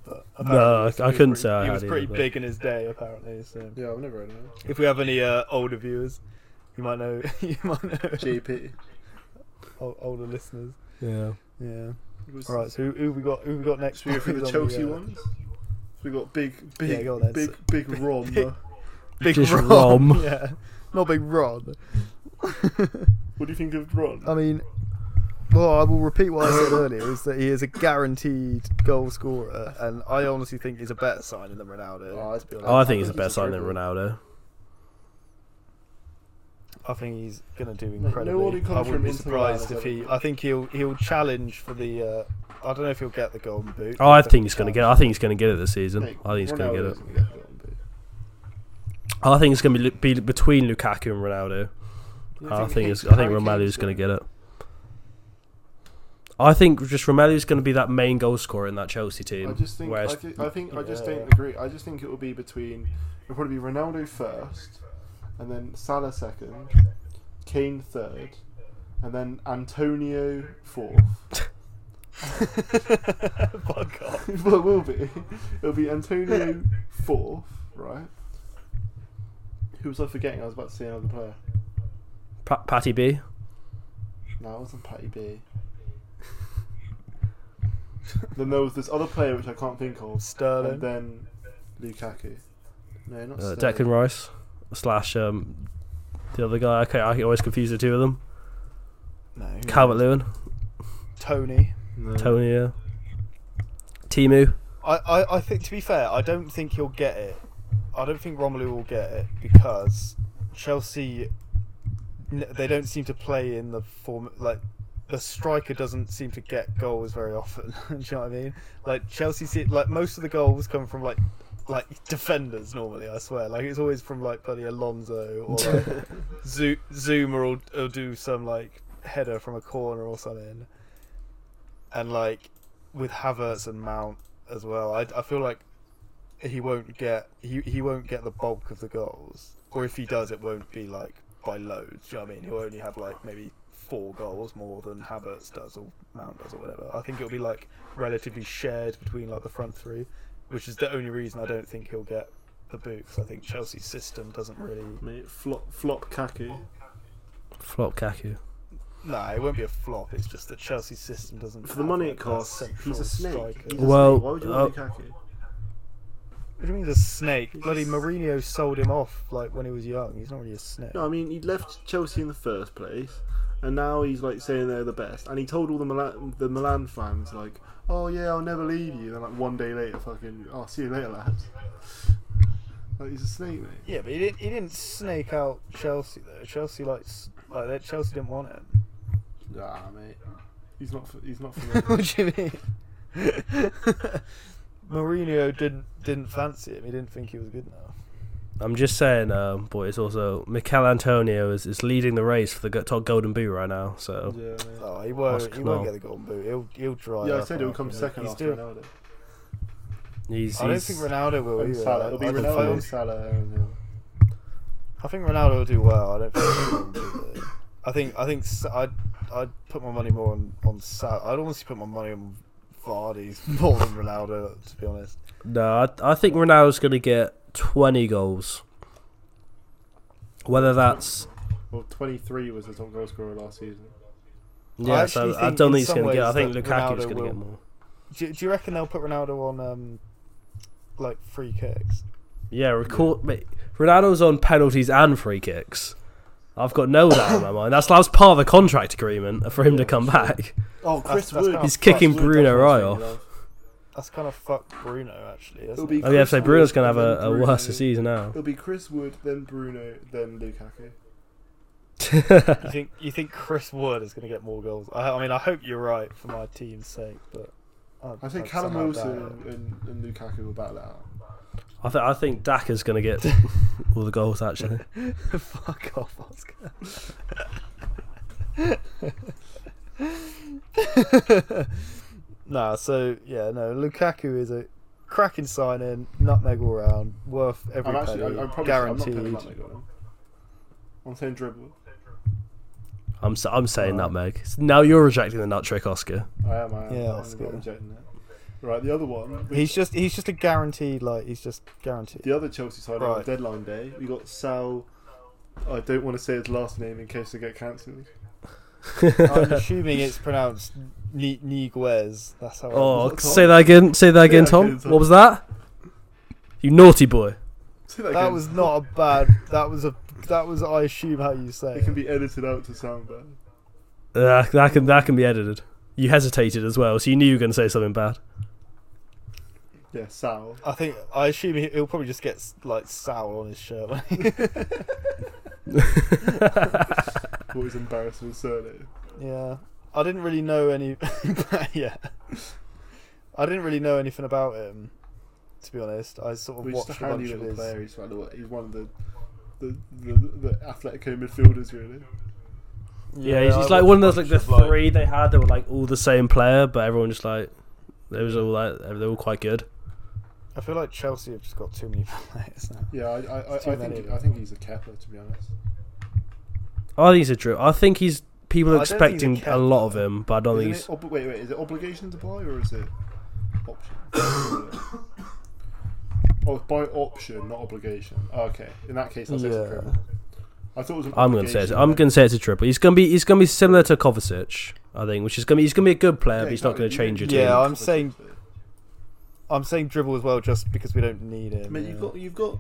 S3: But
S1: No,
S3: apparently
S1: I-
S3: he was-
S1: I
S3: he was
S1: couldn't
S3: pretty-
S1: say I
S3: he
S1: had
S3: was
S1: either,
S3: pretty
S1: but-
S3: big in his day apparently. So
S2: Yeah, I've never heard of him.
S3: if we have any uh, older viewers, you might know (laughs) you might know
S2: JP.
S3: (laughs) ol- older listeners.
S1: Yeah.
S3: Yeah.
S2: Was-
S3: All right. So who, who we got? Who we got next?
S2: Should we go for (laughs)
S3: Who's
S2: the
S3: on
S2: Chelsea
S3: uh,
S2: ones? So we got big, big,
S3: Yeah, go on then.
S2: big, big
S3: (laughs)
S2: Rom.
S3: big- Big
S1: Just
S3: Rom.
S1: Rom.
S3: (laughs) yeah. Not Big Ron.
S2: What do you think of Ron?
S3: I mean, well, I will repeat what I
S2: (laughs)
S3: said earlier: is that he is a guaranteed goal scorer, and I honestly think he's a better signing than Ronaldo.
S2: Oh, I-
S3: to be honest.
S1: Oh, I think he's a
S2: think
S1: better
S2: he's a
S1: sign than
S2: dribble.
S1: Ronaldo.
S3: I think he's going to do
S2: no
S3: incredibly.
S2: one who comes
S3: I wouldn't
S2: from
S3: be
S2: Inter
S3: surprised
S2: Milan
S3: if
S2: is
S3: he.
S2: ever-
S3: I think he'll he'll challenge for the. Uh, I don't know if he'll get the golden boot.
S1: Oh, I
S3: but
S1: think he's gonna
S3: he'll
S1: get. I think he's gonna get it this season.
S2: Mate,
S1: I think he's gonna get
S2: Ronaldo
S1: it.
S2: isn't gonna get Ron, but-
S1: I think it's gonna be, be between Lukaku and Ronaldo. I think it's, I think
S2: Harry
S1: Romelu's
S2: Kane's
S1: going to get it. I think just Romelu's going to be that main goal scorer in that Chelsea team.
S2: I just think.
S1: whereas
S2: I, thi- I think. I just
S3: Yeah.
S2: don't agree. I just think it will be between. It'll probably be Ronaldo first, and then Salah second, Kane third, and then Antonio fourth.
S3: (laughs) (laughs) Fuck off.
S2: (laughs) well, it will be. It'll be Antonio fourth, right? Who was I forgetting? I was about to say another player.
S1: Pa- Patty B. uh,
S2: No, it wasn't Patty
S3: (laughs)
S2: B. then there was this other player which I can't think of,
S3: Sterling.
S2: and then Lukaku. No, not
S1: Uh,
S2: Sterling.
S1: Declan Rice slash um, the other guy. Okay, I always confuse the two of them.
S3: No, who
S1: Calvert
S3: knows?
S1: Lewin,
S3: Tony.
S2: No.
S1: Tony, uh, Timu.
S3: I, I, I think to be fair, I don't think he'll get it. I don't think Romelu will get it because Chelsea n- they don't seem to play in the form like the striker doesn't seem to get goals very often. (laughs) Do you know what I mean? Like Chelsea, see, like most of the goals come from like like defenders normally. I swear, like it's always from like bloody Alonso or like, Zo- Zoomer will, will do some like header from a corner or something. And like with Havertz and Mount as well, I, I feel like he won't get he, he won't get the bulk of the goals, or if he does, it won't be like by loads. Do you know what I mean? He'll only have like maybe four goals more than Havertz does or Mount does or whatever. I think it'll be like relatively shared between like the front three, which is the only reason I don't think he'll get the boot. 'cause I think Chelsea's system doesn't really.
S2: Mate, flop, flop Kaku.
S1: Flop Kaku.
S3: No, it won't be a flop. It's just that Chelsea's system doesn't.
S2: For the
S3: have,
S2: money
S3: like,
S2: it
S3: that
S2: costs,
S3: central
S2: he's a snake.
S3: striker.
S2: He's a
S1: Well,
S2: snake. Why would you want
S1: uh,
S2: Lukaku?
S3: What do you mean the snake? Bloody Mourinho sold him off like when he was young. He's not really a snake.
S2: No, I mean he left Chelsea in the first place, and now he's like saying they're the best. And he told all the Milan, the Milan fans like, "Oh yeah, I'll never leave you." And like one day later, fucking, "Oh, see you later, lads." Like he's a snake, mate.
S3: Yeah, but he didn't, he didn't snake out Chelsea though. Chelsea like s- like that. Chelsea didn't want him.
S2: Nah, mate. He's not. For, he's not
S1: (laughs)
S2: for me.
S3: (laughs) what do you mean? (laughs) Mourinho didn't didn't fancy him. He didn't think he was good enough.
S1: I'm just saying, um, boy, it's also Mikel Antonio is, is leading the race for the go- top Golden Boot right now. So
S2: yeah, mate.
S3: Oh, he won't.
S1: Ask
S3: he won't
S1: Knol.
S3: get the golden boot. He'll he'll dry.
S2: Yeah, I
S3: up
S2: said he'll
S3: after,
S2: come
S3: you know.
S2: second
S3: He's
S2: after
S3: doing-
S2: Ronaldo.
S1: he's,
S3: I don't
S1: he's
S3: think Ronaldo will
S2: And
S3: either.
S2: Salah. It'll be
S3: I, don't
S2: Ronaldo,
S3: think-
S2: Salah, and uh,
S3: I think Ronaldo will do well. I don't think. he'll do well. I think I think Sa- I'd I'd put my money more on on Sal. I'd honestly put my money on Vardy's (laughs) more than Ronaldo. To be honest.
S1: no. I, I think Ronaldo's going to get 20 goals. Whether that's
S2: well, 23 was the top goal scorer last season.
S1: yeah,
S3: actually
S1: so I
S3: think
S1: don't
S3: in
S1: think he's
S3: some
S1: going to get. I
S3: ways
S1: think
S3: that
S1: Lukaku's
S3: Ronaldo
S1: going to get
S3: will-
S1: more.
S3: Do, do you reckon they'll put Ronaldo on um like free kicks?
S1: Yeah, record. Mate, Ronaldo's on penalties and free kicks. I've got no doubt in my mind. That's that was part of the contract agreement for him to come back.
S2: Oh, Chris
S3: that's
S2: Wood.
S3: kind
S1: He's
S3: Oh,
S1: kicking
S2: Chris Wood,
S1: Bruno
S2: that's what
S1: right
S2: I was
S1: off.
S2: thinking of.
S3: That's kind of fucked Bruno actually. Isn't
S2: It'll
S3: it?
S2: be
S1: Oh yeah, so
S2: Chris
S1: Bruno's
S2: Wood,
S1: going to have
S2: and
S1: a,
S2: then
S1: a
S2: Bruno.
S1: worse season
S3: (laughs)
S1: now.
S2: It'll be Chris Wood, then Bruno, then Lukaku.
S3: You think you think Chris Wood is going to get more goals? I, I mean, I hope you're right for my team's sake, but
S2: I think
S3: I'd
S2: Callum
S3: somehow doubt
S2: Wilson
S3: it.
S2: and, and, and Lukaku will battle it out.
S1: I think I think Daka's going to
S3: (laughs)
S1: get all the goals actually.
S3: Fuck off, Oscar. nah, so yeah, no, Lukaku is a cracking sign in, nutmeg all round, worth every
S2: I'm actually,
S3: penny,
S2: I, I'm probably
S3: guaranteed.
S2: I'm, not putting that goal. I'm saying dribble.
S1: I'm s- I'm saying
S3: Alright.
S1: nutmeg. Now you're rejecting the nut trick, Oscar.
S2: I am. I am.
S3: Yeah,
S2: I'm
S3: that's
S2: not
S3: good.
S2: rejecting it. Right, the other one. which-
S3: he's just he's just a guaranteed like he's just guaranteed.
S2: the other Chelsea signing on
S3: Right.
S2: deadline day. We got Sal. I don't want to say his last name in case they get cancelled. (laughs)
S3: I'm assuming it's pronounced Ni- Niguez. That's how. I-
S1: Oh,
S2: Tom?
S1: say that again. Say that again,
S2: that
S1: Tom.
S2: again, Tom.
S1: What was that? You naughty boy.
S2: Say that,
S3: that
S2: again.
S3: was not a bad. That was a. That was I assume how you say.
S2: It can be edited out to sound bad.
S1: Uh, that can that can be edited. You hesitated as well, so you knew you were going to say something bad.
S2: Yeah, Sal.
S3: I think I assume he, he'll probably just get like sour on his shirt. when he-
S2: What was embarrassed with surname.
S3: yeah, I didn't really know any. (laughs) yeah, I didn't really know anything about him. To be honest, I sort of
S2: We're
S3: watched
S2: just a
S3: a
S2: handy
S3: bunch of
S2: little
S3: his.
S2: player. He's one of the, he's one of the, the, the, the Atletico midfielders, really.
S1: Yeah, he's,
S3: I
S1: he's like
S3: watched
S1: one
S3: a
S1: of those like
S3: bunch
S1: the
S3: of, like-
S1: three they had that were like all the same player, but everyone just like they was all like they were all quite good.
S3: I feel like Chelsea have just got too many (laughs) players now.
S2: Yeah, I, I, I, I
S3: It's too
S2: think
S3: many.
S2: I think he's a Kepler to be honest.
S1: I think he's a drip. I think he's people
S3: I
S1: are
S3: don't think he's a
S1: expecting a
S3: cat,
S1: lot of him, but I don't think
S2: Isn't
S1: he's.
S2: it ob- wait, wait, is it obligation to buy or is it
S3: (coughs)
S2: option? oh, buy option, not obligation. Oh, okay, in that case, I'll say it's a
S3: Yeah.
S2: triple. I thought it was an
S1: I'm gonna say it.
S2: obligation.
S1: I'm gonna say it's a triple. He's gonna be. He's gonna be similar to Kovacic, I think, which is gonna. Be, he's gonna be a good player,
S2: Yeah,
S1: but uh, he's not
S2: exactly.
S1: gonna change your
S2: You
S1: team.
S3: Yeah,
S2: don't
S3: I'm
S2: need to
S3: saying-
S2: obligate.
S3: I'm saying dribble as well, just because we don't need him.
S2: I mean, you've
S3: yeah.
S2: got you've got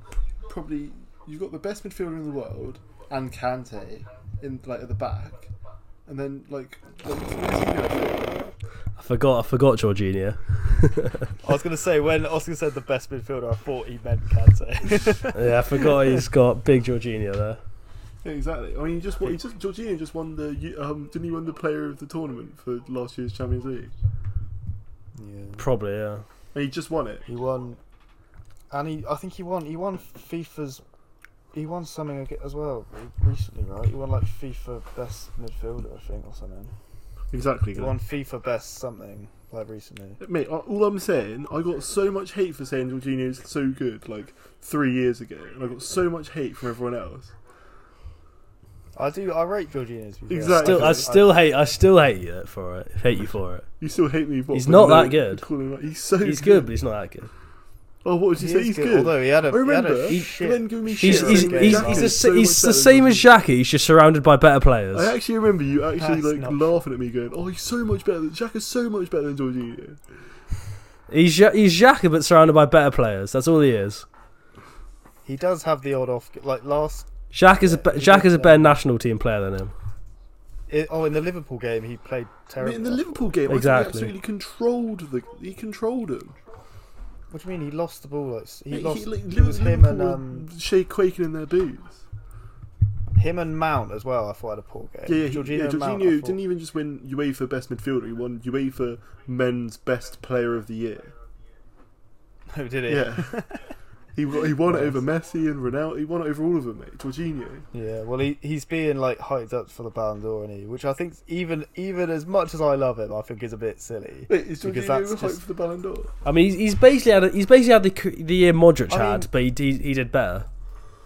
S2: probably you've got the best midfielder in the world and Kante in like at the back, and then like, like
S1: I forgot. I forgot Jorginho.
S3: I was gonna say when Oscar said the best midfielder, I thought he meant Kante.
S1: yeah, I forgot he's got big Jorginho there.
S2: Yeah, exactly. I mean, he just won, he just Jorginho just won the you- um, didn't he win the Player of the Tournament for last year's Champions League?
S3: Yeah.
S1: Probably, yeah.
S2: And he just won it.
S3: He won, and he I think he won. He won FIFA's. He won something ag- as well re- recently, right? He won like FIFA best midfielder, I think, or something.
S2: Exactly.
S3: He won FIFA best something like recently.
S2: Mate, I- all I'm saying, I got so much hate for saying Jorginho's so good like three years ago, and I got so much hate from everyone else.
S3: I do. I rate Jorginho. to be fair.
S2: Exactly.
S1: Still, I
S2: Okay.
S1: still hate. I still hate you for it. Hate you for it.
S2: You still hate me, but
S1: He's
S2: but
S1: not
S2: no,
S1: that good.
S2: call him out. He's so
S1: He's good, but he's not that good.
S2: Oh, what would
S3: He
S2: you
S3: is
S2: say? He's good.
S3: Although he had a,
S2: I remember.
S3: He had a
S2: He-
S3: shit-
S2: Glenn gave me
S3: shit
S1: He's
S2: shit.
S1: he's,
S3: game
S1: he's,
S3: last
S1: he's,
S3: year.
S1: the,
S2: so
S1: sa- he's
S2: much
S1: the
S2: better
S1: same
S2: than
S1: as Jackie. He's just surrounded by better players.
S2: I actually remember you actually
S3: That's
S2: like
S3: not-
S2: laughing at me, going, "Oh, he's so much better. than Jack is so much better than Jorginho."
S1: He's Ja- he's Jackie, but surrounded by better players. That's all he is.
S3: He does have the odd off. Like last,
S1: Jack is a
S3: Yeah,
S1: be-
S3: he
S1: Jack
S3: did
S1: is a
S3: that.
S1: better national team player than him.
S3: it, oh, in the Liverpool game, he played
S2: I
S3: terrible.
S2: mean, in the Liverpool game,
S1: Exactly.
S2: I think he absolutely controlled the. He controlled him.
S3: What do you mean? He lost the ball. Like, he
S2: Mate,
S3: lost.
S2: like,
S3: it was him and
S2: Liverpool
S3: um, uh,
S2: were shake quaking in their boots.
S3: him and Mount as well. I thought had a poor game.
S2: Yeah, yeah, he-
S3: Jorginho,
S2: yeah
S3: and Mount, I
S2: Jorginho
S3: thought-
S2: didn't even just win UEFA Best Midfielder. He won UEFA Men's Best Player of the Year.
S3: (laughs) No, Oh, did he?
S2: Yeah. he won, he won it
S3: Nice.
S2: over Messi and Ronaldo. He won it over all of them, mate. Jorginho.
S3: Yeah, well, he, he's being like hyped up for the Ballon d'Or, and he, which I think even even as much as I love him, I think is a bit silly.
S2: Wait, is
S3: Because
S2: Jorginho
S3: that's
S2: hyped
S3: just-
S2: for the Ballon d'Or?
S1: I mean, he's, he's basically had a, he's basically had the c- the year Modric
S3: I mean-
S1: had, but he, he he did better.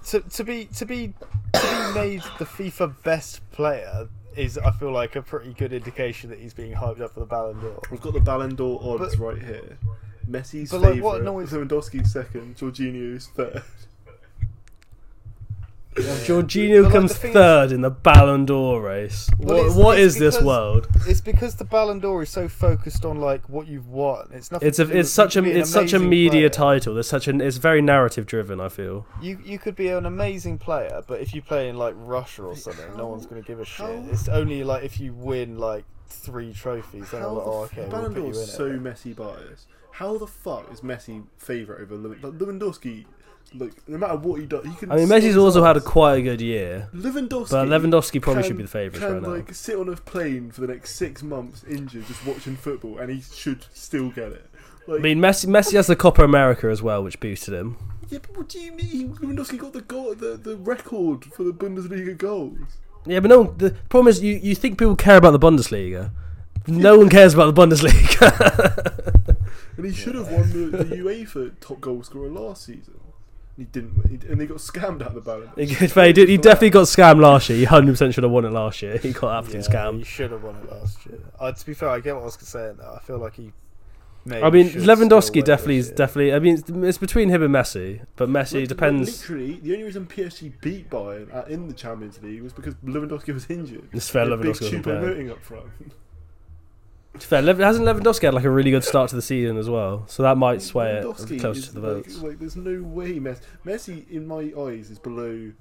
S3: To to be to be to be made the FIFA best player is, I feel like, a pretty good indication that he's being hyped up for the Ballon d'Or.
S2: We've got the Ballon d'Or odds
S3: But-
S2: right here. Messi's
S3: But,
S2: favourite,
S3: like, what annoys-
S2: Lewandowski's second, Jorginho's
S3: (laughs)
S2: third.
S1: Jorginho
S3: But, like,
S1: comes
S3: the thing is-
S1: third in the Ballon d'Or race.
S3: Well,
S1: what
S3: it's-
S1: what
S3: it's
S1: is this
S3: because-
S1: world?
S3: It's because the Ballon d'Or is so focused on like what you've won. It's nothing.
S1: It's
S3: to
S1: a
S3: do
S1: it's
S3: with-
S1: such
S3: you
S1: a
S3: could be an
S1: it's such a
S3: amazing
S1: media
S3: player.
S1: title. There's such an it's very narrative driven. I feel.
S3: You you could be an amazing player, but if you play in like Russia or something, no one's gonna give a shit.
S2: how-
S3: It's only like if you win like three trophies, then I'm
S2: How
S3: like, oh
S2: the
S3: okay,
S2: f-
S3: we'll
S2: Ballon
S3: put you in
S2: d'Or's
S3: it.
S2: so Messi biased. How the fuck is Messi favourite over Lew- like, Lewandowski? Like, no matter what he does, he can.
S1: I mean,
S2: sort
S1: Messi's
S2: his
S1: also had a
S2: ass.
S1: quite a good year,
S2: Lewandowski.
S1: but Lewandowski probably
S2: can-
S1: should be the favourite
S2: Can
S1: right now.
S2: like sit on a plane for the next six months, injured, just watching football, and he should still get it. Like,
S1: I mean, Messi Messi has the Copa America as well, which boosted him.
S2: yeah, but what do you mean? Lewandowski got the goal, the, the record for the Bundesliga goals.
S1: Yeah, but no. one- The problem is, you, you think people care about the Bundesliga. No one cares about the Bundesliga.
S2: And he should have won the, the UEFA top goal scorer last season. And he didn't. He, and they got scammed out of the ballot.
S1: (laughs) he, did, he definitely got scammed last year. He hundred percent should have won it last year. (laughs) He got absolutely
S3: He
S1: scammed.
S3: should have won it last year. Uh, to be fair, I get what Oscar's saying. Though. I feel like he. Maybe
S1: I mean,
S3: should still win
S1: Lewandowski
S3: this
S1: definitely is
S3: year.
S1: definitely. I mean, it's, it's between him and Messi, but Messi
S2: Like,
S1: depends.
S2: Literally, the only reason PSG beat Bayern at, in the Champions League was because Lewandowski was injured.
S1: It's fair.
S2: They had
S1: Lewandowski
S2: Big
S1: wasn't
S2: Chupa
S1: playing.
S2: Moting up front.
S1: It's fair. Lev- hasn't Lewandowski had like a really good start to the season as well? So that might sway
S2: Lewandowski
S1: it close
S2: is
S1: to the
S2: like-
S1: votes.
S2: Like, there's no way Messi. Messi, in my eyes, is below.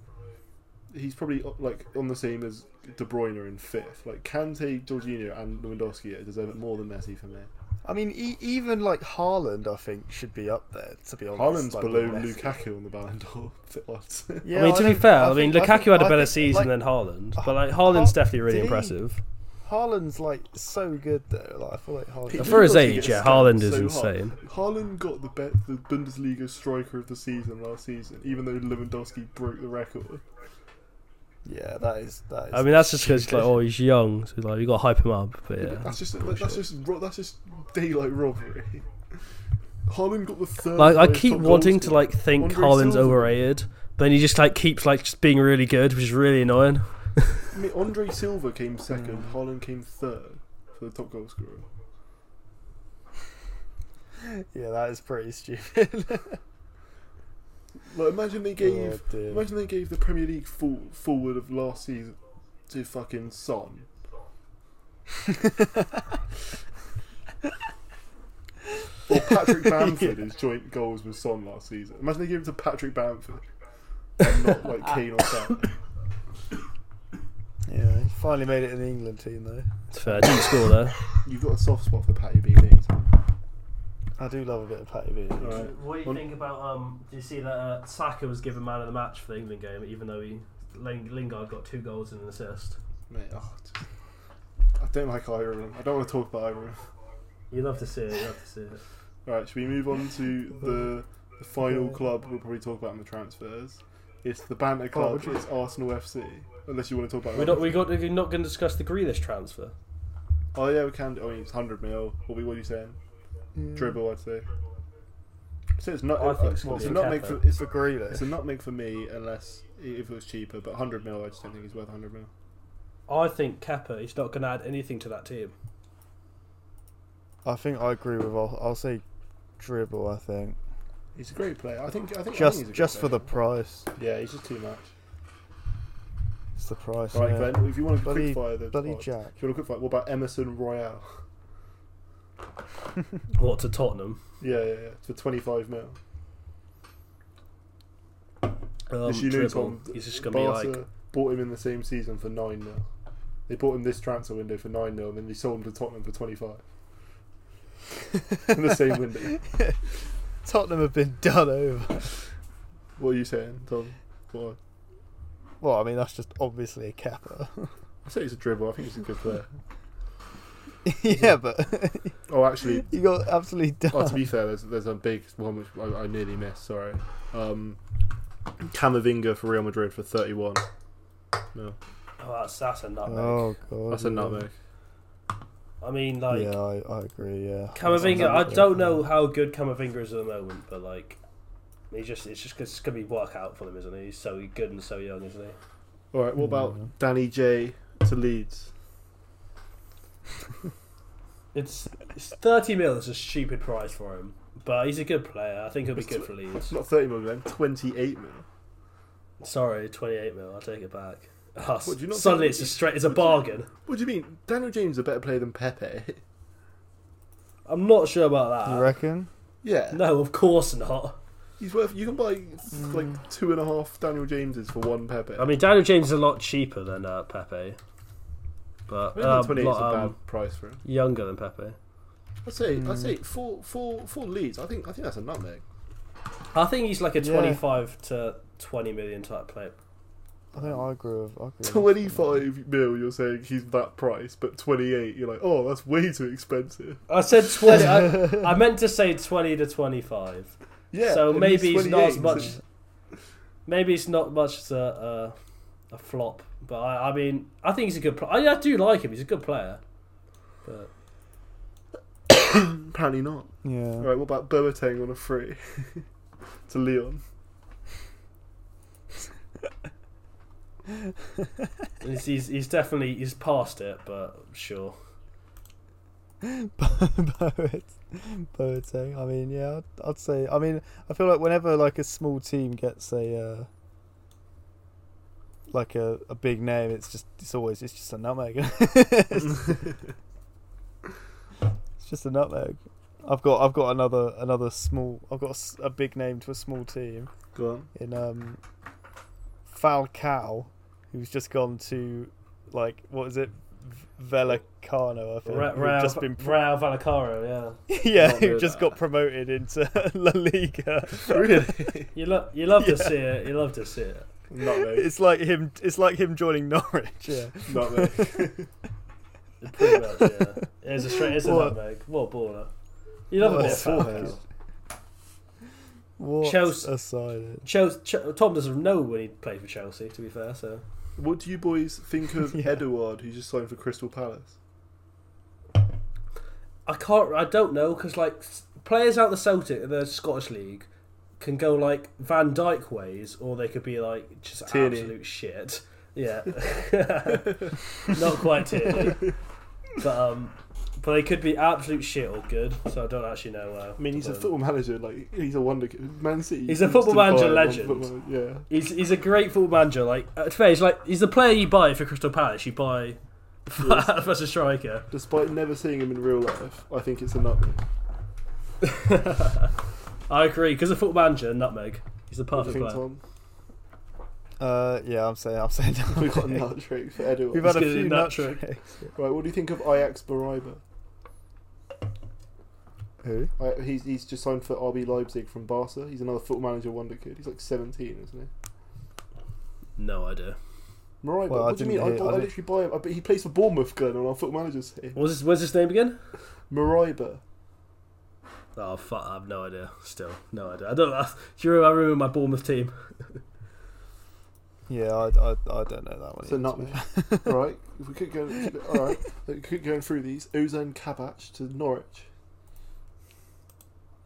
S2: He's probably uh, like on the same as De Bruyne in fifth. Like Kante, Jorginho, and Lewandowski deserve it more than Messi for me.
S3: I mean, e- even like Haaland, I think should be up there. To be honest,
S2: Haaland's
S3: like,
S2: below
S3: with Messi.
S2: Lukaku on the Ballon d'Or. (laughs) odds.
S3: Yeah,
S1: I mean, to be
S3: don't-
S1: fair, I, mean,
S3: think-
S1: Lukaku
S3: think-
S1: had a
S3: I
S1: better
S3: think,
S1: season
S3: like,
S1: than Haaland,
S3: Ha-
S1: but like Haaland's
S3: Ha-
S1: definitely really
S3: did he-
S1: impressive.
S3: Haaland's like so good though. Like I feel like Haaland.
S2: He
S1: For his
S2: Lewandowski
S1: age,
S2: gets
S1: yeah,
S2: scammed
S1: Haaland is
S2: so hard.
S1: insane.
S2: Haaland got the bet, the Bundesliga striker of the season last season, even though Lewandowski broke the record.
S3: Yeah, that is that is.
S1: I mean, that's just because like, oh, he's young, so like you got to hype him up. But
S2: But
S1: yeah,
S2: that's just that- that's just ro- that's just daylight robbery. Haaland got the third.
S1: like I
S2: highest
S1: keep
S2: top
S1: wanting
S2: goalscorer.
S1: to like think
S2: Andre
S1: Haaland's
S2: Silva.
S1: overrated, but then he just like keeps like just being really good, which is really annoying.
S2: I mean, Andre Silva came second.
S1: Mm.
S2: Haaland came third for the top goal scorer.
S3: (laughs) yeah, that is pretty stupid.
S2: Like imagine they gave
S3: Oh, dear.
S2: imagine they gave the Premier League full, forward of last season to fucking Son. or Patrick Bamford is joint goals with Son last season. Imagine they gave it to Patrick Bamford. And not like Kane or Son.
S3: Yeah, he finally made it in the England team though.
S1: It's fair. Didn't score though.
S2: You've got a soft spot for Patty Beanie.
S3: I do love a bit of Patty Bean.
S2: Alright.
S1: What do you
S2: Well-
S1: think about? Um, do you see that uh, Saka was given man of the match for the England game, even though he Ling- Lingard got two goals and an assist.
S2: Mate, oh, just- I don't like Ireland. I don't want to talk about Ireland.
S1: You love to see it. You love to see it.
S2: Right, should we move on (laughs) to the, the final club we'll probably talk about in the transfers? It's the banter club. it's Arsenal FC. Unless you want to talk about.
S1: We don't. We got. We're not going to discuss the Grealish transfer.
S2: Oh yeah, we can. I mean, it's hundred mil. What we what are you saying? Dribble, I'd say. So it's not.
S1: I think it's gonna
S2: it's
S1: be
S2: a
S1: a
S2: nutmeg
S1: capper.
S2: for it's,
S3: For Grealish.
S2: it's a nutmeg for me unless if it was cheaper. But hundred mil, I just don't think he's worth hundred mil.
S1: I think Kepa is not going to add anything to that team.
S3: I think I agree with. I'll, I'll say dribble. I think
S2: He's a great player. I think. I think I think he's a
S3: just
S2: good
S3: just for the
S2: player.
S3: price.
S2: Yeah, he's just too much.
S3: It's the price.
S2: Right,
S3: innit?
S2: Glenn. If you want to
S3: Bloody-
S2: quick fire the
S3: bloody
S2: pod,
S3: Jack.
S2: If you want to quick fire, what about Emerson
S3: (laughs)
S2: Royale?
S1: What to Tottenham?
S2: Yeah, yeah, yeah. For twenty five mil.
S1: Um,
S2: Yes, you knew,
S1: dribble.
S2: Tom.
S1: He's just going to
S2: Barca
S1: be like.
S2: bought him in the same season for nine mil. They bought him this transfer window for nine mil, and then they sold him to Tottenham for twenty five. (laughs)
S3: (laughs)
S2: in the
S1: (laughs)
S2: same window.
S3: Tottenham have been done over.
S2: What are you saying, Tom? What?
S3: Well, I mean that's just obviously a capper.
S2: I say he's a dribble. I think he's a good player.
S3: (laughs) yeah, but (laughs)
S2: Oh, actually,
S3: you got absolutely done.
S2: oh,
S1: (laughs)
S2: to be fair, there's there's a big one which I, I nearly missed. Sorry. Um, Camavinga for Real Madrid for thirty one. No,
S1: Oh, that's that's a nutmeg.
S3: Oh god,
S2: that's a
S3: yeah.
S2: nutmeg.
S1: I mean, like
S3: yeah, I, I agree. Yeah,
S1: Camavinga. I
S3: That's a
S1: don't
S3: nutmeg.
S1: know how good Camavinga is at the moment, but like, he just it's just it's going to be workout for him, isn't he? He's so good and so young, isn't he?
S2: All right. What about
S3: Mm.
S2: Danny J to Leeds?
S1: It's, it's thirty mil is a stupid price for him, but he's a good player. I think he'll be
S2: It's
S1: good
S2: tw-
S1: for Leeds.
S2: Not thirty mil, then twenty eight mil.
S1: Sorry, twenty-eight mil. I take it back. (laughs) Oh,
S2: What, do you not
S1: suddenly,
S2: think-
S1: it's a straight. It's a bargain.
S2: What do you mean? Daniel James is a better player than Pepe. (laughs)
S1: I'm not sure about
S3: You
S1: that.
S3: reckon?
S2: yeah.
S1: No, of course not.
S2: He's worth. You can buy like two and a half Daniel Jameses for one Pepe.
S1: I mean, Daniel James is a lot cheaper than uh, Pepe,
S2: I
S1: but
S2: think
S1: um,
S2: twenty eight is
S1: lot,
S2: a
S1: um, Mm.
S2: bad price for him.
S1: younger than Pepe.
S2: I'd say. I'd say for for for Leeds. I think. I think that's a nutmeg.
S1: I think he's like a
S3: Yeah.
S1: 25 to 20 million type player.
S3: I think I agree with.
S2: (laughs)
S3: I agree with
S2: Twenty five mil. You're saying he's that price, but twenty eight. You're like, oh, that's way too expensive.
S1: I said 20. I, I meant to say 20 to 25.
S2: Yeah.
S1: so
S2: and
S1: maybe he's not
S2: 28,
S1: as much.
S2: so-
S1: (laughs) Maybe it's not much as a, uh, a, a flop, but I, I mean, I think he's a good player. I, I do like him. He's a good player. But
S2: Apparently not.
S3: Yeah.
S2: All right. What about Boateng on a free (laughs) to Leon?
S1: he's, he's, he's definitely he's past it. But sure,
S3: (laughs) Boat, Boateng. eh? I mean, yeah, I'd, I'd say. I mean, I feel like whenever like a small team gets a uh, like a, a big name, it's just it's always it's just a nutmeg. (laughs) it's just a nutmeg. I've got I've got another another small. I've got a s- a, big name to a small team
S2: Go on.
S3: in um Falcao, who's just gone to like what is it. Velicano, I think.
S1: Ra-
S3: who've
S1: Raul,
S3: just been pro-
S1: Raul Vallecano, yeah.
S3: (laughs) yeah,
S2: Not know
S3: who just
S2: that.
S3: got promoted into (laughs) La Liga.
S2: Really?
S1: You lo- you love to
S3: (laughs) Yeah.
S1: see it. You love to see it. (laughs)
S2: nutmeg.
S3: (laughs) It's like him. It's like him joining Norwich. Yeah.
S2: nutmeg.
S1: (laughs) Pretty much, yeah. It's a straight. It's a
S3: What?
S1: nutmeg. What a baller. You love a
S3: What
S1: bit of
S3: a
S1: Falcao.
S2: fucker.
S3: What
S1: Chelsea-
S3: a signing.
S1: Chelsea, Ch- Tom doesn't know when he played for Chelsea. To be fair, so
S2: What do you boys
S1: (laughs)
S2: think of
S3: Yeah.
S2: Eduard, who just signed for Crystal Palace?
S1: I can't. I don't know because like s- players out the Celtic, the Scottish league, can go like Van Dyke ways, or they could be like just
S2: Tierney.
S1: absolute shit. Yeah, (laughs) not quite Tierney, but um, but they could be absolute shit or good. So I don't actually know. Uh,
S2: I mean, he's a
S1: um,
S2: football manager. Like he's a wonder. kid. Man City.
S1: He's a
S2: used
S1: football
S2: to buy
S1: manager
S2: him on
S1: legend.
S2: football- yeah.
S1: He's, he's a great football manager. Like uh, to be fair, he's like he's the player you buy for Crystal Palace. You buy for, (laughs) for a striker.
S2: Despite never seeing him in real life, I think it's a nutmeg.
S1: I agree because a football manager, nutmeg. He's the
S2: What do
S1: perfect
S2: you think,
S1: player.
S2: Tom? (laughs)
S3: Uh, yeah, I'm saying. I'm saying.
S2: We've got a
S3: Norwich.
S2: nut trick for Eduard.
S3: We've had
S1: Let's
S3: a
S1: get
S3: few
S1: a
S3: nut
S1: nut
S3: tricks.
S2: Right. What do you think of Ajax Baraiba?
S3: Who?
S2: I, he's he's just signed for RB Leipzig from Barca. He's another football manager wonder kid. He's like 17, isn't he?
S1: No idea.
S2: Mariah,
S3: Well, I
S2: what do you mean?
S3: didn't
S2: I,
S3: hear-
S2: bought-
S3: I
S2: I
S3: didn't-
S2: literally buy him. I, but he plays for Bournemouth, Gunn, and our foot manager's here.
S1: What was his, what's his name again?
S2: Mariba.
S1: Oh fuck! I have no idea. Still, no idea. I don't. I, do you remember, I remember my Bournemouth team?
S3: Yeah, I, I, I don't know that one.
S2: So
S3: either, to
S2: nutmeg.
S3: (laughs)
S2: all right, if we keep going. All right, we keep going through these. Ozan Kabach to Norwich.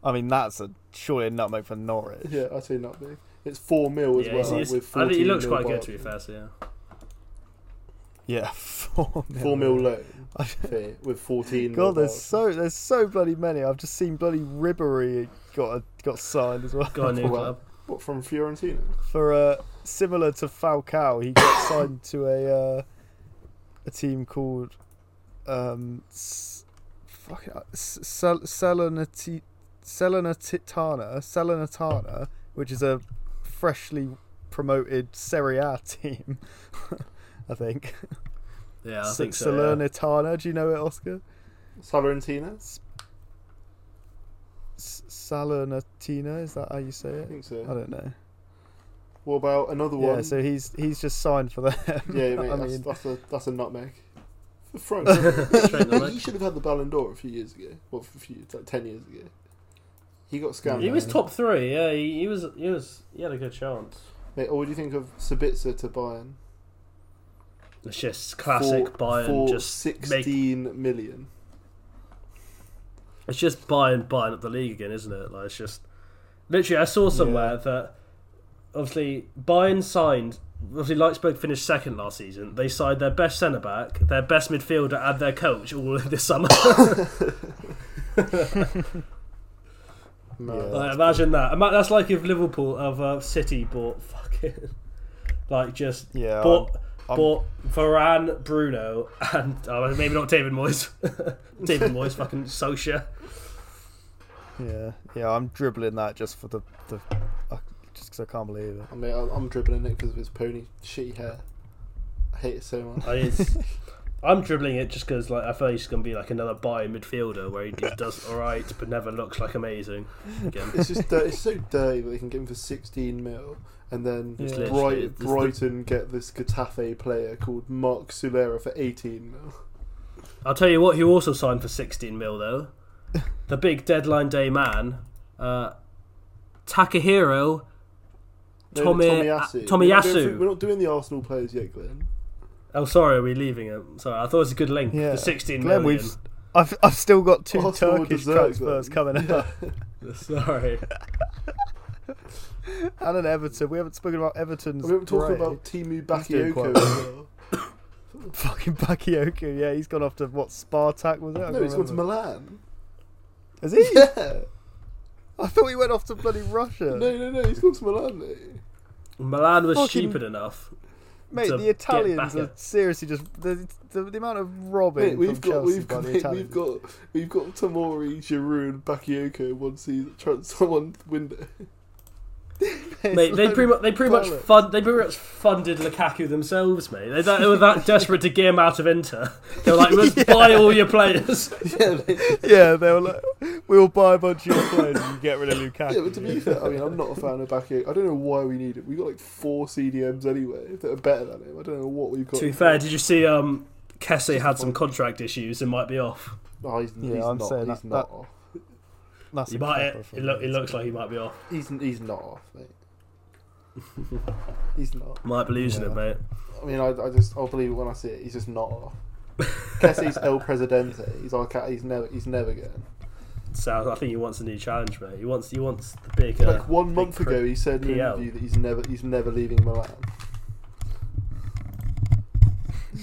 S3: I mean, that's a surely nutmeg for Norwich.
S2: Yeah, I say nutmeg. It's four mil as
S1: Yeah,
S2: well.
S1: he's- he's-
S2: with
S1: I think he
S2: 14
S1: looks
S2: mil
S1: quite good
S2: bar-
S1: to be fair. So yeah.
S3: Yeah, (laughs) four mil.
S2: Four mil loan (laughs) fee with fourteen. mil
S3: God, there's
S2: bar-
S3: so there's so bloody many. I've just seen bloody Ribery got a, got signed as well
S1: Got a new
S2: Well,
S1: club.
S2: What from Fiorentina?
S3: for uh, similar to Falcao. He got
S1: (coughs)
S3: (coughs) signed to a uh, a team called um, S- fucking uh, S- Sel- Selenati- Selenatitana, Selenatana, which is a freshly promoted Serie A team. (laughs) I think.
S1: Yeah, I
S3: S-
S1: think so. yeah.
S3: Salernitana. Do you know it, Oscar?
S2: Salentina.
S3: S- Salernitina. Is that how you say
S2: I
S3: it?
S2: think
S3: I
S2: so.
S3: don't know.
S2: What about another one?
S3: Yeah, so he's he's just signed for that.
S2: (laughs) Yeah, mate,
S3: (laughs) I
S2: that's,
S3: mean-
S2: that's a that's
S1: (laughs)
S2: a nutmeg. Frank, (laughs) he
S1: Straight in the leg.
S2: should have had the Ballon d'Or a few years ago. Well, a few like ten years ago. He got scammed.
S1: He was top three. Yeah, he, he was. He was. He had a good chance.
S2: Mate, or what do you think of Sabitzer to Bayern?
S1: It's just classic
S2: for,
S1: Bayern.
S2: for
S1: just make,
S2: 16 million.
S1: it's just Bayern buying up the league again, isn't it? Like it's just literally. I saw somewhere
S3: Yeah.
S1: that obviously Bayern signed. Obviously, Leipzig finished second last season. They signed their best centre back, their best midfielder, and their coach all (laughs) this summer.
S2: No.
S3: Yeah.
S1: Like, imagine that. Ima- That's like if Liverpool of uh, City bought fucking (laughs) like just
S3: Yeah,
S1: bought
S3: Um, I'm-
S1: bought Varane, Bruno, and oh, maybe not David Moyes. (laughs) David Moyes, fucking Socia.
S3: Yeah, yeah, I'm dribbling that just for the the, uh, just 'cause I can't believe it.
S2: I mean, I- I'm dribbling it because of his pony shitty hair. I hate it so much.
S1: I mean, it's- I'm dribbling it just because like I feel he's gonna be like another Bayern midfielder where he just does all right but never looks like amazing again.
S2: It's just dirty. it's so dirty that they can get him for 16 mil, and then
S1: It's
S2: Bright-
S1: literally- it's the-
S2: Brighton get this Getafe player called Mark Sulera for 18 mil.
S1: I'll tell you what, who also signed for 16 mil though. The big deadline day man, uh, Takahiro
S2: No,
S1: Tomi-
S2: Tomiyasu.
S1: uh, Tomiyasu.
S2: We're not, going through- we're not doing the Arsenal players yet, Glenn.
S1: Oh, sorry, are we leaving it? Sorry, I thought it was a good link.
S3: Yeah.
S1: The 16
S3: Glenn,
S1: million.
S3: we've I've I've still got (laughs) two
S2: Arsenal
S3: Turkish
S2: deserve
S3: transfers
S2: them. (laughs)
S3: coming up
S1: (laughs) Sorry.
S3: and an Everton. We haven't spoken about Everton's.
S2: We haven't talked
S3: great.
S2: about Timu
S3: doing
S2: Bakayoko
S3: quite
S2: as well.
S3: fucking Bakayoko. Yeah, he's gone off to what Spartak was it? I
S2: No,
S3: can't
S2: he's gone to
S3: remember.
S2: Milan.
S3: Has he?
S2: Yeah.
S3: I thought he went off to bloody Russia.
S2: No, no, no, he's gone to Milan, mate.
S1: Milan was
S3: Fucking-
S1: stupid
S3: (laughs)
S1: enough.
S3: Mate,
S1: to
S3: the
S1: get
S3: Italians
S1: back
S3: are
S1: at-
S3: seriously just the, the, the amount of robbing
S2: Mate, we've
S3: from
S2: got, (laughs)
S3: Chelsea
S2: we've
S3: by
S2: got,
S3: the
S2: mate,
S3: Italians.
S2: we've got, we've got Tamori, Giroud, and Bakayoko one season, trying someone window.
S1: Mate, they pretty much they pretty much
S3: bollocks.
S1: fund they pretty much funded Lukaku themselves, mate. They, that, they were
S3: (laughs)
S1: that desperate to get him out of Inter. They're like, let's buy all your players.
S2: yeah, mate.
S3: (laughs) yeah, they were like, we'll buy a bunch of your players and you get rid of Lukaku.
S2: yeah, but to be fair, I mean, I'm not a fan of Bakayoko. I don't know why we need it. We got like four CDMs anyway that are better than him. I don't know what we've got.
S1: to be fair, did you see um Kesse had some contract issues and might be off.
S2: Oh, he's,
S3: Yeah,
S2: he's
S3: I'm
S2: not.
S3: saying
S2: he's
S3: that-
S2: not
S3: that-
S2: off.
S3: That's
S1: He
S3: a
S1: might
S3: clapper
S1: it,
S3: from
S1: look,
S3: me.
S1: it looks like he might be off.
S2: He's he's not off, mate. he's not.
S1: Might be losing
S3: Yeah.
S1: it, mate.
S2: I mean, I, I just I'll believe it when I see it. He's just not off. Guess he's El Presidente. He's our cat. He's never. He's never getting.
S1: So I think he wants a new challenge, mate. He wants he wants the big uh,
S2: Like one
S1: big
S2: month
S1: pro-
S2: ago, he said in an
S1: PL.
S2: interview that he's never. He's never leaving Milan.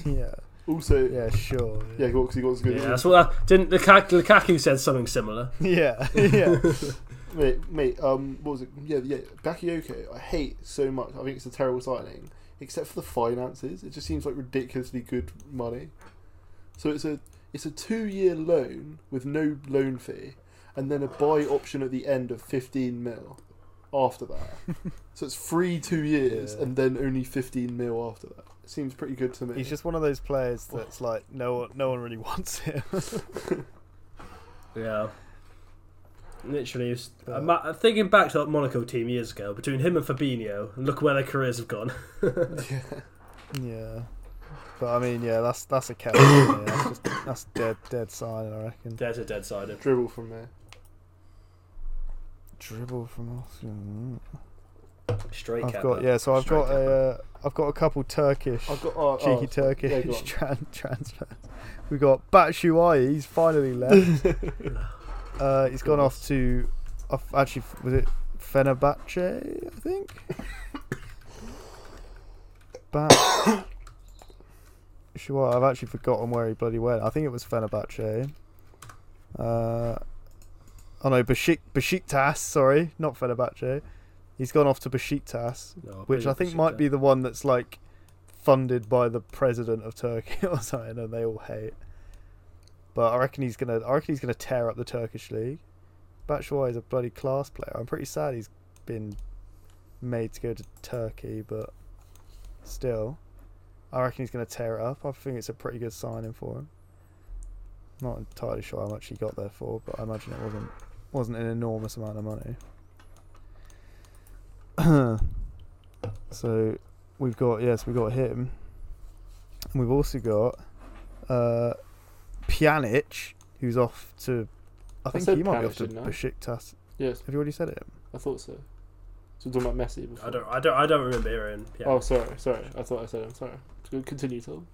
S3: Yeah,
S2: Also, yeah,
S3: yeah, sure.
S2: yeah, because he got good.
S1: Yeah, that's what I, didn't Lukaku, Lukaku said something similar.
S3: yeah, yeah.
S2: Mate, mate, um, what was it? Yeah, yeah, Bakayoko, I hate so much. I think it's a terrible signing, except for the finances. It just seems like ridiculously good money. So it's a it's a two year loan with no loan fee, and then a buy option at the end of fifteen mil. After
S3: (laughs)
S2: that, so it's free two years,
S3: Yeah.
S2: and then only fifteen mil after that. seems pretty good to me.
S3: (laughs)
S2: (laughs)
S3: He's just one of those players that's like (laughs) no one, no one really wants him.
S1: Yeah. Literally, it's- I'm- I'm thinking back to that Monaco team years ago, between him and Fabinho, and look where their careers have gone. (laughs)
S3: (laughs) Yeah. But I mean, yeah, that's that's a catch. isn't it? that's just that's dead dead sign, I reckon.
S1: There's a dead sider.
S2: Dribble from there.
S3: Dribble from Austria. mm.
S1: Straight
S3: I've
S1: cap.
S3: got yeah, so I've got a uh, I've got a couple Turkish
S2: I've got oh,
S3: cheeky
S2: oh,
S3: Turkish (laughs)
S2: yeah, go on.
S3: tran- transfers. We got Batshuayi. He's
S2: (laughs)
S3: finally left. uh, he's gone off to, off, actually, was it Fenerbahce?
S2: (laughs)
S3: I think. Batshuayi. I've actually forgotten where he bloody went. I think it was Fenerbahce. Uh, oh no, Bashik- Besiktas. Sorry, not Fenerbahce. He's gone off to Besiktas
S1: No,
S3: which I think might be the one that's like funded by the president of Turkey (laughs) or something, and they all hate. But I reckon he's gonna. I reckon he's gonna tear up the Turkish league. Batshuayi is a bloody class player. I'm pretty sad he's been made to go to Turkey, but still, I reckon he's gonna tear it up. I think it's a pretty good signing for him. Not entirely sure how much he got there for, but I imagine it wasn't wasn't an enormous amount of money. (clears throat) So we've got yes, we've got him. And we've also got uh Pjanic, who's off to I think
S2: said
S3: he might be off
S2: Pjanic,
S3: to
S2: didn't I?
S3: Besiktas.
S2: Yes,
S3: Have you already said it?
S2: I thought so. So we're talking about Messi before.
S1: I don't. I don't. I don't remember hearing. Yeah. (laughs)
S2: Oh, sorry, sorry. I thought I said him. Sorry. C- Continue, Tom.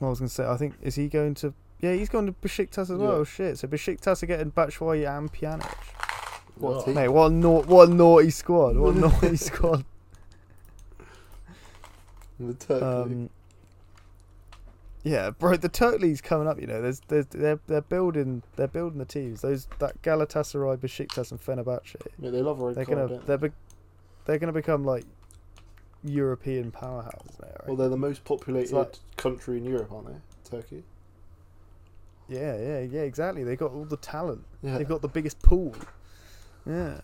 S3: Well, I was gonna say I think is he going to Yeah, he's going to Besiktas as
S2: Yeah.
S3: well. Oh, Shit. So Besiktas are getting Batshuayi and Pjanic.
S1: Oh.
S2: What a team.
S3: Mate, what a nau- what a naughty squad.
S2: (laughs)
S3: What a naughty squad.
S2: The Turk league.
S3: Um, yeah, bro, the Turk League's coming up. You know, there's, there's they're they're building they're building the teams. Those that Galatasaray, Besiktas, and Fenerbahce.
S2: Yeah, they love a red
S3: They're
S2: card,
S3: gonna
S2: don't they?
S3: they're be, they're gonna become like European powerhouses, mate.
S2: Well,
S3: Right?
S2: they're the most populated
S3: like-
S2: country in Europe, aren't they? Turkey.
S3: yeah, yeah, yeah, exactly. They got all the talent.
S2: Yeah.
S3: They've got the biggest pool. Yeah.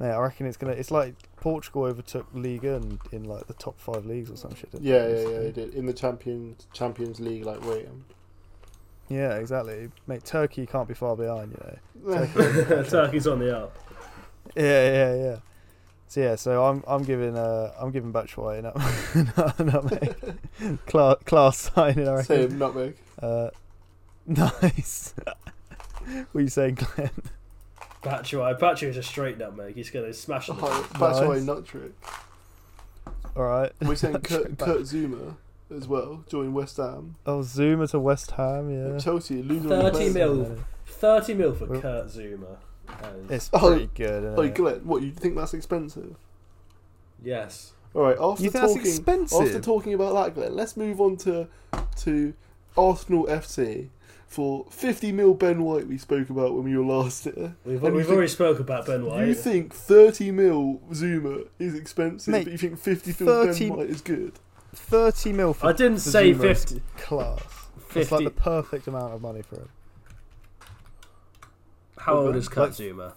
S3: Mate, I reckon it's gonna. It's like Portugal overtook Liga and in like the top five leagues or some shit. didn't
S2: Yeah, yeah,
S3: they,
S2: yeah,
S3: recently?
S2: they did. In the Champions Champions League, like, wait. um,
S3: Yeah, exactly. Mate, Turkey can't be far behind. You know.
S2: (laughs)
S1: Turkey's on the up.
S3: Yeah, yeah, yeah. So yeah, so I'm I'm giving uh I'm giving Batshuayi (laughs) an up, an
S2: (laughs)
S3: up class class signing. I reckon.
S2: Same, nutmeg.
S3: Uh, nice. what are you saying, Glenn?
S1: Batshuayi. Batshuayi's a straight nutmeg. He's going to smash them.
S3: Uh-huh.
S2: Oh, That's why
S3: (laughs) Nice.
S2: nut trick.
S3: All right.
S2: We're
S3: (laughs)
S2: saying Kurt,
S3: trick back.
S2: Kurt Zuma as well, join West Ham.
S3: Oh, Zuma to West Ham. Yeah.
S2: Chelsea, loser on the
S1: 30
S2: planet.
S1: mil. Thirty mil for
S3: Well-
S1: Kurt Zuma. That is-
S3: It's
S2: Oh,
S3: pretty good. Isn't
S2: Hey,
S3: it?
S2: Glenn, what, you think that's expensive?
S1: yes.
S2: Alright, after
S3: You think that's
S2: talking
S3: expensive?
S2: after talking about that, Glenn, let's move on to to Arsenal FC for 50 mil Ben White we spoke about when we were last here.
S1: We've,
S2: And you
S1: we've
S2: think-
S1: already spoke about Ben White.
S2: You think 30 mil Zuma is expensive,
S3: Mate,
S2: but you think 50 mil
S3: 30
S2: Ben White is good?
S3: Thirty mil for
S1: I didn't say
S3: Zuma is
S1: 50.
S3: class. It's
S1: 50.
S3: like the perfect amount of money for him.
S1: How old is Kurt
S3: Like-
S1: Zuma?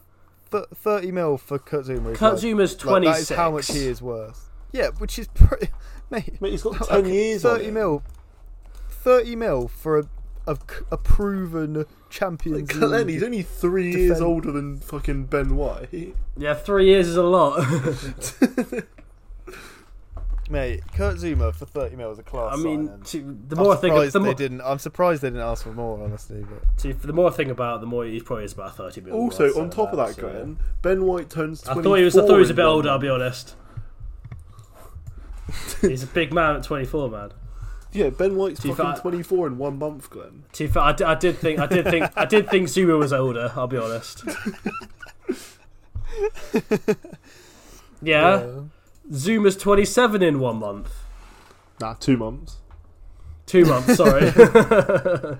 S3: Th- Thirty mil for Kurt Zuma. is
S1: Kurt
S3: like-
S1: Zuma's
S3: like,
S1: 26.
S3: that is how much he is worth. Yeah, which is pretty, (laughs) mate.
S2: Mate, he's got
S3: (laughs) Okay,
S2: 10 years on
S3: Thirty
S2: it.
S3: mil. Thirty mil for a a, c- a proven champions.
S2: Like, Glenn,
S3: League.
S2: he's only three years
S3: defend-
S2: older than fucking Ben White.
S1: Yeah, three years is a lot. (laughs)
S3: Mate, Kurt Zuma for thirty mil is a class.
S1: I mean,
S3: signing.
S1: to, the
S3: I'm
S1: more I think, of-
S3: surprised
S1: the
S3: they
S1: more,
S3: didn't. I'm surprised they didn't ask for more, honestly. But
S1: to, the more I think about, it, the more he probably is about 30 million.
S2: Also,
S1: worth,
S2: on
S1: so
S2: top of that,
S1: so-
S2: Glenn, Ben White turns 24.
S1: I thought he was. I thought he was a
S2: in
S1: bit
S2: one
S1: older. I'll be
S2: month.
S1: honest. He's a big man at 24, man.
S2: Yeah, Ben White's
S1: Do you
S2: fucking
S1: think-
S2: 24 in one month, Glenn.
S1: To be fair, I, d- I did think. I did think. I did think Zuma was older. I'll be
S2: (laughs)
S1: honest. Yeah, Zuma's 27 in one month.
S2: Nah, two months.
S1: Two months,
S2: (laughs)
S1: sorry. (laughs)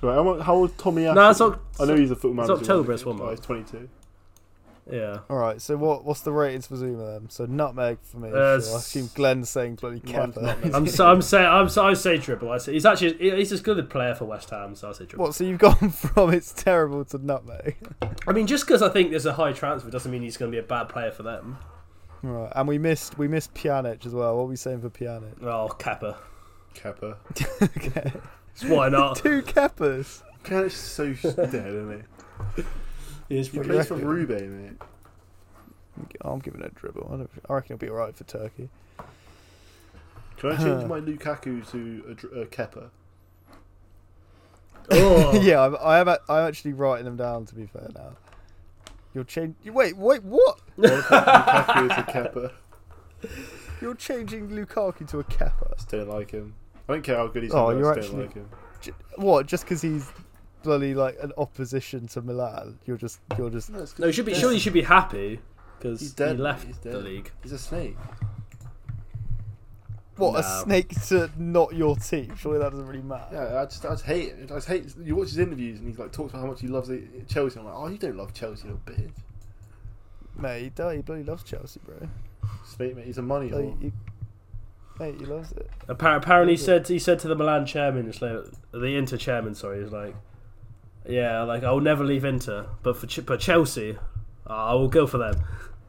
S2: Right, how mu- how old Tommy Asu?
S1: no, it's not.
S2: I know he's a football manager.
S1: October, it's one
S2: Oh, he's
S1: month.
S2: 22.
S1: Yeah.
S3: all right. So what what's the ratings for Zuma then? So nutmeg for me.
S1: Uh,
S3: sure. I assume Glenn's saying bloody
S2: Mine's nutmeg.
S1: (laughs)
S3: Kepa.
S1: I'm so I'm saying I'm so I say triple. I say he's actually he's as good a player for West Ham, so I say triple.
S3: What? So you've (laughs) gone from it's terrible to nutmeg.
S1: I mean, just because I think there's a high transfer doesn't mean he's going to be a bad player for them.
S3: Right, and we missed we missed Pjanic as well. What are we saying for Pjanic? (laughs)
S1: Oh, Kappa.
S2: Kepa.
S3: Okay.
S1: Why not?
S2: (laughs)
S3: Two Kepas.
S2: Pjanic's so sh- dead, isn't
S1: He is
S2: He
S1: pretty.
S2: plays
S1: good.
S2: for Rube, mate.
S3: I'm giving it a dribble. I, don't, I reckon it'll be alright for Turkey.
S2: Can I change my Lukaku to a, dr-
S1: (laughs)
S2: a Kepper?
S1: Oh,
S3: (laughs) yeah, I'm, I am. a- I'm actually writing them down. To be fair, now you'll change. You, wait, wait, what?
S2: Lukaku is a Kepper.
S3: You're changing Lukaku to a Kepa.
S2: I still like him. I don't care how good he's.
S3: Oh,
S2: Oh, I
S3: you're
S2: still
S3: actually-
S2: like him.
S3: J- What? Just because he's bloody like an opposition to Milan, you're just you're just
S1: no, you should be. Surely you should be happy because
S2: He's
S1: he
S2: dead, mate, he's
S1: left
S2: dead.
S1: the league.
S2: He's a snake.
S3: what a
S1: No.
S3: snake to not your team. Surely that doesn't really matter.
S2: Yeah, I just, I just hate it. I just hate. You watch his interviews and he like talks about how much he loves it- Chelsea. I'm like, oh, you don't love Chelsea, little bitch.
S3: Mate, he, don't- he bloody loves Chelsea, bro.
S2: Snake, mate. He's a money
S3: Like,
S2: whore.
S3: he, mate, he loves it.
S1: Appar- Apparently, he said he said to the Milan chairman, it's like, the Inter chairman, sorry, he's like, yeah, like I'll never leave Inter, but for Ch- but Chelsea, I will go for
S3: (laughs)
S1: them.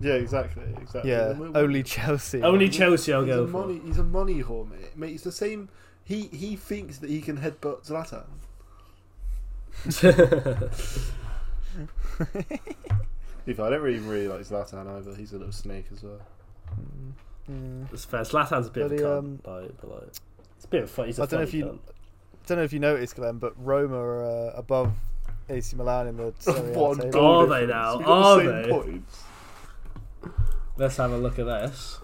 S2: Yeah, exactly, exactly.
S3: Yeah,
S2: And we're-
S3: only Chelsea.
S1: Only oh, Chelsea, I'll
S2: he's
S1: go
S2: a
S1: for.
S2: money. He's a money whore, mate. Mate, he's the same. He he thinks that he can headbutt Zlatan. If I don't really really like Zlatan either, he's a little snake as well.
S3: Mm, mm.
S1: it's fair. Zlatan's a bit of a
S3: Bloody,
S1: cunt,
S3: um,
S1: like, but like, it's a bit of fun. He's a
S3: I don't know
S1: funny
S3: if you- don't know if you noticed, Glenn, but Roma are uh, above AC Milan in (laughs) the Serie A
S2: One
S3: table.
S2: goal
S1: Are they
S2: difference.
S1: now?
S2: We've got the
S1: Are
S2: same
S1: they?
S2: Points.
S1: cunt. Let's have a look at this.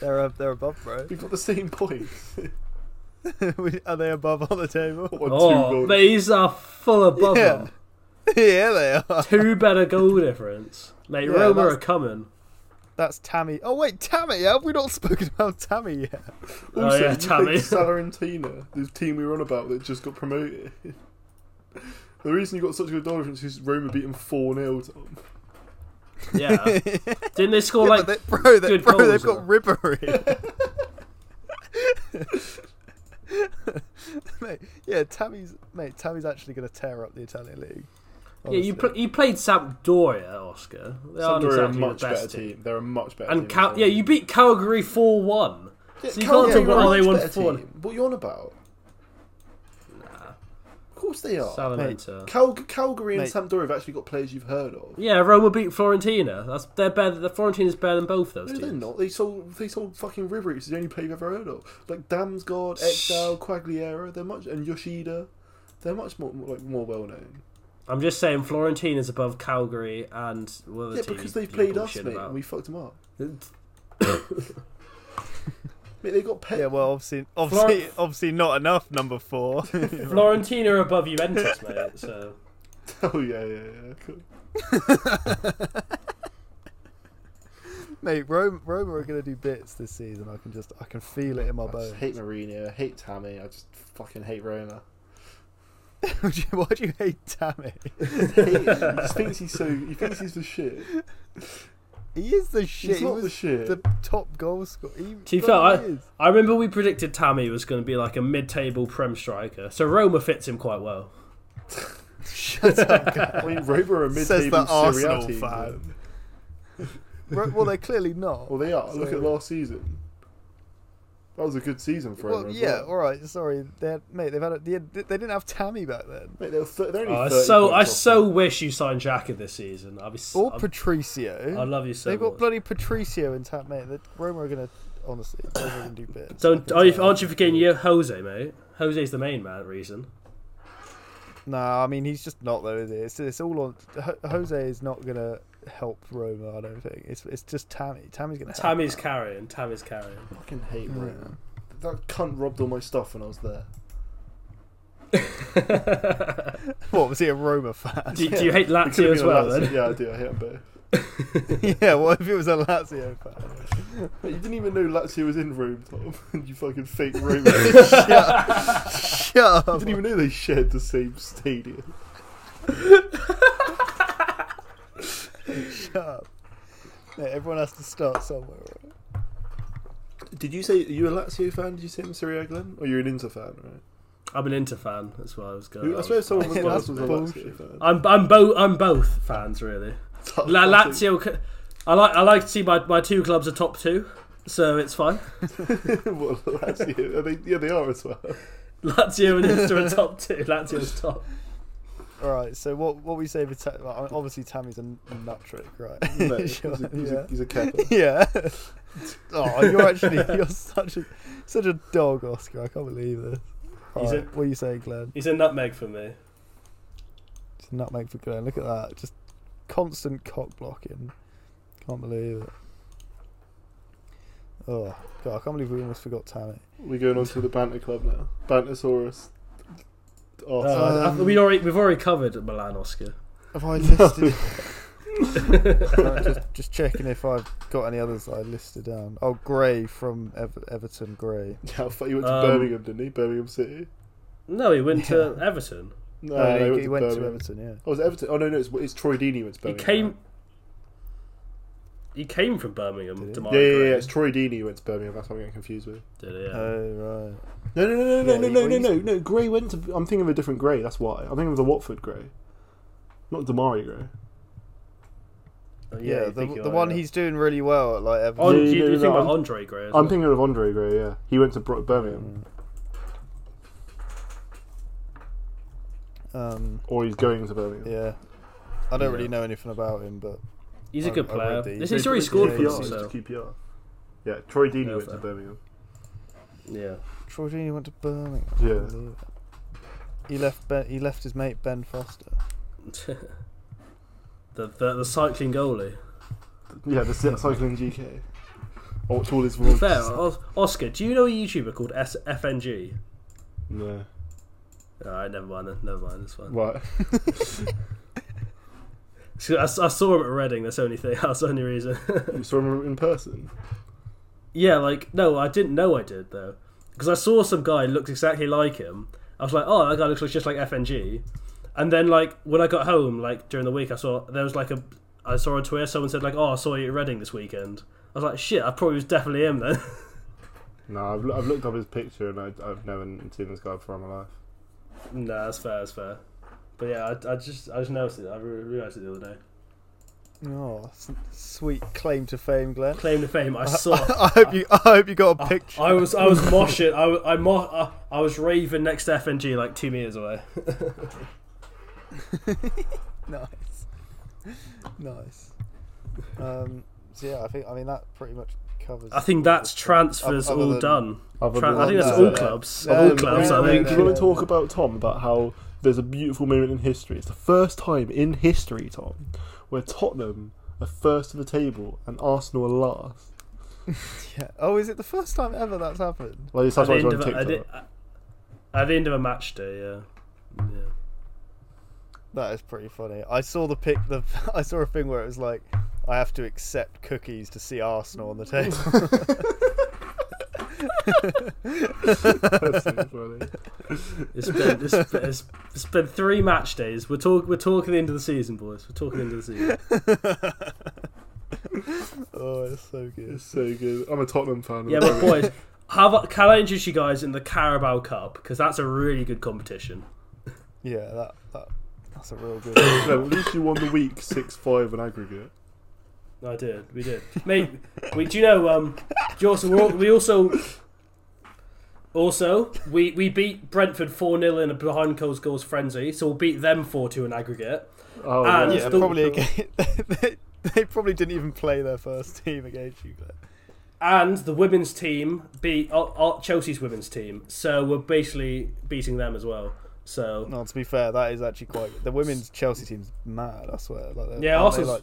S3: They're uh, they're above, bro.
S2: We've got the same points.
S3: (laughs) We- are they above on the table? (laughs)
S2: What, two
S1: Oh,
S2: goals?
S1: these are full above
S3: Yeah.
S1: them.
S3: yeah, they are.
S1: Two better goal difference, mate.
S3: Yeah,
S1: Roma
S3: that's-
S1: are coming.
S3: That's Tammy. Oh wait, Tammy. Have we not spoken about Tammy yet?
S1: Oh, yeah,
S2: you think
S1: Tammy. (laughs)
S2: Salernitana, the team we were on about that just got promoted. (laughs) the reason you got such a good goal difference is Roma beat them 4 0, Tom.
S1: Yeah,
S3: (laughs)
S1: didn't they score
S3: Yeah,
S1: like?
S3: but they, bro, they,
S1: good
S3: bro, they've
S1: goals, (laughs)
S3: got Ribery. (laughs) mate, yeah, Tammy's mate. Tammy's actually going to tear up the Italian league.
S1: Yeah, you
S3: honestly.
S1: pl- you played Sampdoria, Oscar. They aren't
S2: Sampdoria are a
S1: exactly
S2: much
S1: the
S2: better
S1: best
S2: team. They're a much better
S1: And
S2: team. than
S1: Cal- yeah, you beat Calgary 4 1.
S2: Yeah,
S1: so you can't
S2: Calgary
S1: talk
S2: are a
S1: about how they
S2: much
S1: won
S2: better
S1: 4.
S2: team. What are you on about? Of course they are.
S1: Salamenta.
S2: Cal- Calgary and
S3: Mate.
S2: Sampdoria have actually got players you've heard of.
S1: Yeah, Roma beat Florentina. That's they're better. The Florentina's better than both those
S2: No, they're
S1: teams.
S2: not. They sold they sold fucking River. It's the only player you've ever heard of. Like Damsgaard, Exdal, Quagliera. They're much and Yoshida. They're much more more, like more well known.
S1: I'm just saying Florentina's above Calgary and well, the
S2: Yeah,
S1: team
S2: because
S1: you-
S2: they've
S1: you
S2: played us,
S1: bullshit
S2: mate,
S1: about.
S2: and we fucked
S1: (laughs)
S2: them up.
S1: Flor-
S2: Mate, they got Pep.
S3: Yeah, well, obviously, obviously, obviously not enough. Number four. (laughs)
S1: Florentina are above
S2: (laughs)
S1: Juventus, mate. So
S2: (laughs) oh yeah, yeah, yeah.
S1: (laughs)
S2: Cool.
S3: mate, Rome, Roma are going to do bits this season. I can just, I can feel it in my
S2: I just
S3: bones.
S2: hate Mourinho. I hate Tammy. I just fucking hate Roma.
S3: (laughs) Would you- Why do you hate Tammy?
S2: I hate him. he just thinks he's so. He thinks he's the shit.
S3: He is the shit.
S2: He's
S3: he
S2: not
S3: was
S2: the shit.
S3: the top goal scorer. He,
S1: To be fair,
S3: bloody is.
S1: I remember we predicted Tammy was going to be like a mid-table prem striker. So Roma fits him quite well.
S2: (laughs)
S3: Shut (laughs) up, guy.
S2: I mean, Roma are a
S3: Says
S2: mid-table
S3: the
S2: Serie A
S3: Arsenal
S2: team,
S3: fan.
S2: but-
S3: Ro- well, they're clearly not.
S2: Well, they are. Look
S3: So-
S2: at last season. That was a good season for
S3: Well,
S2: Roma. as
S3: yeah,
S2: well.
S3: all right. Sorry, they had, mate. They've had a, they, had, they didn't have Tammy back then,
S2: Mate, they were th- they're only
S1: Oh, I
S2: 30
S1: so
S2: points
S1: I
S2: off
S1: so wish you signed Xhaka this season. I'll be. s-
S3: or
S1: I'm-
S3: Patricio.
S1: I love you so
S3: they've
S1: much.
S3: got bloody Patricio and Tam, mate. That Roma are gonna honestly, Roma are gonna do bits.
S1: Don't
S3: I
S1: are
S3: think
S1: you,
S3: so.
S1: aren't you forgetting your Jose, mate? Jose's the main man reason.
S3: Nah, I mean he's just not though, is he? It's, it's all on Ho- Jose is not gonna help Roma. I don't think it's it's just Tammy. Tammy's gonna. help
S1: Tammy's
S3: out.
S1: carrying. Tammy's carrying.
S2: I fucking hate
S1: Hmm.
S3: Yeah. (laughs)
S2: Roma. That cunt robbed all my stuff when I was there.
S3: What was he a Roma fan?
S1: Do, do you hate
S2: It could've
S1: Lazio as
S2: been a
S1: well?
S2: Lazio-
S1: Then
S2: Yeah, I do. I hate them both.
S3: (laughs) yeah, what if he was a Lazio fan?
S2: (laughs) Mate, you didn't even know Lazio was in Rome, Tom. (laughs) and you fucking fake Roma. you
S3: Shut up. Shut up.
S2: didn't even know they shared the same stadium.
S3: Shut up. Mate, everyone has to start somewhere. Right?
S2: Did you say you a Lazio fan? Did you say in Serie A, Glenn? Or Oh, you're an Inter fan, right?
S1: (laughs) I'm an Inter fan. That's why I was going.
S2: I suppose
S1: (laughs)
S2: someone was,
S3: Yeah,
S2: one of us
S3: that's
S2: was a Lazio
S3: bullshit.
S2: fan.
S1: I'm I'm both I'm both fans really. La- Lazio. c- I like I like to see my, my two clubs are top two, so it's fine. (laughs)
S2: (laughs) What, Lazio? Are they, yeah, they are as well.
S1: Lazio and Inter are top two. Lazio's top.
S3: All right. So what what we say for Ta- well, obviously Tammy's a n- nut trick, right? (laughs)
S2: No, (laughs) he's,
S3: Sure,
S2: a, he's,
S3: yeah.
S2: a, he's a kepper. (laughs)
S3: yeah. (laughs) oh, you're actually you're such a such a dog, Oscar. I can't believe this.
S1: He's
S3: Alright, what are you saying, Glenn?
S1: He's a nutmeg for me.
S3: It's a nutmeg for Glenn. Look at that. Just constant cock blocking. Can't believe it. Oh god, I can't believe we almost forgot Tammy.
S2: We're going on to the banter club now. Bantersaurus. Oh,
S1: Uh, I- I-
S3: Um,
S1: we already we've already covered Milan Oscar.
S3: Have
S2: (laughs)
S3: I listed? (laughs) Right, just, just checking if I've got any others that I listed down. Oh, Gray from Ever- Everton. Gray.
S2: how far you went to
S1: Um,
S2: Birmingham, didn't he? Birmingham City.
S1: No, he went to Everton.
S2: No,
S3: No,
S2: no,
S3: uh, he, he went to Everton. Yeah.
S2: Oh, was it Everton? Oh no, no, it's, it's Troy Deeney went to
S1: He
S2: Birmingham.
S1: came. He came from Birmingham.
S3: Did he?
S1: Demar
S2: Yeah, yeah,
S1: Gray.
S2: yeah. It's Uh, Troy Deeney who went to Birmingham. That's what I'm getting confused with.
S1: Did he? Yeah.
S3: Oh right.
S2: No, no, no, no,
S3: Yeah,
S2: no,
S3: he
S2: no, no,
S3: went-
S2: no, no, no. Gray went to. I'm thinking of a different Gray. That's why. I'm thinking of the Watford Gray, not Damari Gray.
S1: Oh,
S3: Yeah,
S1: you
S3: the,
S1: think you
S3: the
S1: are,
S3: one
S1: yeah.
S3: he's doing really well at like Everton.
S1: Oh,
S2: Yeah,
S1: you,
S2: yeah,
S1: you
S2: yeah,
S1: think about
S2: I'm-
S1: Andre Gray? as
S2: I'm
S1: well?
S2: thinking of Andre Gray. Yeah, he went to Bro- Birmingham,
S1: Mm.
S3: Um,
S2: or he's going to Birmingham.
S3: yeah. I don't really know anything about him, but
S1: He's a
S3: I-
S1: good
S3: I
S1: player.
S3: read these.
S1: He's,
S3: They
S1: he's already
S2: He's
S1: scored
S2: to
S1: for
S2: QPR,
S1: us.
S2: he's
S1: So.
S2: to QPR. Yeah, Troy Deeney
S1: Yeah,
S2: went
S1: fair.
S2: to Birmingham.
S1: Yeah.
S3: Troy Deeney went to Birmingham. I
S2: Yeah.
S3: can't believe it. He left. Ben, he left his mate Ben Foster.
S1: The, the the cycling goalie.
S2: Yeah, the Cy- cycling GK. Oh, it's all his
S1: To be
S2: voice.
S1: Fair. Os- Oscar, do you know a YouTuber called S- FNG?
S2: No.
S1: Alright, never mind then. Never mind. It's fine.
S2: Right.
S1: So I, s- I saw him at Reading. That's the only thing. (laughs) That's the only reason.
S2: (laughs)
S1: (laughs)
S2: You saw him in person.
S1: yeah, like no, I didn't know I did though, because I saw some guy looked exactly like him. I was like, oh, that guy looks just like FNG. And then like when I got home, like during the week, I saw there was like a I saw a tweet. Someone said like, oh, I saw you at Reading this weekend. I was like, shit, I probably was definitely him then. (laughs)
S2: No, I've, loo- I've looked up his picture and I, I've never seen this guy before in my life.
S1: Nah, that's fair. That's fair. But yeah, I, I just I just noticed it. I re- realized it the other day.
S3: Oh, s- sweet claim to fame, Glenn.
S1: Claim to fame.
S3: (laughs)
S1: I saw.
S3: I hope you. I hope you got a picture.
S1: I was I was moshing. I wa- I, mo- I, I was raving next to FNG like two meters away.
S3: (laughs) nice, nice. Um, so yeah, I think I mean that pretty much covers.
S1: I think that's transfers
S3: Other
S1: all
S3: than-
S1: done.
S2: Other
S1: Tran-
S2: than- um,
S1: I think that's
S3: no,
S1: all
S3: no.
S1: clubs.
S3: No,
S1: Of all
S3: no,
S1: clubs,
S3: no,
S1: I (laughs) think.
S2: do you want to talk about Tom about how there's a beautiful moment in history? It's the first time in history, Tom, where Tottenham are first to the table and Arsenal are last.
S3: (laughs) Yeah. Oh, is it the first time ever that's happened?
S2: Like that's
S1: At the,
S2: why it's
S1: end of
S2: on
S1: a, at,
S2: TikTok.
S1: the, at the end of a match day, yeah. Yeah.
S3: That is pretty funny. I saw the pic. The (laughs) I saw a thing where it was like, I have to accept cookies to see Arsenal on
S1: (laughs)
S3: the table. (laughs)
S2: (laughs) That's funny.
S1: It's been it's, (laughs) it's, it's been three match days. We're talk we're talking the end of the season, boys. We're talking the end of the (laughs) season.
S3: oh, it's so good.
S2: It's so good. I'm a Tottenham fan.
S1: Yeah, but boys, have I- can I introduce you guys in the Carabao Cup because that's a really good competition.
S3: Yeah, that, that that's a
S1: (coughs)
S3: real good.
S2: (laughs) No, at least you won the week six five in aggregate.
S1: I did. We did. Mate, we do you know? Um, do you also we're, al- we also also we we beat Brentford four 0 in a behind Cole's goals frenzy, so we'll beat them four two in aggregate.
S2: Oh,
S1: And
S3: yeah,
S1: it's the-
S3: probably again, (laughs) they, they probably didn't even play their first team against you. Glenn.
S1: And the women's team beat uh, uh, Chelsea's women's team, so we're basically beating them as well. So
S3: No, to be fair, that is actually quite the women's Chelsea team's mad. I swear. Like, they're-
S1: yeah,
S3: aren't they,
S1: Arsenal's.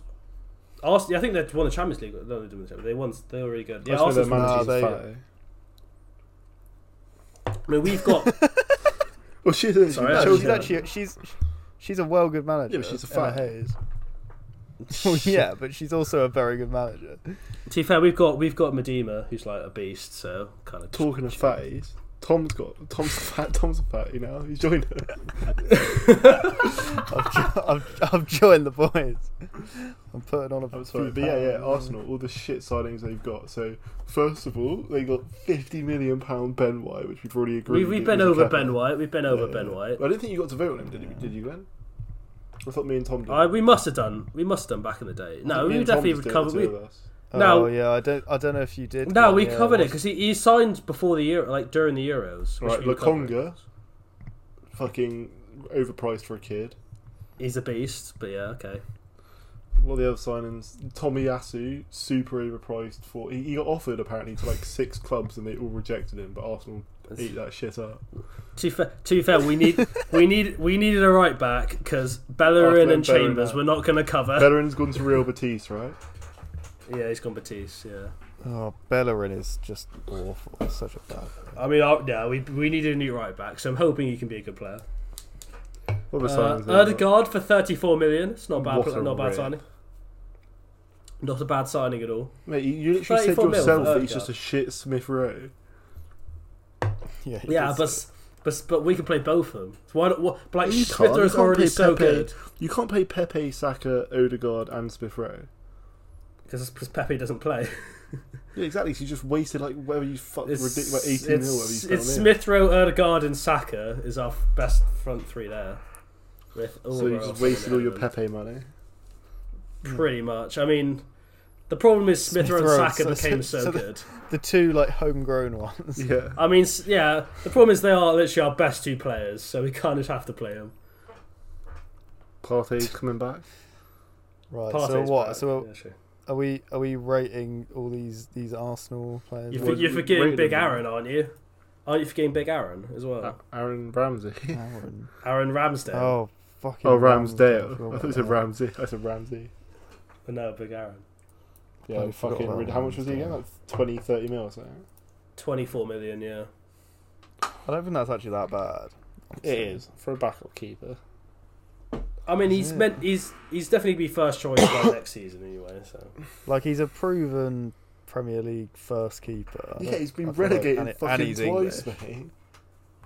S1: Arsenal, I think they won the Champions League. No, they didn't win the Champions. They won. They were really good. Yeah,
S2: That's where their
S1: Arsenal's
S2: manager's
S3: Nah, they-
S2: fat, eh?
S1: I mean, we've
S2: (laughs)
S1: got.
S2: Well, she's actually,
S1: Sorry, Yeah,
S3: like, no, she's
S1: yeah.
S3: actually she's she's a well good manager.
S2: Yeah, but she's a
S3: Emma
S2: fat. (laughs)
S3: Hayes. well, yeah, but she's also a very good manager.
S1: to be fair, we've got we've got Medema, who's like a beast. So kind of
S2: talking of fatties. Tom's got Tom's (laughs) fat. Tom's a fatty now. He's joined her.
S3: I've, jo- (laughs) I've, I've joined the boys. I'm putting on a.
S2: I'm sorry, but
S3: few
S2: yeah, yeah,
S3: pounds.
S2: Arsenal, all the shit signings they've got. So, first of all, they got fifty million pound Ben White, which we've already agreed.
S1: We've, we've
S2: it
S1: been
S2: was a
S1: over
S2: capital.
S1: Ben White. We've been over
S2: Yeah.
S1: Ben White.
S2: I didn't think you got to vote on him, did you? Did you, Glenn? I thought me and Tom did.
S1: I, we must have done. We must have done back in the day.
S2: I
S1: No,
S2: thought me
S1: we
S2: and Tom
S1: definitely
S2: just
S1: would
S2: did it,
S1: cover.
S2: the
S1: We,
S2: two of us.
S1: No.
S3: Oh yeah, I don't. I don't know if you
S1: (laughs)
S3: did.
S1: no,
S3: Glenn,
S1: we
S3: yeah,
S1: covered it
S3: was-
S1: because he, he signed before the Euro, like during the Euros. which
S2: Right,
S1: we were covering.
S2: Lokonga, fucking overpriced for a kid.
S1: he's a beast, but yeah, okay.
S2: What are the other signings? Tommy Yasu, super overpriced for. He, he got offered apparently to like six clubs and they all rejected him, but Arsenal ate that shit up.
S1: To fair, to be fair, we need we need we needed a right back because Bellerin
S2: Ahmed
S1: and Chambers
S2: Bellerin.
S1: we're not going to cover.
S2: Veteran's gone to Real Betis, right?
S1: yeah, he's gone Batiste. Yeah,
S3: Oh, Bellerin is just awful. It's such a bad.
S1: I mean, I, yeah, we we needed a new right back, so I'm hoping he can be a good player.
S2: What other
S1: Uh,
S2: signings there?
S1: Erdegaard for 34 million. It's not a bad,
S2: What
S1: pl-
S2: a
S1: not a bad
S2: rip.
S1: signing. Not a bad signing at all.
S2: Mate, you, you literally said
S1: 34 mil
S2: yourself
S1: for
S2: that he's
S1: Erdegaard.
S2: just a shit Smith Rowe.
S3: Yeah, he
S1: Yeah,
S3: does.
S1: but, but but we can play both of them. Why not? What, but like
S2: You
S1: Smith
S2: can't.
S1: Rowe's
S2: You can't
S1: already
S2: play
S1: so
S2: Pepe.
S1: good
S2: You can't play Pepe, Saka, Odegaard, and Smith Rowe.
S1: because Pepe doesn't play.
S2: Yeah, exactly. So you just wasted like whether you fucked ridiculous like eighteen mil. Whether you
S1: it's,
S2: spent
S1: it's
S2: on him.
S1: Smith Rowe, Erdegaard, and Saka is our f- best front three there. With all
S2: So you
S1: our
S2: just
S1: other
S2: wasted all your
S1: elements.
S2: Pepe (laughs) money.
S1: Pretty much. I mean, the problem is Smith,
S3: Smith
S1: Rowe and
S3: Rowe,
S1: Saka
S3: so-
S1: became so,
S3: so- so the-
S1: good.
S3: the two like homegrown ones.
S2: Yeah.
S1: I mean, s- yeah. The problem is they are literally our best two players, so we kind of have to play them.
S2: Partey's coming back.
S3: (laughs) Right. so what? So
S1: yeah, sure.
S3: are we are we rating all these these Arsenal players?
S1: You for,
S2: Well,
S1: you're
S2: we
S1: forgetting
S2: rated
S1: Big
S2: them.
S1: Aaron, aren't you? Aren't you forgetting Big Aaron as well?
S2: A- Aaron (laughs) Ramsey.
S3: Aaron.
S1: Aaron Ramsdale.
S3: Oh fucking.
S2: Oh,
S3: I forgot
S2: Ramsdale. (laughs) I thought
S3: about
S2: it said
S3: that.
S2: Ramsey. I said Ramsey. Oh,
S1: But no, Big Aaron.
S2: Yeah,
S3: I forgot
S2: fucking.
S3: about
S2: Rid- how much was he again?
S3: Ramsdale.
S2: Like 20, 30 mil or something.
S1: 24 million, yeah.
S3: I don't think that's actually that bad.
S2: It is for a backup keeper.
S1: I mean, he's
S3: Yeah.
S1: meant he's he's definitely be first choice by (coughs) next season anyway. So
S3: Like he's a proven Premier League first keeper. I
S2: Yeah,
S3: don't-
S2: he's
S3: I
S2: been
S3: feel like-
S2: relegated
S3: and it- and
S2: fucking
S3: he's
S2: twice,
S3: English.
S2: mate.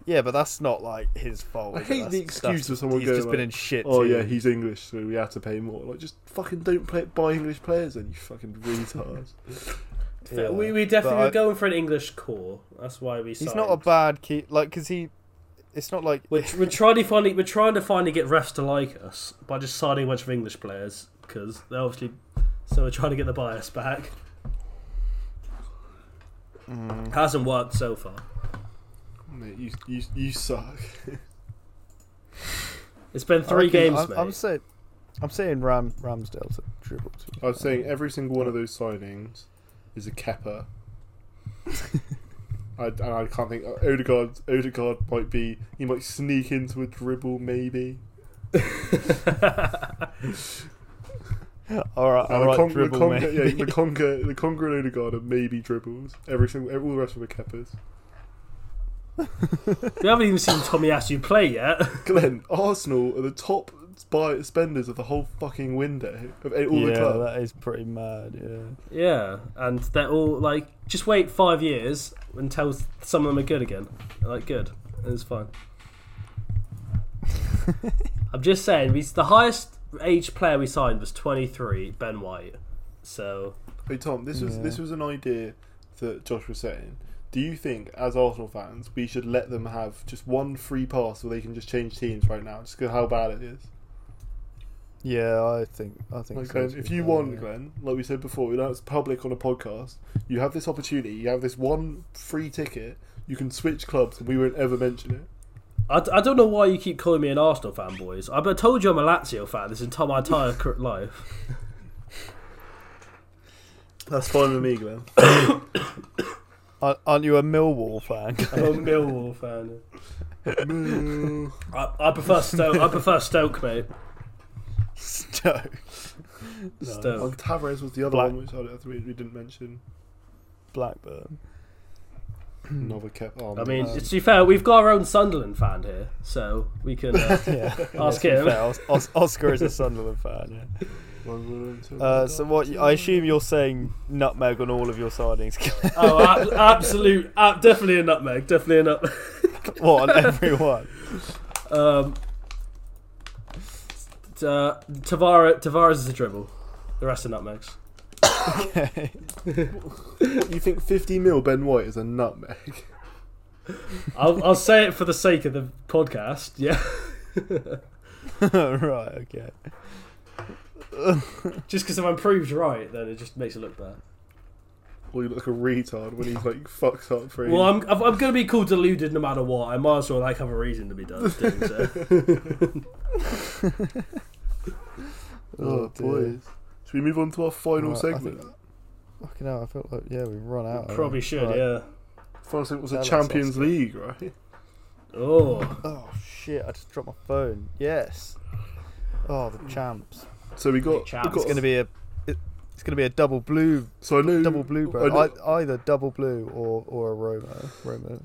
S3: Yeah, but that's not like his fault.
S2: I
S3: is it?
S2: hate the
S3: That's-
S2: excuse
S3: that's-
S2: of someone
S3: He's
S2: going
S3: just
S2: like,
S3: been in shit.
S2: Oh yeah,
S3: team."
S2: he's English, so we had to pay more. Like, just fucking don't play buy English players, then you fucking
S3: (laughs)
S2: retards.
S3: Yeah.
S1: we we definitely
S3: But
S1: were
S3: I-
S1: going for an English core. That's why we.
S3: He's
S1: signed.
S3: not a bad keep. Like, cause he, it's not like
S1: We're, we're trying to finally we're trying to finally get refs to like us by just signing a bunch of English players because they're obviously. So we're trying to get the bias back.
S3: Mm,
S1: Hasn't worked so far.
S2: Mate, you you you
S3: (laughs)
S2: suck.
S1: It's been
S3: I
S1: three
S3: reckon-
S1: games,
S3: I'm,
S1: mate.
S3: I'm saying, I'm saying Ram Ramsdale to dribble. To be
S2: I was
S3: fair.
S2: saying every single one of those signings is a
S3: (laughs)
S2: Kepper. I, and I can't think. Odegaard, Odegaard might be. He might sneak into a dribble, maybe.
S3: all right,
S2: And
S3: all right,
S2: Con-
S3: dribble
S2: uh, Conga,
S3: mate. (laughs)
S2: yeah, the Conga, the Conga and Odegaard are maybe dribbles. Every single, every, all the rest of them are Keppers.
S1: (laughs) we haven't even seen Tommy Asu play yet.
S2: Glenn, Arsenal are the top buy spenders of the whole fucking window of a- all the
S3: Yeah,
S2: clubs.
S3: that is pretty mad. Yeah,
S1: Yeah, and they're all like, just wait five years until some of them are good again. Like, good. It's fine. I'm just saying, we, the highest age player we signed was 23, Ben White. So,
S2: Hey Tom, this was
S3: Yeah.
S2: this was an idea that Josh was saying. Do you think, as Arsenal fans, we should let them have just one free pass where they can just change teams right now, just 'cause how bad it is?
S3: yeah, I think, I think.
S2: Like
S3: so,
S2: Glenn,
S3: to
S2: if
S3: be
S2: you
S3: fair,
S2: want,
S3: yeah.
S2: Glenn, like we said before, you know it's public on a podcast. You have this opportunity. You have this one free ticket. You can switch clubs, and we won't ever mention it.
S1: I, I don't know why you keep calling me an Arsenal fan, boys. I've been told you I'm a Lazio fan this entire, my entire cur- life.
S2: That's fine with me, Glenn.
S3: Ar- aren't you a Millwall fan?
S1: (laughs)
S3: (laughs)
S1: I'm a Millwall fan. (laughs) I, I prefer Stoke. I prefer Stoke, mate.
S3: Stoke.
S2: Oh,
S1: Stoke.
S2: Tavares was the other
S3: Black-
S2: one, which I don't think we, we didn't mention.
S1: (laughs)
S3: Blackburn.
S2: Another kept. Oh,
S1: I
S2: man.
S1: mean, to be fair, we've got our own Sunderland fan here, so we can.
S3: (laughs)
S1: Uh,
S3: Yeah,
S1: Ask
S3: Yeah, to be
S1: him.
S3: fair, Os- Os- Oscar is a Sunderland fan.
S1: (laughs)
S3: Yeah. Uh, so what? I assume you're saying nutmeg on all of your signings. (laughs)
S1: Oh, ab- absolute, ab- definitely a nutmeg, definitely a nutmeg.
S3: what on
S1: (laughs)
S3: (laughs) everyone?
S1: Um, t- uh, Tavares, Tavares is a dribble. The rest are nutmegs.
S3: Okay.
S2: you think fifty mil Ben White is a nutmeg?
S1: I'll, I'll say it for the sake of the podcast. Yeah, (laughs)
S3: right. Okay.
S1: just because if I'm proved right, then it just makes it look bad.
S2: Well, you look like a retard when he's like fucks up for
S1: Well, I'm I'm going to be called deluded no matter what. I might as well like have a reason to be done. Doing so.
S2: Oh,
S3: Oh,
S2: Should we move on to our final
S3: Right, I
S2: segment?
S3: think- Fucking hell, I feel like yeah, we've run out. haven't
S1: Probably
S3: we?
S1: should,
S3: Oh, Right.
S1: yeah.
S2: Final segment was the
S3: That looks
S2: Champions
S3: awesome.
S2: League, right?
S1: Oh,
S3: Oh shit! I just dropped my phone. Yes. Oh, the champs.
S2: So we got.
S1: champs.
S2: We
S3: It's
S2: got
S3: gonna be a. it- It's gonna be a double blue,
S2: so I know.
S3: double blue,
S2: I
S3: bro.
S2: know-
S3: I, either double blue or or a Roma. Roma.
S2: (coughs)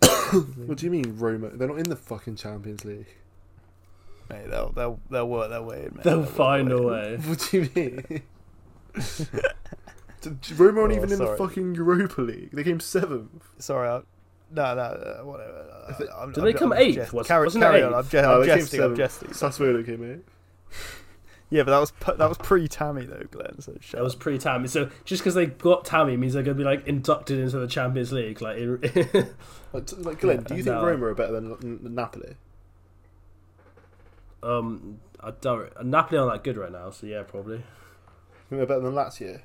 S2: what do you mean, Roma? They're not in the fucking Champions League.
S3: mate, they'll they'll they'll work their way in. Mate.
S1: they'll
S3: work
S1: find
S3: their
S1: a
S3: way in.
S1: way.
S2: (laughs) What do you mean? (laughs) D- d- Roma aren't
S3: Oh,
S2: even in the
S3: sorry.
S2: fury. fucking Europa League. They came seventh.
S3: Sorry, I, no, no, uh, whatever.
S2: I think-
S3: I- I'm,
S1: Did
S3: I'm,
S1: they
S3: ju-
S1: come
S3: I'm just
S1: eighth?
S3: jest-
S1: Was-
S3: carry
S1: wasn't it
S3: carry on.
S1: eighth?
S3: I'm, je-
S2: No,
S3: I'm
S2: they came
S3: jesting. I'm
S2: Oh, seventh.
S3: jesting.
S2: Sassuolo came eighth.
S3: Yeah, but that was pu- that was pre Tammy though, Glenn. So shut
S1: That was pre Tammy. So just because they got Tammy means they're going to be like inducted into the Champions League. Like, in- (laughs)
S2: Like, t- like Glenn,
S3: Yeah,
S2: do you think
S1: no.
S2: Roma are better than N- N- Napoli?
S1: um, I don't. Napoli aren't that good right now, so yeah, probably.
S2: I think they're better than Lazio.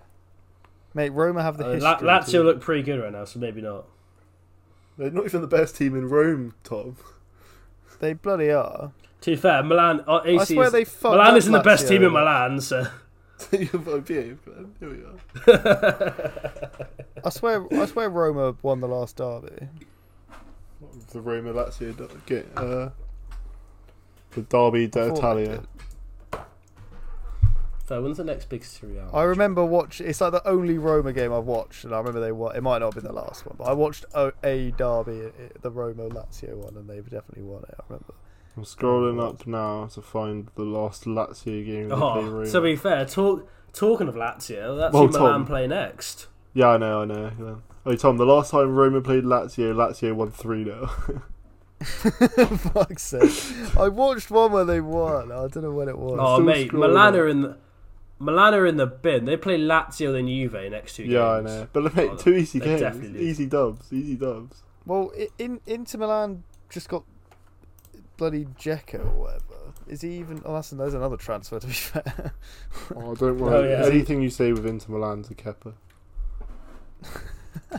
S3: Mate, Roma have the
S1: Uh,
S3: history.
S1: La-
S3: to-
S1: Lazio look pretty good right now, so maybe not.
S2: They're not even the best team in Rome, Tom. (laughs)
S3: They bloody are.
S1: To be fair, Milan. Uh, AC
S3: I swear
S1: is,
S3: they fucked
S1: Milan
S3: up
S1: isn't the best
S3: Lazio.
S1: team in Milan, so (laughs)
S2: You've got a view, Glenn. Here we are.
S3: I swear, I swear, Roma won the last derby.
S2: What was The Roma Lazio do- get uh, the Derby
S3: I thought they
S2: d'Italia.
S3: did.
S1: so when's the next big Serie A?
S3: I remember watch. It's like the only Roma game I've watched, and I remember they won. It might not have been the last one, but I watched a, a derby, i- the Roma Lazio one, and they definitely won it. I remember. (laughs)
S2: I'm scrolling up now to find the last Lazio game. They play
S1: Oh,
S2: Roma.
S1: to be fair, talk, talking of Lazio, that's
S2: Well,
S1: who Milan
S2: Tom.
S1: play next.
S2: Yeah, I know, I know. Yeah. Oh, Tom, the last time Roma played Lazio, Lazio won 3 0.
S3: Fuck's sake! I watched one where they won. I don't know when it was.
S1: Oh
S2: still
S1: mate,
S2: scrolling
S1: Milan
S2: up.
S1: are in the Milan are in the bin. They play Lazio then Juve next two games.
S2: (laughs) Yeah, I know. But mate,
S1: Oh,
S2: two easy
S1: they
S2: games.
S1: definitely lose.
S2: Easy dubs, easy dubs.
S3: Well, i- in Inter Milan just got bloody Jekka or whatever. Is he even? Oh, that's there's another transfer to be (laughs) fair.
S2: Oh, don't
S1: worry.
S2: worry.
S1: Oh, yeah.
S2: Anything you say with Inter Milan's a Kepper.
S1: (laughs)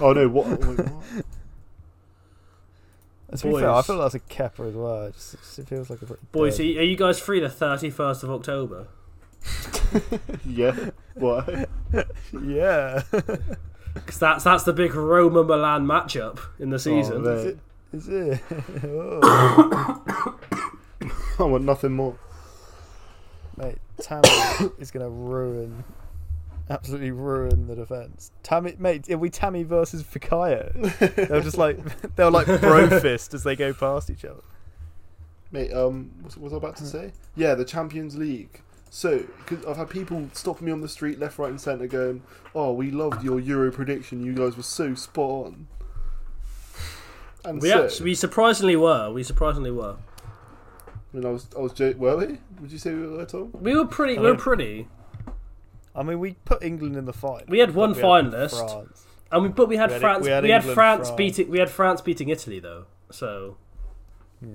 S2: oh no, what? Wait, what?
S3: to be fair, I
S1: Boys.
S3: feel that's a Kepper as well. It, just, it feels like a bit
S1: Boys, are
S3: dead.
S1: you, are you guys free the thirty first of October?
S2: Yeah, why?
S3: yeah.
S1: Because that's that's the big Roma Milan matchup in the
S2: Oh,
S1: season.
S2: mate.
S3: Is it? (laughs) Oh,
S2: (laughs) I want nothing more.
S3: mate, Tammy is gonna ruin, absolutely ruin the defense. Tammy, mate, it'll be Tammy versus Fikayo. They'll just like (laughs) they'll like bro fist as they go past each other.
S2: Mate, um, what was I about to say? Yeah, the Champions League. So, because I've had people stopping me on the street, left, right, and centre, going, "Oh, we loved your Euro prediction. You guys were so spot on." And
S1: we
S2: so,
S1: actually, we surprisingly were. We surprisingly were.
S2: I mean, I was, I was, jo- were we? Would you say we were, Tom?
S1: We were pretty.
S3: I
S1: We were
S3: mean-
S1: pretty.
S3: I mean, we put England in the fight.
S1: We had one
S3: but
S1: finalist.
S3: France.
S1: And we, but we had
S3: We had-
S1: France.
S3: we
S1: We
S3: had
S1: had,
S3: England,
S1: France,
S3: France.
S1: beating. We had France beating Italy though. So
S3: Yeah.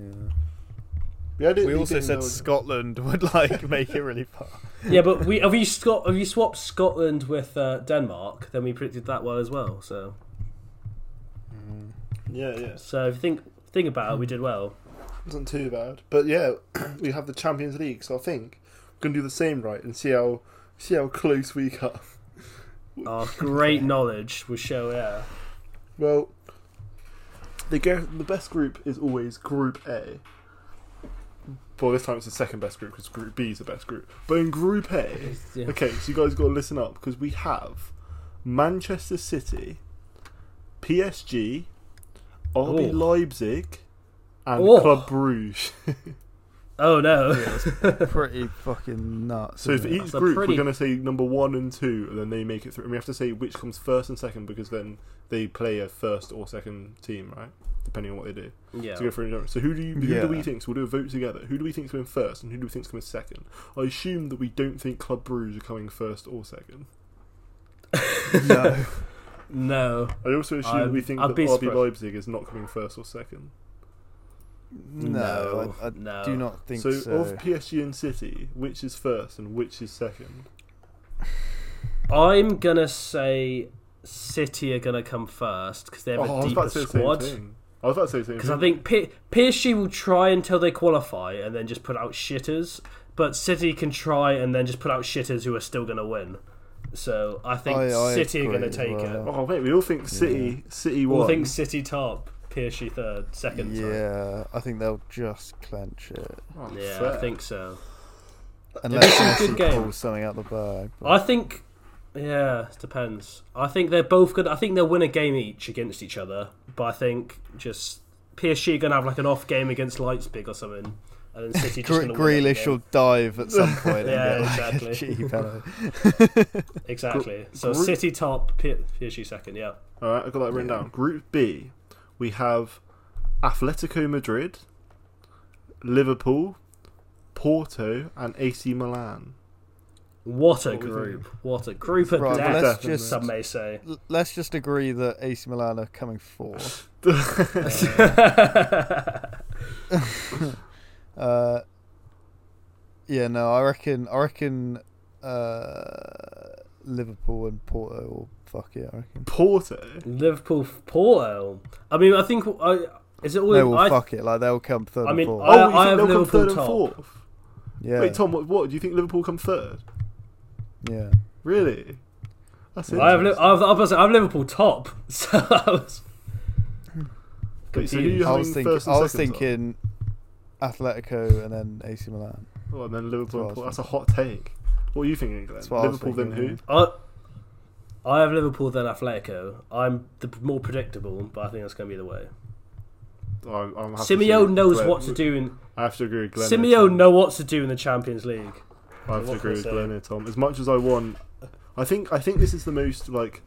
S2: Yeah, I did-
S3: We also
S2: didn't
S3: said
S2: know-
S3: Scotland (laughs) would like make it really (laughs) far.
S1: yeah, but we have you Scot have you swapped Scotland with uh, Denmark? Then we predicted that well as well. So
S2: Yeah, yeah.
S1: so if you think think about it, we did well.
S2: wasn't too bad. But yeah, (clears throat) we have the Champions League, so I think we're gonna do the same right and see how see how close we cut.
S1: Our great knowledge was show yeah.
S2: Well, the ge- the best group is always Group A. Well, this time it's the second best group because Group B is the best group. But in Group A,
S1: Yeah.
S2: okay, so you guys got to listen up because we have Manchester City, PSG, RB
S1: Ooh.
S2: Leipzig, and
S1: Ooh.
S2: Club Bruges.
S1: Oh no.
S3: (laughs) Pretty fucking nuts.
S2: So for
S3: isn't it?
S2: each
S1: That's a
S2: group,
S1: pretty-
S2: we're going to say number one and two, and then they make it through. And we have to say which comes first and second because then they play a first or second team, right? Depending on what they do.
S1: Yeah.
S2: So, go through and go- so who do you, who
S3: Yeah.
S2: do we think? So we'll do a vote together. Who do we think's coming first, and who do we think's coming second? I assume that we don't think Club Bruges are coming first or second.
S3: (laughs) no,
S1: No.
S2: I also assume that
S1: I'd-
S2: we think
S1: I'd
S2: that
S1: be
S2: RB
S1: surprised.
S2: Leipzig is not coming first or second.
S3: no, I, I
S1: no.
S3: do not think
S2: So,
S3: so.
S2: of PSG and City, which is first and which is second?
S1: I'm gonna say City are gonna come first because they have
S2: oh, I
S1: a
S2: was
S1: deeper
S2: about to say the same
S1: squad.
S2: thing. I was about to say the same
S1: Because I
S2: thing.
S1: think P- PSG will try until they qualify and then just put out shitters. But City can try and then just put out shitters who are still going to win. So I think
S3: I- I
S1: City are
S3: agree
S1: going to
S3: as
S1: take
S3: well.
S1: it.
S2: Oh wait, we all think City, City
S1: All
S2: one.
S1: think City top, PSG third, second. sorry.
S3: Yeah, I think they'll just clench it
S2: Oh,
S1: yeah, I
S2: fair.
S1: think so.
S3: unless
S1: this is a good
S3: Messi
S1: game.
S3: pulls something out the bag. but-
S1: I think, yeah, it depends. I think they're both good. I think they'll win a game each against each other. But I think just PSG are going to have like an off game against Leipzig or something, and then City just
S3: Gre-
S1: going to win. every
S3: Grealish
S1: game.
S3: will dive at
S1: (laughs)
S3: some point
S1: Yeah,
S3: and get like
S1: exactly.
S3: a cheap penalty.
S1: Exactly. so
S2: group-
S1: City top, P- PSG second. Yeah.
S2: All right, I got that written down. Group B, we have Atletico Madrid, Liverpool, Porto, and AC Milan.
S1: What a
S2: What we
S1: group! What a group of
S3: Right,
S1: death.
S3: but let's
S2: Definitely.
S3: just
S1: Some may
S3: (laughs)
S1: say. (laughs)
S3: l- let's just agree that AC Milan are coming fourth. Uh, yeah, no, I reckon. I reckon uh, Liverpool and Porto will fuck it. I reckon.
S2: Porto.
S1: Liverpool, Porto. I mean, I think I is it all.
S3: They will
S1: I,
S3: fuck it. Like they'll come third
S1: I mean,
S3: and fourth.
S1: I-
S2: oh, you think
S1: have
S2: they'll
S1: Liverpool
S2: come third
S1: top.
S2: and fourth?
S3: yeah,
S2: Wait, Tom, what, what? Do you think Liverpool come third?
S3: yeah.
S2: Really? That's it.
S1: I have, Li- I have, I was- I have Liverpool top. (laughs) So I was
S2: Wait, so who
S1: confused.
S2: you have-
S3: I was
S2: having
S3: thinking.
S2: first and
S3: I was
S2: seconds up?
S3: thinking Atletico and then AC Milan.
S2: Oh, and then Liverpool. and
S3: That's what I
S2: Porto.
S3: was
S2: That's a hot take. What are you thinking, Glenn?
S3: That's what I was
S2: Liverpool, then who?
S3: thinking,
S1: I, I have Liverpool then Atletico. I'm the more predictable, but I think that's going to be the way.
S2: Oh, I'm, I'm happy to
S1: Simeone
S2: see
S1: knows
S2: Glenn.
S1: what to do in
S2: I have to agree with Glenn. there,
S1: Simeone
S2: Tom.
S1: know what to do in the Champions League.
S2: I have to
S1: What
S2: agree
S1: can I
S2: with
S1: say?
S2: Glenn here, Tom. As much as I want, I think I think this is the most like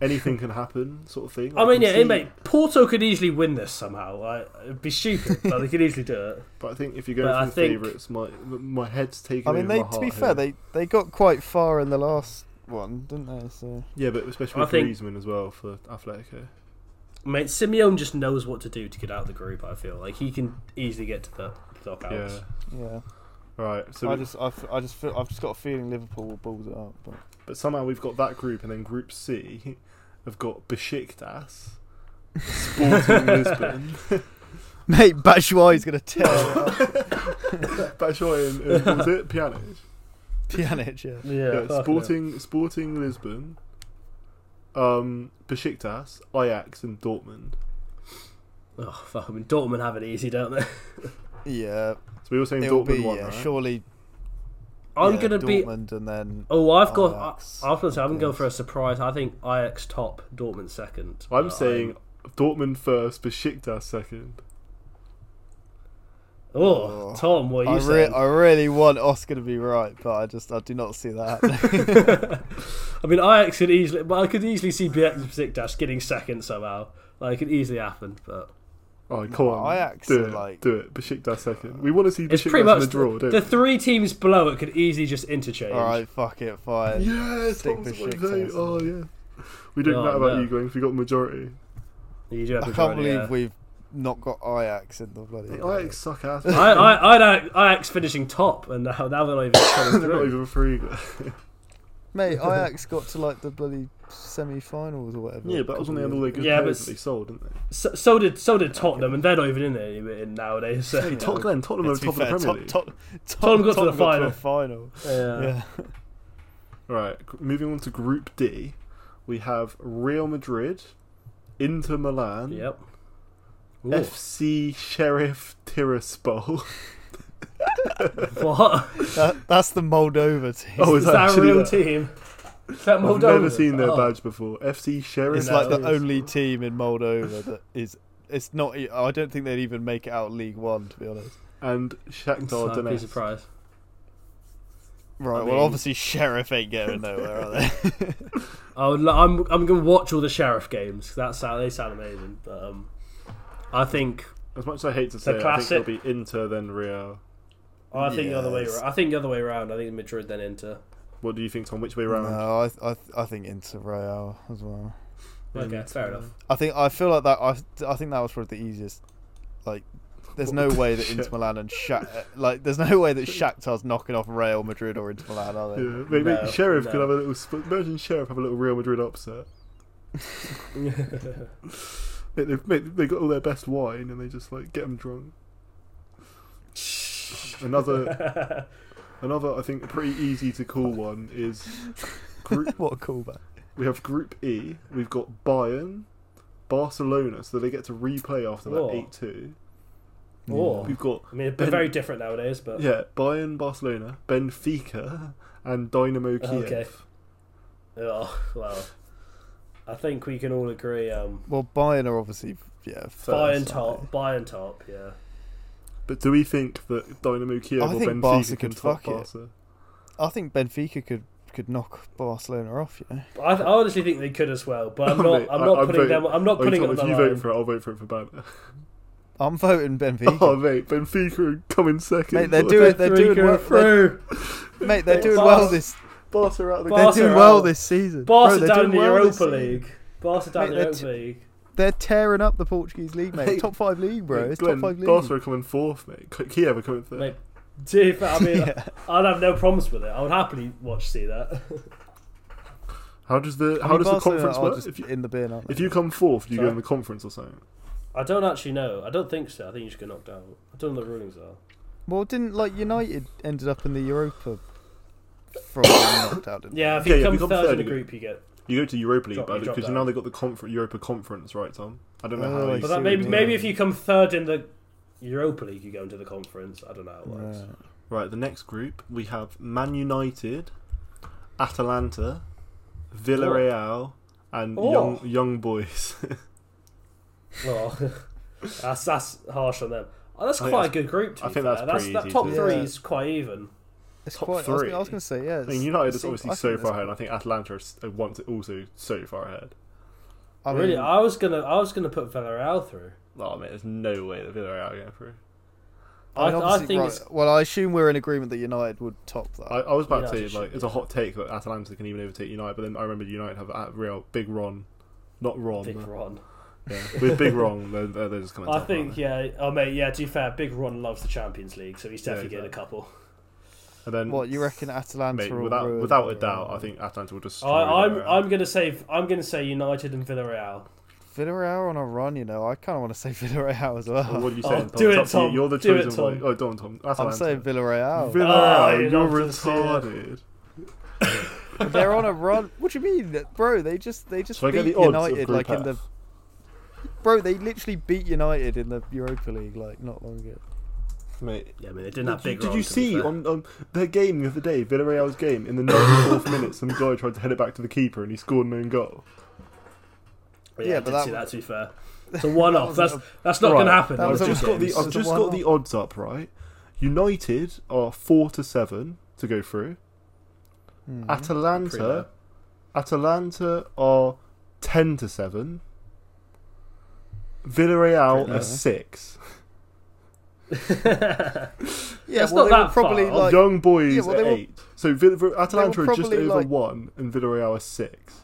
S2: anything can happen sort of thing.
S1: I mean,
S2: can
S1: yeah,
S2: see-
S1: hey, mate, Porto could easily win this somehow. Like, it'd be stupid, but they could easily do it.
S2: But I think if you're going
S1: but I
S2: for the
S1: think-
S2: favourites, my my head's taken.
S3: I mean,
S2: over
S3: they.
S2: my
S3: To be
S2: heart
S3: fair,
S2: here.
S3: they they got quite far in the last one, didn't they? So
S2: yeah, but especially
S1: I
S2: with
S1: think-
S2: Griezmann as well for Atletico.
S1: Mate, Simeone just knows what to do to get out of the group. I feel like he can easily get to the knockouts.
S2: Yeah,
S3: yeah.
S2: right. So,
S3: I
S2: we-
S3: just, I, f- I just feel, I've just got a feeling Liverpool will balls it up.
S2: (laughs)
S3: But
S2: but somehow we've got that group, and then Group C, have got Besiktas, Sporting Lisbon,
S3: (laughs) mate, Batshuayi's gonna
S2: (laughs)
S3: (laughs) tear it up.
S2: Batshuayi, and, and what was it Pjanic?
S3: Pjanic, yeah.
S1: Yeah,
S2: Yeah,
S1: fucking hell.
S2: Sporting, Sporting Lisbon, um, Besiktas, Ajax, and Dortmund.
S1: Oh fuck! I mean, Dortmund have it easy, don't they?
S3: Yeah,
S2: So we were saying
S3: it'll
S2: Dortmund
S3: be
S2: won,
S3: yeah,
S2: right?
S3: surely.
S1: I'm
S3: yeah,
S1: gonna be.
S3: Dortmund and then
S1: Oh, I've got.
S3: Ajax,
S1: I, I was gonna say I'm gonna go
S3: Ajax.
S1: for a surprise. I think Ajax top, Dortmund second.
S2: I'm
S1: Uh,
S2: saying Dortmund first, Besiktas second.
S1: Oh,
S3: Oh,
S1: Tom, what are
S3: I,
S1: you
S3: re-
S1: saying?
S3: I really want Oscar to be right, but I just I do not see that.
S1: (laughs)
S3: (laughs) happening.
S1: I mean, Ajax could easily, but I could easily see Besiktas getting second somehow. Like, it could easily happen, but
S2: Oh, come on.
S3: Ajax
S2: do
S3: are
S2: it,
S3: like-
S2: do it. Besiktas second. We want to see
S1: it's
S2: Besiktas
S1: pretty
S2: in the
S1: much
S2: draw,
S1: the,
S2: don't
S1: the
S2: we?
S1: three teams below it could easily just interchange.
S3: All right, fuck it, fine.
S2: Yeah,
S3: Uh, Stick
S2: Tom's
S3: Besiktas
S2: right.
S3: in.
S2: Oh, yeah. We don't
S1: Oh,
S2: know about
S1: no.
S2: you, Glenn, 'cause we got majority.
S1: You do have
S3: I
S1: to
S3: can't
S1: join,
S3: believe
S1: yeah.
S3: we've not got Ajax in the bloody.
S2: Hey, Ajax
S1: (laughs)
S2: suck
S1: (laughs)
S2: ass.
S1: I, I, I had Ajax finishing top, and now, now they're not even coming
S3: (laughs)
S2: They're not
S1: through.
S2: even free. (laughs)
S3: Mate, Ajax got to like the bloody semi-finals or whatever.
S2: yeah, but that was when they had all their good
S1: Yeah, but
S2: players that
S1: s-
S2: they sold, didn't they?
S1: So, so did so did Tottenham, and they're not even in there any- in nowadays. So,
S2: Hey, Tot- Glenn, Tottenham are
S3: Let's
S2: top
S3: be
S2: of the
S3: fair,
S2: Premier
S3: Tot-
S2: League.
S3: Tot-
S1: Tottenham got to the
S3: Tottenham final.
S1: yeah.
S3: (laughs) Yeah.
S2: Right, g- moving on to Group D, we have Real Madrid, Inter Milan,
S1: Yep. Ooh.
S2: FC Sheriff
S1: (laughs)
S2: Tiraspol. (laughs)
S1: What? (laughs)
S3: (laughs) That, that's the Moldova team.
S2: Oh,
S1: Is that a
S2: actually
S1: real
S2: that?
S1: team? Is that
S2: I've
S1: Moldova?
S2: never seen their
S1: Oh.
S2: badge before. FC Sheriff.
S3: it's
S1: no,
S3: like the
S1: it's-
S2: (laughs)
S3: only team in Moldova that is. It's not. e- I don't think they'd even make it out League One, to be honest.
S2: and Shakhtar
S1: I'd be
S2: Donetsk.
S1: surprised.
S3: Right.
S2: I
S3: well,
S2: mean-
S3: obviously Sheriff ain't going nowhere, are (laughs) they?
S1: I would, lo- I'm I'm gonna watch all the Sheriff games. 'cause That sound they sound amazing. But um, I think
S2: As much as I hate to say, it, I think
S1: classic-
S2: it'll be Inter then Real.
S1: I think the other way.
S3: Yes.
S1: ra- I think the other way around. I think Madrid then Inter.
S2: What do you think, Tom? Which way round?
S3: no, I, th- I, th- I think Inter Real as well.
S1: Okay, fair enough.
S3: I think I feel like that. I, I think that was probably the easiest. Like, there's no way
S2: (laughs)
S3: that Inter
S2: Shit.
S3: Milan and Shak, like, there's no way that Shakhtar's knocking off Real Madrid or Inter Milan, are they?
S2: Yeah, maybe
S1: No,
S2: Sheriff could
S1: no.
S2: have (laughs) a little. sp- Imagine Sheriff have a little Real Madrid upset. Mate, they've, mate, they got all their best wine and they just like get
S1: (laughs)
S2: them drunk. Another, another. I think pretty easy to call one is
S1: (laughs)
S2: group.
S3: What a callback.
S2: We have Group E. We've got Bayern, Barcelona. So they get to replay after
S1: Oh.
S2: that eight two.
S1: Or
S2: We've got
S1: (laughs) I mean, it'd be
S2: Ben-
S1: very different nowadays, but
S2: yeah Bayern, Barcelona, Benfica, and Dynamo Kiev.
S1: Uh, Okay. oh, well, I think we can all agree. Um,
S3: Well, Bayern are obviously yeah. First,
S1: Bayern
S3: aren't
S1: top, Bayern top, yeah.
S2: But do we think that Dynamo Kiev
S3: I
S2: or
S3: think
S2: Benfica can
S3: Barca could
S2: top
S3: fuck it.
S2: Barca? Oh,
S3: they? I think Benfica could could knock Barcelona off. You know.
S1: I, I honestly think they could as well, but I'm
S2: Oh,
S1: not.
S2: mate,
S1: I'm
S2: (laughs) I-
S1: not
S2: I'm
S1: putting
S2: voting-
S1: them. I'm not
S2: Oh, you
S1: putting
S2: can't-
S1: them on
S2: if
S1: the
S2: you
S1: line.
S2: vote for it, I'll vote for it
S1: (laughs)
S2: for Banner.
S3: I'm voting Benfica.
S2: (laughs) Oh mate, Benfica are coming second.
S3: Mate, they're
S2: What
S3: doing
S2: the-
S3: they're doing
S1: Benfica
S3: well,
S1: are
S3: they're,
S1: through.
S3: mate. They're doing
S1: Barca-
S3: well this.
S2: Barca out of the
S1: Barca
S3: They're doing
S1: are
S3: well
S1: out.
S3: this season. Bro,
S1: Barca
S3: they're
S1: down
S3: doing
S1: in the
S3: well this
S1: Europa
S3: season.
S1: League. Barca down
S3: Mate,
S1: in the
S3: they're
S1: Europa
S3: t-
S1: League.
S3: They're tearing up the Portuguese league, mate.
S2: Mate,
S3: top five league, bro. It's
S2: Glenn,
S3: top five league.
S2: Barca are coming fourth, mate. K- Kiev are coming third.
S1: Mate, do you think- I mean,
S3: (laughs) Yeah.
S1: (laughs) I'd have no problems with it. I would happily watch see that.
S2: How does the
S3: I
S2: how
S3: mean,
S2: does the
S3: Barcelona
S2: conference
S3: are
S2: work?
S3: just
S2: If you,
S3: in the bin, aren't they?
S2: if you come fourth, do you go in
S1: Sorry?
S2: the conference or something?
S1: I don't actually know. I don't think so. I think you should get knocked out. I don't know what the rulings are.
S3: Well, didn't like United ended up in the Europa from being knocked out? Didn't
S1: Yeah, if
S2: Yeah,
S1: you
S2: yeah,
S1: come
S2: become
S1: third,
S2: third,
S1: in the
S2: you-
S1: group, you get.
S2: You go to Europa League,
S1: Drop-
S2: but
S1: you drop
S2: because
S1: down.
S2: now they've got the confer- Europa Conference, right, Tom? I don't know
S3: Oh,
S2: how.
S3: I
S2: they-
S1: But
S3: see
S1: that
S3: what
S1: maybe
S3: you
S1: maybe
S3: mean.
S1: if you come third in the Europa League, you go into the conference. I don't know how it
S3: they?
S1: works.
S3: Right.
S2: Right, the next group we have Man United, Atalanta, Villarreal, and
S1: Oh.
S2: young young boys. (laughs)
S1: Well, (laughs) that's that's harsh on them. Oh, that's
S2: I think
S1: quite a good group. To
S2: I
S1: be
S2: think
S1: fair.
S2: that's pretty
S1: that
S2: easy
S1: top
S2: to-
S1: three
S3: Yeah.
S1: is quite even.
S3: It's
S2: Top
S3: quite. I was,
S2: three.
S3: gonna- I was going to say yeah.
S2: I mean, United is obviously so far ahead. and I think Atlanta is uh, once also so far ahead.
S3: I
S1: really,
S3: mean,
S1: I was gonna I was gonna put Villarreal through.
S2: Oh mate, there's no way that Villarreal are going through.
S1: I,
S3: mean,
S1: I
S3: obviously,
S1: think
S3: right,
S1: it's
S3: well, I assume we're in agreement that United would top that.
S2: I, I was about
S1: United
S2: to like
S1: should,
S2: it's a hot take that Atalanta can even overtake United, but then I remember United have a real big Ron, not Ron,
S1: Big Ron.
S2: Yeah. with big Ron. They're, they're, they're just coming.
S1: I
S2: top, aren't
S1: think
S2: they?
S1: yeah. Oh mate, yeah. To be fair, Big Ron loves the Champions League, so he's
S2: Yeah,
S1: definitely getting a
S2: exactly.
S1: couple.
S2: And then
S3: what you reckon, Atalanta?
S2: mate,
S3: will
S2: without
S3: ruin
S2: without a
S3: Villarreal?
S2: doubt, I think Atalanta will just.
S1: I, I'm I'm gonna say I'm gonna say United and Villarreal.
S3: Villarreal on a run. You know, I kind of want to say (laughs) Villarreal as
S2: What
S3: well.
S2: are you
S1: Oh,
S2: saying?
S1: do it,
S2: It's up to you.
S1: Tom.
S2: You're the
S1: Do it,
S2: chosen one.
S1: Tom.
S2: Oh, don't, Tom. Atalanta.
S3: I'm saying Villarreal.
S1: Oh,
S2: Villarreal.
S1: you'd
S2: you're
S1: love to see it.
S2: retarded.
S3: They're on a run. What do you mean, bro? They just they just
S2: Shall I
S3: beat
S2: get the odds of
S3: United
S2: Group
S3: like in the.
S2: F?
S3: Bro, they literally beat United in the Europa League like not long ago.
S2: Mate,
S1: Yeah, I mean they didn't have
S2: did you,
S1: Big
S2: did
S1: Ron.
S2: you
S1: to be
S2: see
S1: fair.
S2: on, on their game the other day, Villarreal's game, in the (laughs) 94th minute, some guy tried to head it back to the keeper and he scored an own goal?
S1: But
S3: Yeah,
S1: yeah, I
S3: but
S1: did
S3: that
S1: see
S3: w-
S1: that. To be fair,
S2: (laughs)
S1: it's a one-off.
S3: wasn't
S1: that's that's not gonna
S2: Right,
S1: happen.
S3: that
S1: on
S2: I've
S3: was
S1: the two
S2: just got
S3: a-
S2: the
S1: games.
S2: I've
S3: It's a
S2: just got
S3: one-off.
S2: the odds up right. United are four to seven to go through.
S3: Hmm.
S1: Mm-hmm. Pretty low.
S2: Atalanta, Atalanta are ten to seven. Villarreal
S3: Pretty low.
S2: are six. (laughs)
S3: Yeah,
S1: That's
S3: well,
S1: not
S3: they were
S1: that
S3: probably
S1: far.
S3: like
S2: Young boys
S3: yeah, well,
S2: are
S3: they were-
S2: eight. So Vill- Atalanta are just
S3: probably,
S2: over
S3: like-
S2: one, and Villarreal are six.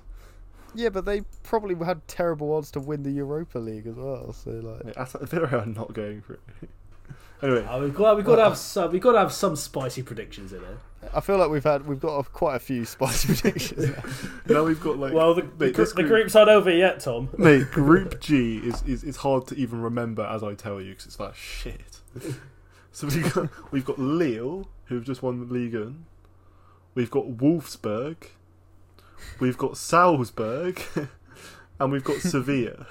S3: yeah, but they probably had terrible odds to win the Europa League as well. So like,
S2: Mate, At- (laughs) Villarreal are not going through. (laughs) anyway,
S1: Oh, we've got we've got to have some we've got to have some spicy predictions in here.
S3: I feel like we've had we've got a, quite a few spicy (laughs) predictions. now.
S2: now we've got like
S1: Well, the,
S2: mate,
S1: the, gr-
S2: this
S1: the group's not over yet, Tom.
S2: Mate, Group G is, is, is hard to even remember as I tell you because it's like shit. So we've got, we've got Lille, who've just won the Ligue 1. We've got Wolfsburg. We've got Salzburg. (laughs) And we've
S3: (laughs)
S2: got Sevilla.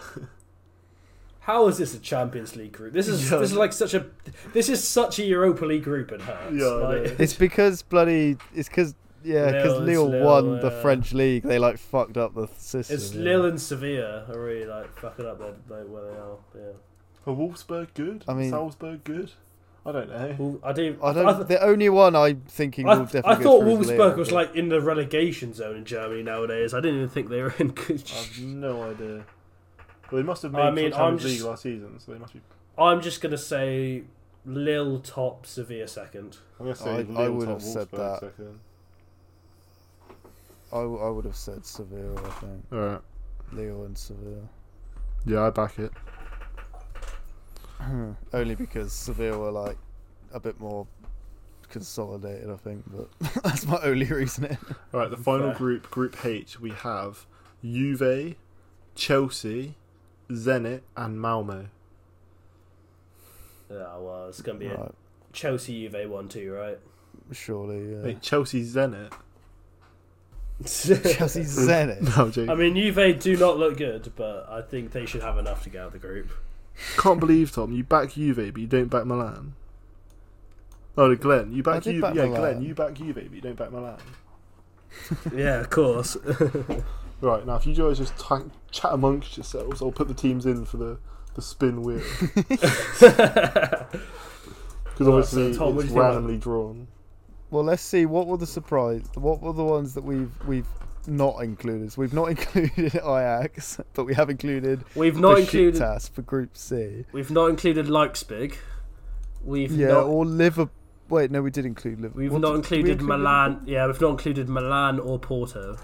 S1: How is this a Champions League group? This is
S2: Yeah.
S1: this is like such a this is such a Europa League group. It hurts.
S2: Yeah, I
S1: Like-
S2: know.
S3: it's because bloody it's because yeah because
S1: Lille,
S3: Lille,
S1: it's Lille,
S3: won the
S1: yeah.
S3: French league. They like fucked up the system.
S1: It's
S3: yeah.
S1: Lille and Sevilla are really like fucking up their, like where they are. Yeah.
S2: Are Wolfsburg good?
S3: I mean-
S2: Salzburg good? I don't know.
S1: Well, I do.
S3: I don't.
S1: I, th-
S3: the only one I'm thinking
S1: I,
S3: will
S1: th-
S3: definitely
S1: I
S3: go
S1: thought
S3: through is Lille,
S1: Wolfsburg was
S3: but-
S1: like in the relegation zone in Germany nowadays. I didn't even think they were in good.
S3: Um,
S2: I've
S1: sh-
S2: no idea. Well, they must have made
S1: I
S2: I
S1: mean,
S2: mean, Champions
S1: I'm
S2: League
S1: just-
S2: last season, so they must be.
S1: I'm just gonna say Lille top, Sevilla second.
S2: I'm gonna say
S3: I- I
S2: Lille
S3: would
S2: top
S3: have said
S2: Wolfsburg
S3: that.
S2: second.
S3: I, w- I would have said Seville. I think
S2: All right.
S3: Lille and (clears throat) Seville.
S2: Yeah, I back it.
S3: Only because Seville were like a bit more consolidated, I think. But (laughs) that's my only reason.
S2: All right, the final
S1: Fair.
S2: group, Group H, we have Juve, Chelsea, Zenit, and Malmo.
S1: Yeah, well, it's gonna be a
S3: Right,
S1: Chelsea Juve one two, right?
S3: surely. Yeah.
S2: Wait, Chelsea Zenit.
S3: (laughs) Chelsea
S2: (laughs)
S3: Zenit.
S2: No,
S1: (laughs)
S2: Jake.
S1: I mean, Juve do not look good, but I think they should have enough to get out of the
S3: (laughs)
S1: group.
S2: Can't believe Tom, you back Juve, but you don't back Milan. Oh, Glenn, you
S3: I
S2: back
S3: did
S2: Juve.
S3: back
S2: Yeah,
S3: Milan.
S2: Glenn, you back Juve, but you don't back Milan.
S1: yeah, of (laughs) course.
S2: Right now, if you guys just ta chat amongst yourselves, I'll put the teams in for the, the spin wheel because
S1: Alright, so
S2: obviously
S1: Tom, what do you
S2: it's
S1: think about-
S2: randomly drawn.
S3: Well, let's see. What were the surprise? What were the ones that we've we've not included? So we've not (laughs) included Ajax, but we have included
S1: we've not included.
S3: Besiktas for Group C.
S1: We've not included Leipzig. We've
S3: yeah,
S1: not.
S3: or Liverpool. Wait, no, we did include Liverpool.
S1: We've
S3: What
S1: not
S3: did- did we
S1: included
S3: include
S1: Milan.
S3: Liverpool?
S1: Yeah, we've not included Milan or Porto.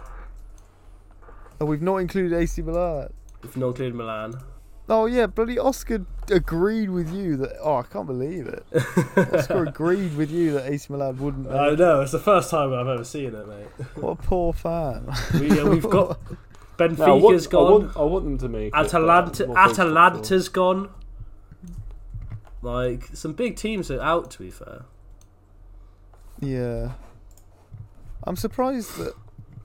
S3: Oh, we've not included AC Milan.
S1: We've not included Milan.
S3: Oh yeah, bloody Oscar agreed with you that. Oh, I can't
S1: (laughs)
S3: believe it. Oscar agreed with you that AC Milan wouldn't. Make.
S1: I know it's the first time I've ever seen it, mate.
S3: what a poor fan.
S1: We, yeah, we've got
S2: Now, I,
S1: Benfica's
S2: want, I,
S1: gone.
S2: want, I want them to make
S1: Atalanta,
S2: It, but I'm not very
S1: Atalanta's gone. Like some big teams are out. To be fair,
S3: yeah, I'm surprised that.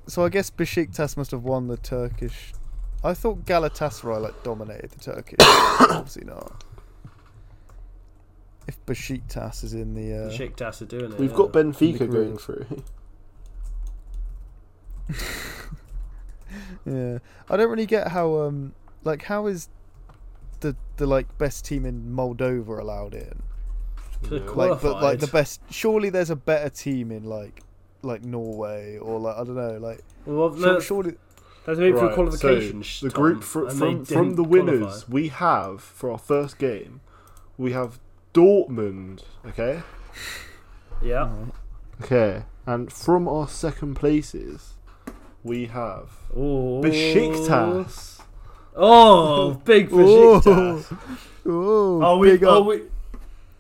S3: So I guess Besiktas must have won the Turkish. I thought Galatasaray like dominated the Turkish. (coughs) Obviously not. If Besiktas is in the. Uh,
S1: Besiktas are doing it.
S2: We've
S1: yeah.
S2: got
S3: The
S2: Benfica
S3: group.
S2: going through.
S3: Yeah, I don't really get how um like how is the the like best team in Moldova allowed in?
S1: They're
S3: Like the, like
S1: qualified.
S3: the best. Surely there's a better team in like like Norway or like I don't know like
S1: Well,
S3: sur-
S1: no,
S3: surely
S1: That's maybe for
S2: Right,
S1: qualifications.
S2: so the
S1: Tom,
S2: group fr-
S1: and they
S2: from, from
S1: didn't
S2: the winners
S1: qualify.
S2: we have for our first game, we have Dortmund. Okay,
S1: Yeah.
S3: Uh-huh.
S2: okay, and from our second places, we have
S1: Ooh.
S2: Besiktas.
S1: Oh, (laughs) big Besiktas.
S3: oh
S1: Are we?
S3: big
S1: Are
S3: up
S1: we?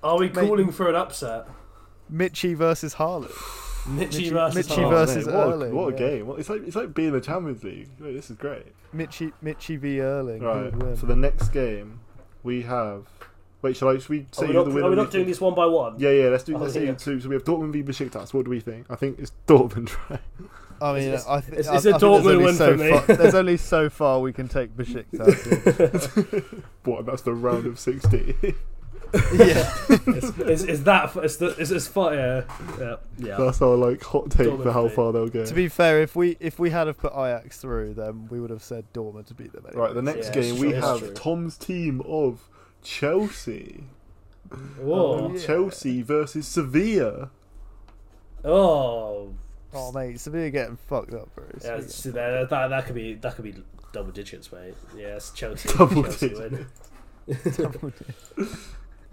S1: Are we calling for an upset?
S3: Mitchy versus Harlan.
S1: Mitchy
S3: Mitchy-
S1: versus.
S3: Mitchy
S1: Hart.
S3: versus-
S2: mate, what,
S3: Erling,
S2: a, what a
S3: yeah.
S2: game! What- It's like it's like being in the Champions League. Mate, this is great.
S3: Mitchy Mitchy v Erling. who
S2: Right.
S3: would win?
S2: So the next game we have. Wait, shall I? Should we
S1: Are
S2: say
S1: we,
S2: who
S1: not,
S2: the
S1: are
S2: winner?
S1: we
S2: we
S1: not doing these one by one?
S2: Yeah, yeah. Let's do.
S1: Oh,
S2: let's
S1: yeah.
S2: do two. So we have Dortmund v Besiktas. What do we think? I think it's (laughs) Dortmund, right?
S3: I mean,
S1: it's-
S3: I, th-
S1: it's-
S3: I,
S1: it's a
S3: I think there's
S1: Dortmund
S3: only
S1: win
S3: so
S1: for me.
S3: Far, there's
S1: (laughs)
S3: only so far we can take Besiktas.
S2: What? And that's the round of (laughs) sixteen.
S3: (laughs) yeah,
S1: Is, is, is that? Is the? Is this fire? Yeah. Yeah. yeah.
S2: that's our like hot take for
S1: Dortmund,
S2: how
S1: mate.
S2: far they'll go.
S3: to be fair, if we if we had have put Ajax through, then we would have said Dortmund to beat them. Anyway.
S2: right. The next
S1: Yeah,
S2: game
S1: it's
S2: we
S1: true, it's
S2: have
S1: true.
S2: Tom's team of Chelsea.
S1: Whoa.
S3: Yeah.
S2: Chelsea versus Sevilla.
S1: Oh.
S3: Oh mate, Sevilla getting fucked up, bro.
S1: Yeah,
S3: Sevilla.
S1: it's- that, that, that could be that could be double digits, mate. Yeah, it's Chelsea.
S2: Double
S1: Chelsea
S2: digits.
S1: win.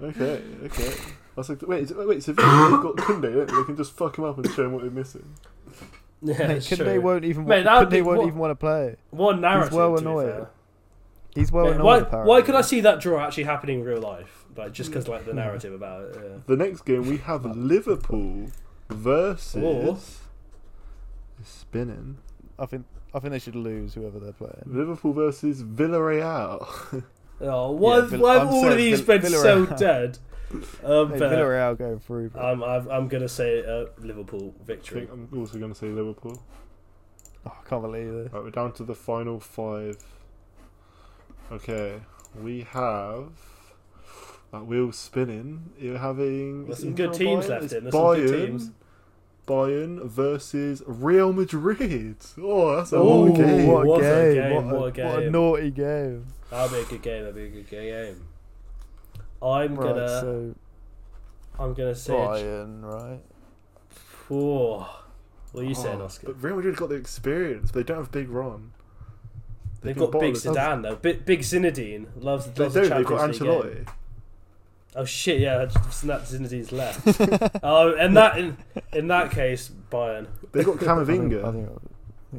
S2: Okay. Okay. That's like wait. Is, it- wait.
S3: (coughs)
S2: Sevilla. They've got Kunde. Don't they? they can just fuck him up and show him what they're missing.
S1: (laughs) Yeah,
S3: Mate,
S1: it's
S3: Kunde
S1: true.
S3: won't even.
S1: Mate,
S3: Mate,
S1: that would be-
S3: won't
S1: what-
S3: even want to play.
S1: One narrative.
S3: well
S1: to be
S3: annoyed.
S1: fair.
S3: He's well
S1: Mate,
S3: known.
S1: why,
S3: apparently.
S1: why could I see that draw actually happening in real life? Like just because like the narrative about it. Yeah.
S2: The next game we have Liverpool versus.
S1: Or-
S2: It's Spinning.
S3: I think I think they should lose whoever they're playing.
S2: Liverpool versus Villarreal.
S1: Oh, why,
S3: Vill-
S1: why have
S3: I'm
S1: all
S3: so-
S1: of these
S3: Vill-
S1: been so
S3: Villarreal.
S1: dead? Um,
S3: (laughs) Hey,
S1: but
S3: Villarreal going through. Bro.
S1: I'm, I'm, I'm going to say uh, Liverpool
S2: I think
S1: victory.
S2: (laughs) I'm also going to say Liverpool.
S3: Oh, I can't believe this.
S2: Right, Uh, we're down to the final five. Okay, we have that wheel spinning. You're having
S1: There's
S2: is
S1: some
S2: it
S1: good
S2: now
S1: teams
S2: Bayern?
S1: left
S2: It's
S1: in. There's some
S2: Bayern,
S1: good teams.
S2: Bayern versus Real Madrid. Oh, that's a
S1: Ooh,
S2: long game.
S3: What,
S1: what a
S3: a game!
S1: game,
S3: What, a,
S1: what a
S3: what a
S1: game.
S3: naughty game!
S1: That'll be a good game. That'll be a good game. I'm
S3: Right,
S1: gonna
S3: so
S1: I'm gonna say.
S3: Brian, right?
S1: Oh, what are you saying,
S2: Oh,
S1: Oscar?
S2: But Real Madrid got the experience. They don't have Big Ron.
S1: They've got Big Zidane though. Big, big Zinedine loves,
S2: They
S1: loves
S2: don't.
S1: the
S2: They've got
S1: Champions League game.
S2: Ancelotti.
S1: Oh shit! Yeah, (laughs) I just snapped Zinedine's left.
S3: (laughs)
S1: oh, and that in, in that case, Bayern. (laughs)
S2: They've got
S3: I think, I
S2: Camavinga.
S3: think, it'll- I think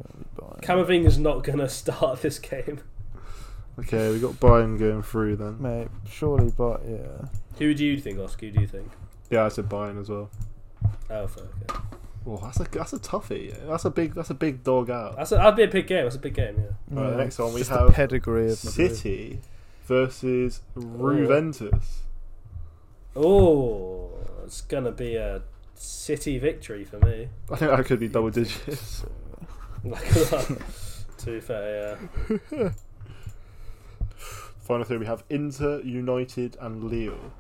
S3: it'll be Brian.
S1: Camavinga's not gonna (laughs) start this game.
S2: Okay, we got Bayern going through then.
S3: mate, surely, but yeah.
S1: Who do you think, Oscar? Who do you think?
S2: Yeah, I said Bayern as well.
S1: Oh, fuck. Okay.
S2: Oh, that's a that's a toughie. That's a big that's a big dog out.
S1: That's a, that'd be a big game. That's a big game. Yeah.
S2: Alright, the
S3: Yeah,
S2: next one we
S3: just
S2: have
S3: the pedigree of Madrid.
S2: City versus Juventus.
S1: Oh, it's gonna be a City victory for me.
S2: I think that could be double digits.
S1: Like that. (laughs) to be fair, yeah.
S2: Final three we have Inter, United, and Lille.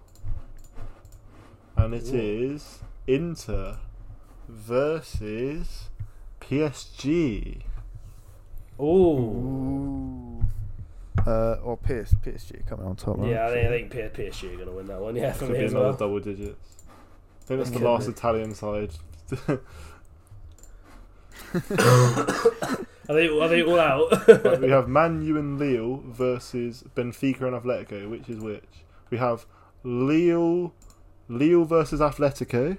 S2: And it is Inter versus PSG.
S1: Oh,
S3: Uh, or PS, PSG coming on top. right?
S1: yeah. I think, I think P- PSG are gonna win that one. Yeah, for
S2: Could
S1: me
S2: be
S1: as
S2: another
S1: well.
S2: double digits. I think that's
S3: It
S2: the
S3: could
S2: last
S3: be.
S2: Italian side.
S1: Are they are they all out? (laughs)
S2: Right, we have Man U and Lille versus Benfica and Atletico. Which is which? We have Lille, Lille versus Atletico.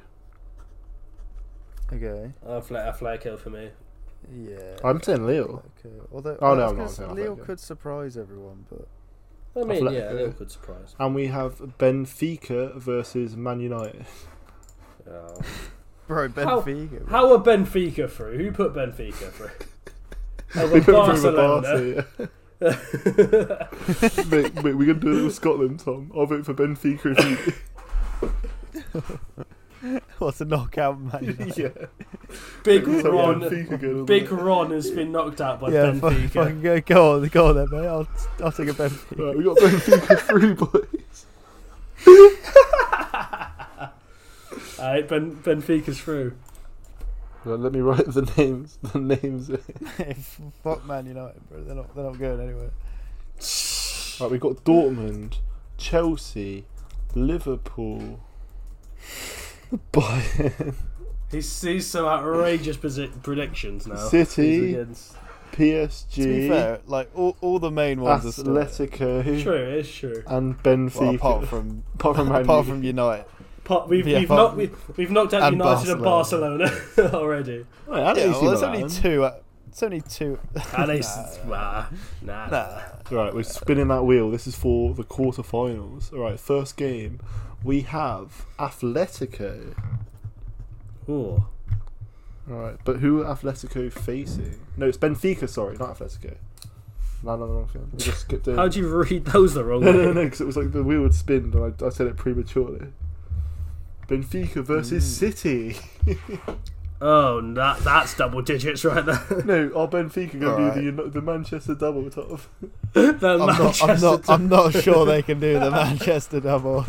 S3: Okay.
S1: I'll flat a flag kill for me.
S3: Yeah.
S2: I'm saying Lille.
S3: Okay. Although,
S2: Oh,
S3: I
S2: no, I'm
S3: was gonna
S2: not
S3: say
S2: saying that,
S3: Lille
S2: yeah.
S3: could surprise everyone, but
S1: I mean, yeah,
S2: Atletico.
S1: Lille could surprise.
S2: And we have Benfica versus Man United.
S1: Oh.
S3: bro,
S1: How-
S3: Benfica. bro.
S1: How are Benfica through? Who put Benfica
S2: (laughs)
S1: through? Over
S2: We put
S1: Oh, Barcelona.
S2: Barca, yeah. mate, mate, we're gonna do it with Scotland, Tom. I'll vote for Benfica if
S3: What's a knockout man?
S2: you.
S3: (laughs)
S2: yeah.
S1: Big
S2: So
S1: Ron.
S2: Benfica go to
S1: Big
S2: the-
S1: Ron has been knocked out by
S3: yeah, fucking
S1: Benfica.
S3: go, go on, go on then, mate. I'll, I'll (laughs) take a
S2: (laughs)
S3: Benfica.
S2: Right, we got Benfica (laughs) three, boys.
S1: Alright, ben, Benfica's through.
S2: Right, let me write the names. The names. Right,
S3: If- Fuck Man United, bro. They're not, they're not going anywhere.
S2: we got Dortmund, Chelsea, Liverpool, Bayern,
S1: He's, he's some outrageous posi- predictions now. He's
S2: City,
S1: against-
S2: PSG,
S3: To be fair, like all, all the main ones are still,
S2: Atletico,
S1: True, it's true.
S2: and
S3: well,
S2: Benfica.
S3: apart from
S2: uh, Apart from Man
S3: (laughs) apart
S2: U.
S3: from United.
S1: Pop, we've,
S3: Yeah,
S1: we've,
S3: apart
S1: knocked, we,
S3: from-
S1: we've knocked out
S3: and
S1: United and Barcelona (laughs) already.
S2: Right, I don't
S3: Yeah,
S2: see
S3: well, there's
S2: Milan.
S3: only two. uh, It's only two. (laughs)
S1: And it's, nah, nah.
S3: Nah.
S2: Right, we're spinning that wheel. This is for the quarterfinals. All right, first game we have Atletico.
S1: Ooh.
S2: All right, but who are Atletico facing? No, it's Benfica. Sorry, not Atletico. No, no, no, no. We just skipped over.
S1: How'd you read those the wrong
S2: (laughs) No, no,
S3: (laughs)
S1: way?
S2: no, because it was like the wheel had spinned, and I, I said it prematurely. Benfica versus City.
S1: Oh, that, that's double digits right there. (laughs)
S2: No, are Benfica going
S3: All
S2: to be the, the Manchester double
S3: (laughs)
S2: top?
S1: The
S3: I'm not, I'm,
S1: Manchester
S3: not, I'm not sure they can do (laughs) the Manchester double.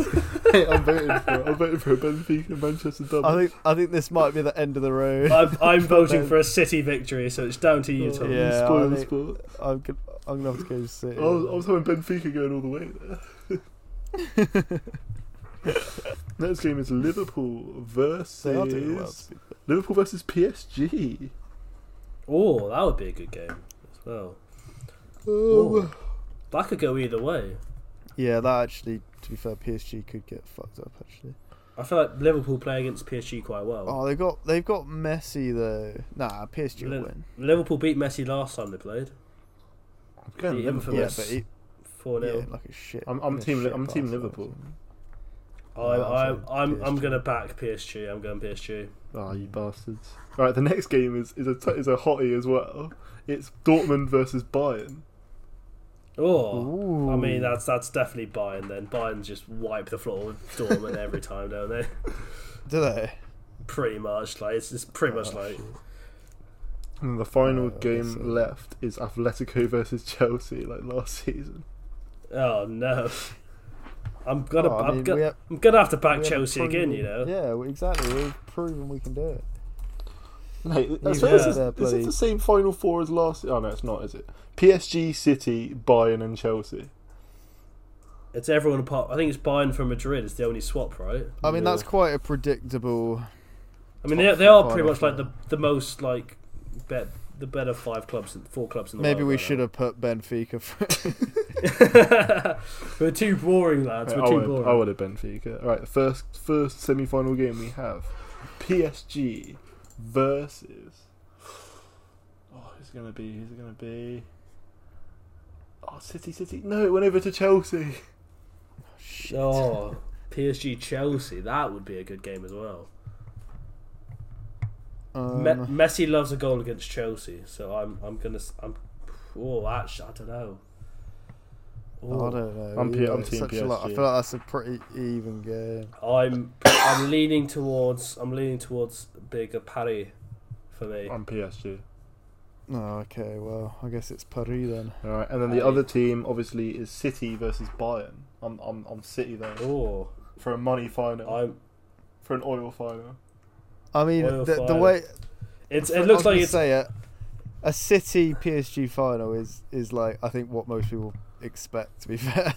S2: Hey, I'm voting for it. I'm voting for a Benfica Manchester double.
S3: I think I think this might be the end of the road.
S1: (laughs) I'm,
S3: (laughs)
S1: I'm voting for a City victory, so it's down to you,
S2: Oh,
S1: Tom.
S2: you
S3: Yeah, I
S2: spoil the
S3: think-
S2: sport.
S3: I'm gonna, I'm gonna have to go City.
S2: I was, I was having Benfica going all the way there.
S3: (laughs)
S2: Next game is Liverpool
S3: They are doing well,
S2: versus
S3: to be
S2: Liverpool versus PSG.
S1: Oh, that would be a good game as well.
S3: Oh.
S2: Um,
S1: That could go either way.
S3: Yeah, that actually, to be fair, PSG could get fucked up actually.
S1: I feel like Liverpool play against PSG quite well.
S3: Oh, they got they've got Messi though. Nah, PSG will
S1: Liv-
S3: win.
S1: Liverpool beat Messi last time they played.
S2: Again,
S1: The
S2: Liverpool.
S3: Yeah,
S1: infamous-
S3: but he,
S1: 4
S3: yeah,
S1: 0.
S3: like a shit.
S2: I'm- I'm
S3: a
S2: team Li-
S3: shit
S2: I'm team
S3: bastard.
S2: Liverpool.
S1: I, I,
S3: so
S1: I'm, I'm
S3: PSG.
S1: going to back PSG. I'm going PSG.
S3: Oh,
S2: Ah, you bastards! Right, the next game is is a t- is a hottie as well. It's Dortmund versus Bayern.
S1: Oh, I mean,
S3: Ooh.
S1: that's that's definitely Bayern then. Bayern just wipe the floor with Dortmund every time, don't they? (laughs)
S3: Do they?
S1: Pretty much. like It's, it's pretty much
S3: Oh,
S1: like.
S2: And the final
S1: Uh,
S3: Oh, I
S2: game
S3: guess so.
S2: left is Atletico versus Chelsea, like last (laughs) season.
S1: Oh, no. I'm gonna,
S3: Oh, I
S1: I'm,
S3: mean,
S1: go-
S3: we have-
S1: I'm gonna have to back
S3: we have
S1: Chelsea again,
S3: proven-
S1: you know.
S3: Yeah, well, exactly. We've proven we can do it.
S2: Mate,
S3: You've
S2: that's, this
S3: got
S2: is,
S3: their
S2: this is
S3: bloody-
S2: the same final four as last. Oh no, it's not, is it? PSG, City, Bayern, and Chelsea.
S1: It's everyone apart. I think it's Bayern from Madrid. It's the only swap, right?
S3: I mean,
S2: Yeah.
S3: that's quite a predictable.
S1: I mean,
S3: Top
S1: they, they are
S3: five,
S1: pretty much like the
S3: yeah.
S1: the most like bet the better five clubs, in- four clubs in the
S3: Maybe we
S1: world.
S3: should have put Benfica. For,
S2: (laughs)
S1: have. (laughs) we're too boring, lads.
S2: Right,
S3: Oh,
S1: We're
S2: I,
S1: too
S2: would, I
S1: boring.
S2: would have Benfica. All right, first first semi final game we have PSG versus. Oh, who's it gonna be? Who's it gonna be? Oh, City, City. No, it went over to Chelsea.
S3: shit.
S1: Oh, PSG Chelsea. That would be a good game as well.
S3: Um,
S1: Me- Messi loves a goal against Chelsea, so I'm I'm gonna s- I'm. Oh, actually, I don't know.
S3: I don't know.
S2: I'm P-
S3: either.
S2: I'm
S3: It's
S2: team
S3: such a lot- I
S2: PSG.
S3: feel like that's a pretty even game.
S1: I'm I'm leaning towards I'm leaning towards bigger Paris for me.
S2: I'm PSG.
S3: Oh, okay, well, I guess it's Paris then.
S2: All right, and then the
S1: Aye.
S2: other team obviously is City versus Bayern. I'm I'm I'm City there
S1: Oh,
S2: for a money final,
S1: I'm.
S2: for an oil final.
S3: I mean,
S1: Oil
S3: the, the
S1: fire.
S3: way
S1: It's
S3: I
S1: it
S3: was
S1: looks like
S3: gonna
S1: it's
S3: say it. A City PSG final is is like I think what most people expect. To be (laughs) fair,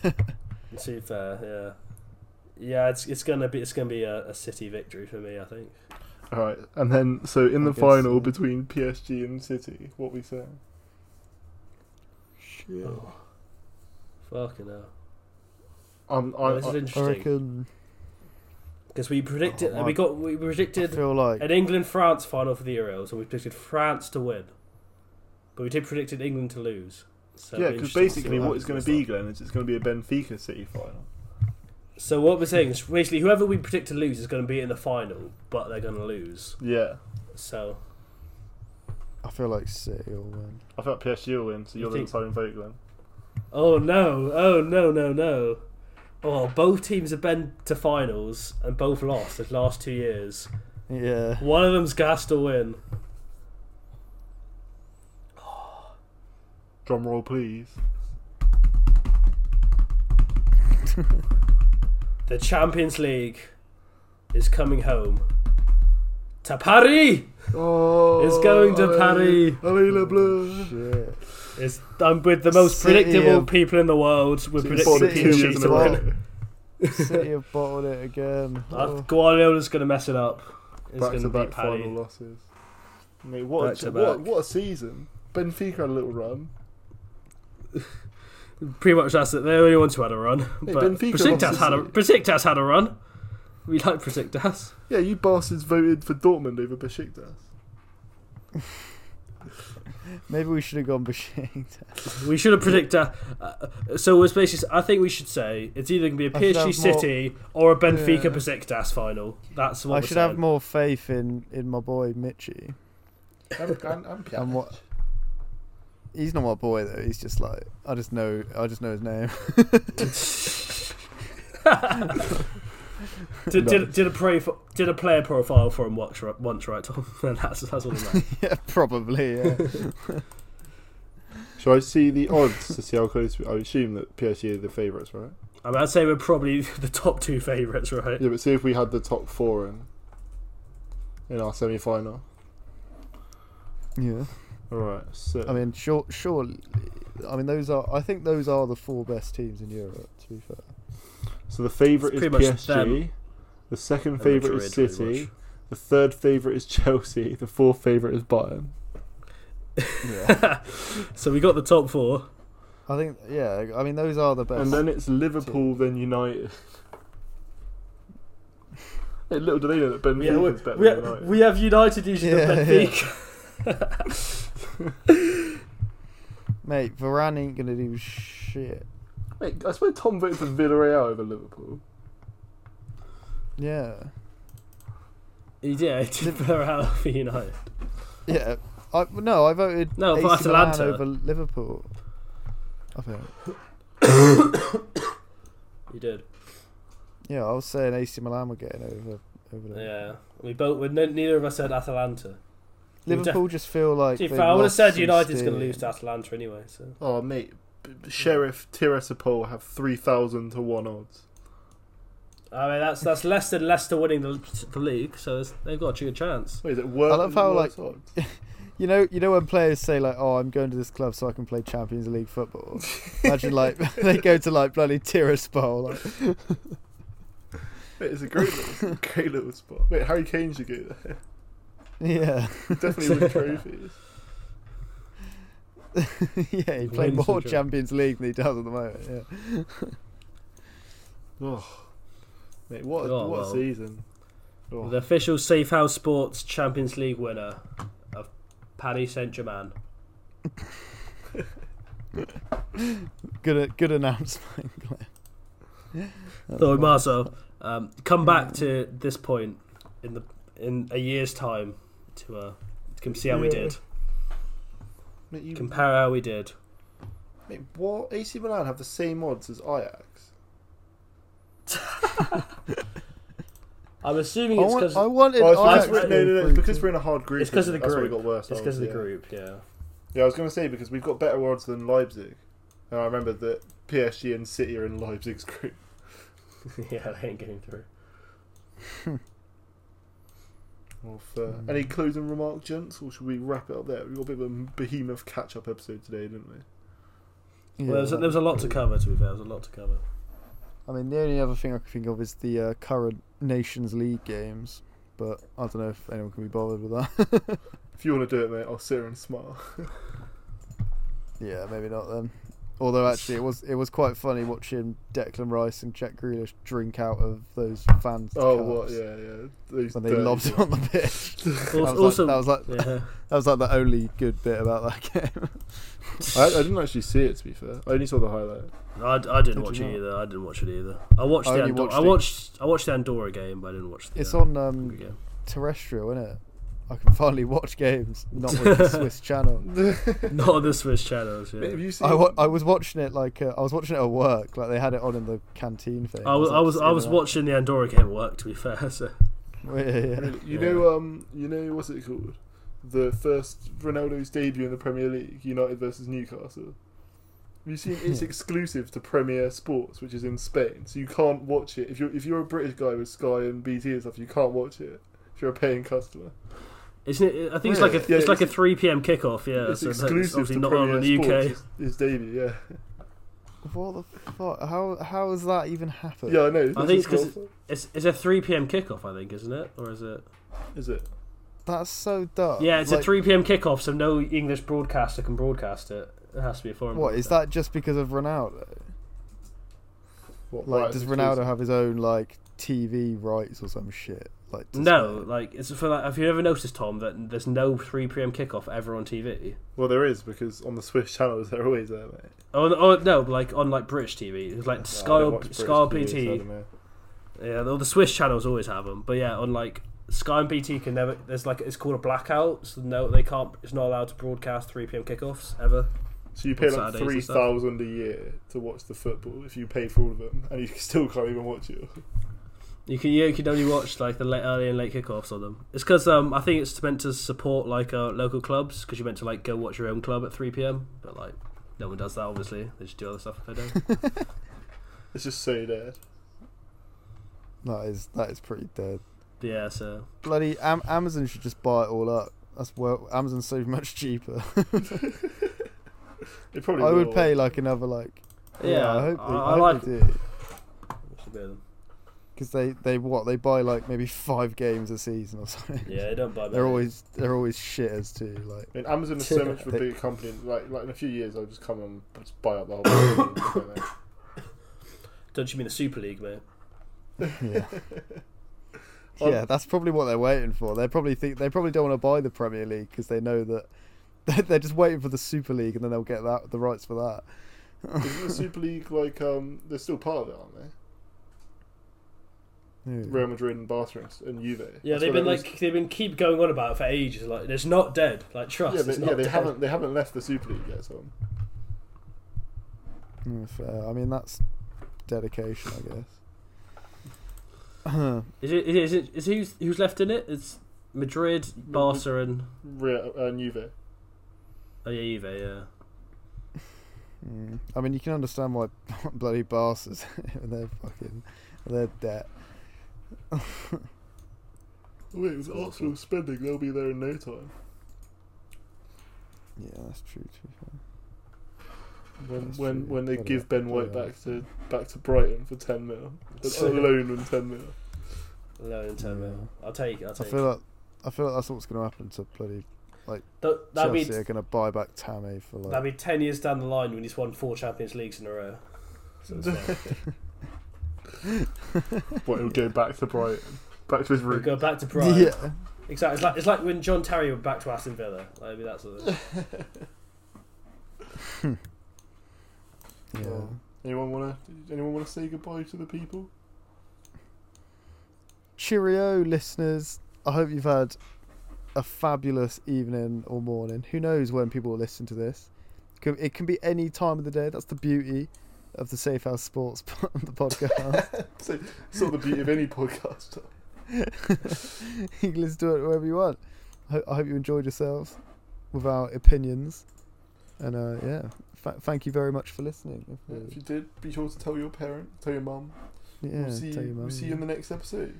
S1: too fair. Yeah, yeah. It's it's gonna be it's gonna be a, a City victory for me. I think.
S2: All right, and then so in
S3: I
S2: the
S3: guess
S2: final
S3: so.
S2: between PSG and City, what we say?
S3: Shit.
S1: Oh. Fucking hell.
S2: I'm
S1: Well,
S2: Um, I,
S1: this is
S2: I,
S3: I
S1: interesting
S3: reckon.
S1: because we predicted
S3: Oh, my-
S1: we got we
S3: I
S1: predicted
S3: feel like
S1: an England France final for the Euros, and we predicted France to win, but we did predicted England to lose. So
S2: yeah,
S1: it'll be
S2: because
S1: interesting to see
S2: basically
S3: what
S2: what it's going
S1: happens
S2: to be,
S1: next time.
S2: Glenn, is it's going to be a Benfica City final.
S1: So what we're saying is basically whoever we predict to lose is going to be in the final, but they're going to lose.
S2: Yeah,
S1: So
S3: I feel like City will win.
S2: I thought PSG will win, so
S1: You
S2: you're the
S1: think-
S2: deciding vote, Glenn.
S1: oh no, oh no, no, no. Oh, both teams have been to finals and both lost the last two years.
S3: Yeah,
S1: One of them's gassed to win.
S2: Drum roll, please.
S1: The Champions League is coming home to Paris.
S2: Oh,
S1: It's going to Paris.
S2: Allez, les Bleus.
S3: shit.
S1: It's, I'm with the most
S3: City
S1: predictable
S3: of-
S1: people in the world. We're predicting
S3: bottom two
S1: PSG
S3: years in
S1: to
S3: a row.
S1: win.
S3: City have bottled
S1: (laughs)
S3: it again.
S1: Uh,
S3: Oh.
S1: Guardiola's going to mess it up. It's
S2: Back
S1: going
S2: to
S1: to be
S2: back
S1: Paris.
S2: final losses. Mate, what, a,
S1: Back-to-back.
S2: what, what a season. Benfica had a little run.
S1: Pretty much that's it. They're the only ones who had a run.
S2: Hey,
S1: but
S2: Benfica
S1: Besiktas
S2: lost,
S1: had a
S2: isn't it?
S1: Besiktas had a run. We like Besiktas.
S2: Yeah, you bastards voted for Dortmund over Besiktas.
S3: Maybe we should have
S1: (laughs)
S3: gone Besiktas.
S1: We should have predicted. Uh, uh, so it's basically. I think we should say it's either going to be a
S3: I
S1: PSG
S3: should have more-
S1: City or a Benfica
S3: Yeah.
S1: Besiktas final. That's what
S3: I
S1: we're
S3: should have
S1: saying.
S3: more faith in in my boy Mitchy.
S2: (laughs) I'm, I'm
S3: And what? He's not my boy though. He's just like I just know. I just know his name. (laughs)
S1: did, did, did a play for, did a player profile for him once, right- once right, Tom? (laughs) and that's that's all that matters.
S3: yeah, probably.
S1: (laughs)
S3: Yeah.
S2: Shall I see the odds to see how close? We, I assume that PSG are the favourites, right?
S1: I mean, I'd say we're probably (laughs) the top two favourites, right?
S2: Yeah, but see if we had the top four in in our semi-final.
S3: yeah.
S2: All right, so
S3: I mean, sure, sure. I mean, those are. I think those are the four best teams in Europe. To be fair,
S2: so the favourite
S1: It's
S2: is
S1: pretty much
S2: PSG. The second
S1: And
S2: favourite is
S1: Madrid, pretty
S2: City.
S1: much.
S2: The third favourite is Chelsea. The fourth favourite is Bayern.
S3: yeah.
S1: So we got the top four.
S3: (laughs) I think, yeah. I mean, those are the best.
S2: And then it's Liverpool, then United. Hey, little do they know that
S1: We have,
S2: Benfica's better
S1: we,
S2: than
S1: have,
S2: United.
S1: we have United usually
S3: Yeah,
S1: yeah,
S3: yeah.
S1: Benfica.
S3: mate, Varane ain't gonna do shit.
S2: Mate, I swear Tom voted for Villarreal over Liverpool.
S3: Yeah,
S1: Yeah, did (laughs) Villarreal for United.
S3: yeah. I no, I voted
S1: No,
S3: AC
S1: for
S3: Milan
S1: Atalanta.
S3: over Liverpool. I think.
S1: You did.
S3: Yeah, I was saying AC Milan were getting over over Liverpool.
S1: Yeah. We both. We, no- neither of us said Atalanta.
S3: Liverpool just feel like.
S1: To be
S3: they've
S1: fair, I would have
S3: lost
S1: said
S3: some
S1: United's going to
S3: steam.
S1: lose to Atalanta anyway. So
S2: Oh, mate, B- B- Sheriff Tiraspol have 3,000 to 1 odds.
S1: I mean, that's that's less than Leicester winning the, the league. So it's, they've got a good chance.
S2: Wait, is it worse?
S3: I love how,
S2: worse
S3: like- (laughs)
S2: odds?
S3: You know, you know when players say like, "Oh, I'm going to this club so I can play Champions League football."
S2: (laughs)
S3: Imagine like (laughs) they go to like bloody Tiraspol. Like,
S2: Mate, it's a great little,
S3: (laughs)
S2: great little spot. Wait, Harry Kane should go there.
S3: yeah,
S2: (laughs)
S3: (laughs)
S2: Definitely win trophies.
S3: yeah, he
S1: Wins
S3: played
S1: the
S3: more
S1: job.
S3: Champions League than he does at the moment. Yeah,
S2: Oh, mate, what a,
S1: Oh,
S2: what
S1: well.
S2: a season. Oh.
S1: The official Safe House Sports Champions League winner of Paris Saint Germain.
S3: good, uh, good announcement. (laughs)
S1: (laughs) So Marzo, um, come back to this point in the in a year's time to uh, to come see how we
S2: Yeah.
S1: did.
S2: Mate, you,
S1: Compare how we did.
S2: Mate, what? AC Milan have the same odds as Ajax.
S4: I'm assuming
S3: I,
S4: it's
S3: want,
S4: because
S3: I wanted
S2: Oh, it's
S3: Ajax
S2: because,
S4: Ajax
S2: we're, no, no, no, it's
S3: improved.
S2: because we're in a hard group.
S4: it's because of the
S2: isn't it? That's why we
S4: group.
S2: got worse.
S4: it's because of
S2: odds,
S4: the
S2: yeah.
S4: group. Yeah. (laughs)
S2: Yeah, I was going to say because we've got better odds than Leipzig. And I remember that PSG and City are in Leipzig's group.
S4: yeah, they ain't getting through.
S2: Well, fair. uh,
S4: Hmm.
S2: Any closing remark, gents, or should we wrap it up there? We got a bit of a behemoth catch-up episode today, didn't we?
S1: Well, there, was a, there was a lot to cover. To be fair, there was a lot to cover.
S3: I mean, the only other thing I can think of is the uh, current Nations League games, but I don't know if anyone can be bothered with that.
S2: If you want to do it, mate, I'll sit here
S4: (laughs)
S2: and smile.
S3: yeah, maybe not then. Although actually, it was it was quite funny watching Declan Rice and Jack Grealish drink out of those fans.
S2: Oh,
S3: cups
S2: what? Yeah, yeah. Those
S3: When they
S2: dirty
S3: lobbed (laughs) it
S2: ones.
S3: on the pitch.
S1: Also,
S3: (laughs) that, was
S1: also-
S3: like, that was like
S1: yeah.
S3: that was like the only good bit about that game.
S4: (laughs)
S2: I, I didn't actually see it, to be fair. I only saw the highlight.
S1: I, I didn't
S3: Did
S1: watch
S3: you
S1: it
S3: not?
S1: either. I didn't watch it either. I watched
S3: I
S1: the
S3: only
S1: Andor-
S3: watched
S1: I
S3: it-
S1: watched I watched the Andorra game, but I didn't watch the.
S3: It's
S1: uh,
S3: on
S1: Hungary
S3: um,
S1: game. (laughs)
S3: terrestrial, isn't it? I can finally watch games, not with the
S1: (laughs)
S3: Swiss channel.
S1: Not on the Swiss channels.
S2: Mate,
S1: Yeah.
S2: have you seen?
S3: I, wa- I was watching it like uh, I was watching it at work, like they had it on in the canteen thing.
S1: I was I
S3: like,
S1: was, I
S3: sitting
S1: was
S3: there.
S1: watching the Andorra game at work. To be fair, (laughs) so
S3: Yeah, yeah.
S2: Really?
S1: Yeah.
S2: You know, um, you know what's it called? The first Ronaldo's debut in the Premier League, United versus Newcastle. Have you seen it's
S1: (laughs)
S3: Yeah.
S2: exclusive to Premier Sports, which is in Spain, so you can't watch it. If you're if you're a British guy with Sky and BT and stuff, you can't watch it. If you're a paying customer,
S1: isn't it? I think it's like a
S2: Yeah,
S1: it's like a
S2: it's-
S1: three p.m. kickoff. Yeah,
S2: it's
S1: so it's
S2: exclusive
S1: obviously
S2: to
S1: not
S2: Premier
S1: on in the
S2: Sports.
S1: UK.
S2: His, his debut, (laughs) yeah,
S3: What the fuck? How how has that even happened?
S2: yeah, I know.
S1: I
S2: That's
S1: think it's
S2: what's
S1: 'cause
S2: awful.
S1: It's it's a three p.m. kickoff. I think isn't it, or is it?
S2: is it?
S3: That's so
S2: Uh,
S3: dumb.
S1: Yeah, it's a
S3: Like,
S1: three p.m. kickoff, so no English broadcaster can broadcast it. It has to be a foreign.
S3: What is that? Just because of Ronaldo?
S2: What,
S3: Like,
S2: right,
S3: does
S2: exclusive?
S3: Ronaldo have his own like TV rights or some shit? Like, does
S1: No, like it's for like. Have you ever noticed, Tom, that there's no three p.m. kickoff ever on TV?
S2: Well, there is because on the Swiss channels they're always there, mate.
S1: Oh, oh no, like on like British TV, it's like
S2: No, I
S1: Sky
S2: don't
S1: or
S2: watch
S1: Sky E. or
S2: British TV, so I
S1: BT.
S2: don't know.
S1: Yeah, the, the Swiss channels always have them, but yeah, on like Sky and BT can never. There's like it's called a blackout, so no, they can't. It's not allowed to broadcast three pm kickoffs ever.
S2: So you pay
S1: on
S2: like
S1: Saturdays
S2: three
S1: and stuff.
S2: thousand a year to watch the football if you pay for all of them, and you (laughs) still can't even watch it.
S1: You can you can only watch like the late, early and late kickoffs on them. It's because um I think it's meant to support like uh, local clubs because you're meant to like go watch your own club at three pm, but like no one does that obviously. They just do other stuff if
S2: (laughs)
S1: they don't.
S2: It's just so dead.
S3: that is that is pretty dead.
S1: But yeah, so
S3: Bloody Am- Amazon should just buy it all up. That's well, Amazon's so (laughs) much cheaper.
S2: It probably
S3: I would
S2: will.
S3: pay like another like. Yeah,
S1: Yeah,
S3: I hope they,
S1: I-
S3: I
S1: I
S3: hope
S1: like-
S3: they do.
S1: yeah,
S3: because they they what they buy like maybe five games a season or something.
S1: they don't buy.
S3: (laughs) They're always they're always shitters too. Like
S2: I mean, Amazon is so much of a
S3: They-
S2: bigger company. Like, like in a few years, I'll just come and just buy up the whole. thing. (coughs)
S1: Don't you mean the Super League, mate? (laughs)
S3: yeah,
S2: Um,
S3: yeah. That's probably what they're waiting for. They probably think they probably don't want to buy the Premier League because they know that (laughs) they're, they're just waiting for the Super League and then they'll get that the rights for that.
S2: Isn't the Super League like um? They're still part of it, aren't they?
S3: Yeah.
S2: Real Madrid and Barcelona and Juve.
S1: Yeah,
S2: That's
S1: they've
S2: what
S1: been
S2: it was.
S1: like they've been keep going on about it for ages. Like it's not dead. Like trust,
S2: Yeah,
S1: "Oh, it's
S2: but,
S1: not
S2: yeah, they
S1: dead.
S2: haven't they haven't left the Super League yet. So
S3: Mm, fair. I mean that's dedication, I guess.
S1: Is it? Is it? Is who's who's left in it? It's Madrid, Barca, and
S2: Real uh, Juve.
S1: oh yeah, Juve. Yeah,
S3: Mm. I mean, you can understand why (laughs) bloody bastards (laughs) and their fucking their debt.
S2: Wait, with Arsenal spending, they'll be there in no time.
S3: Yeah, that's true. To be fair.
S2: When
S3: That's
S2: when,
S3: true.
S2: when they
S3: Bloody
S2: give
S3: hell.
S2: Ben White
S3: Bloody
S2: back to back to Brighton for ten mil, That's
S1: So-
S2: alone on ten mil. (laughs)
S1: no, in ten mil. I'll take. it, I'll
S3: I
S1: take.
S3: feel
S1: it.
S3: like I feel like that's what's going to happen to bloody
S1: That- that'd
S3: Chelsea are
S1: be
S3: going to buy back Tammy for like.
S1: that'd be ten years down the line when he's won four Champions Leagues in a row. So it's fine.
S3: (laughs)
S2: But he'll go back to Brighton, back to his
S1: we'll
S2: room.
S1: go back to Brighton.
S3: (laughs) Yeah,
S1: Exactly. It's like it's like when John Terry went back to Aston Villa. Like, I mean, that's sort of
S3: yeah.
S2: Well, Anyone wanna anyone wanna say goodbye to the (laughs) people?
S3: Cheerio, listeners. I hope you've had a fabulous evening or morning. Who knows when people will listen to this? Can- It can be any time of the day. That's the beauty of the Safe House Sports (laughs) po- the podcast. (laughs)
S2: So, sort of the beauty of any podcast.
S3: you can listen to it wherever you want. I, ho- I hope you enjoyed yourselves with our opinions. And uh, yeah, fa- thank you very much for listening.
S2: If you did, be sure to tell your parent, tell your mum.
S3: Yeah,
S2: we'll see
S3: tell
S2: you.
S3: your
S2: We'll
S3: mum,
S2: see
S3: yeah.
S2: you in the next episode.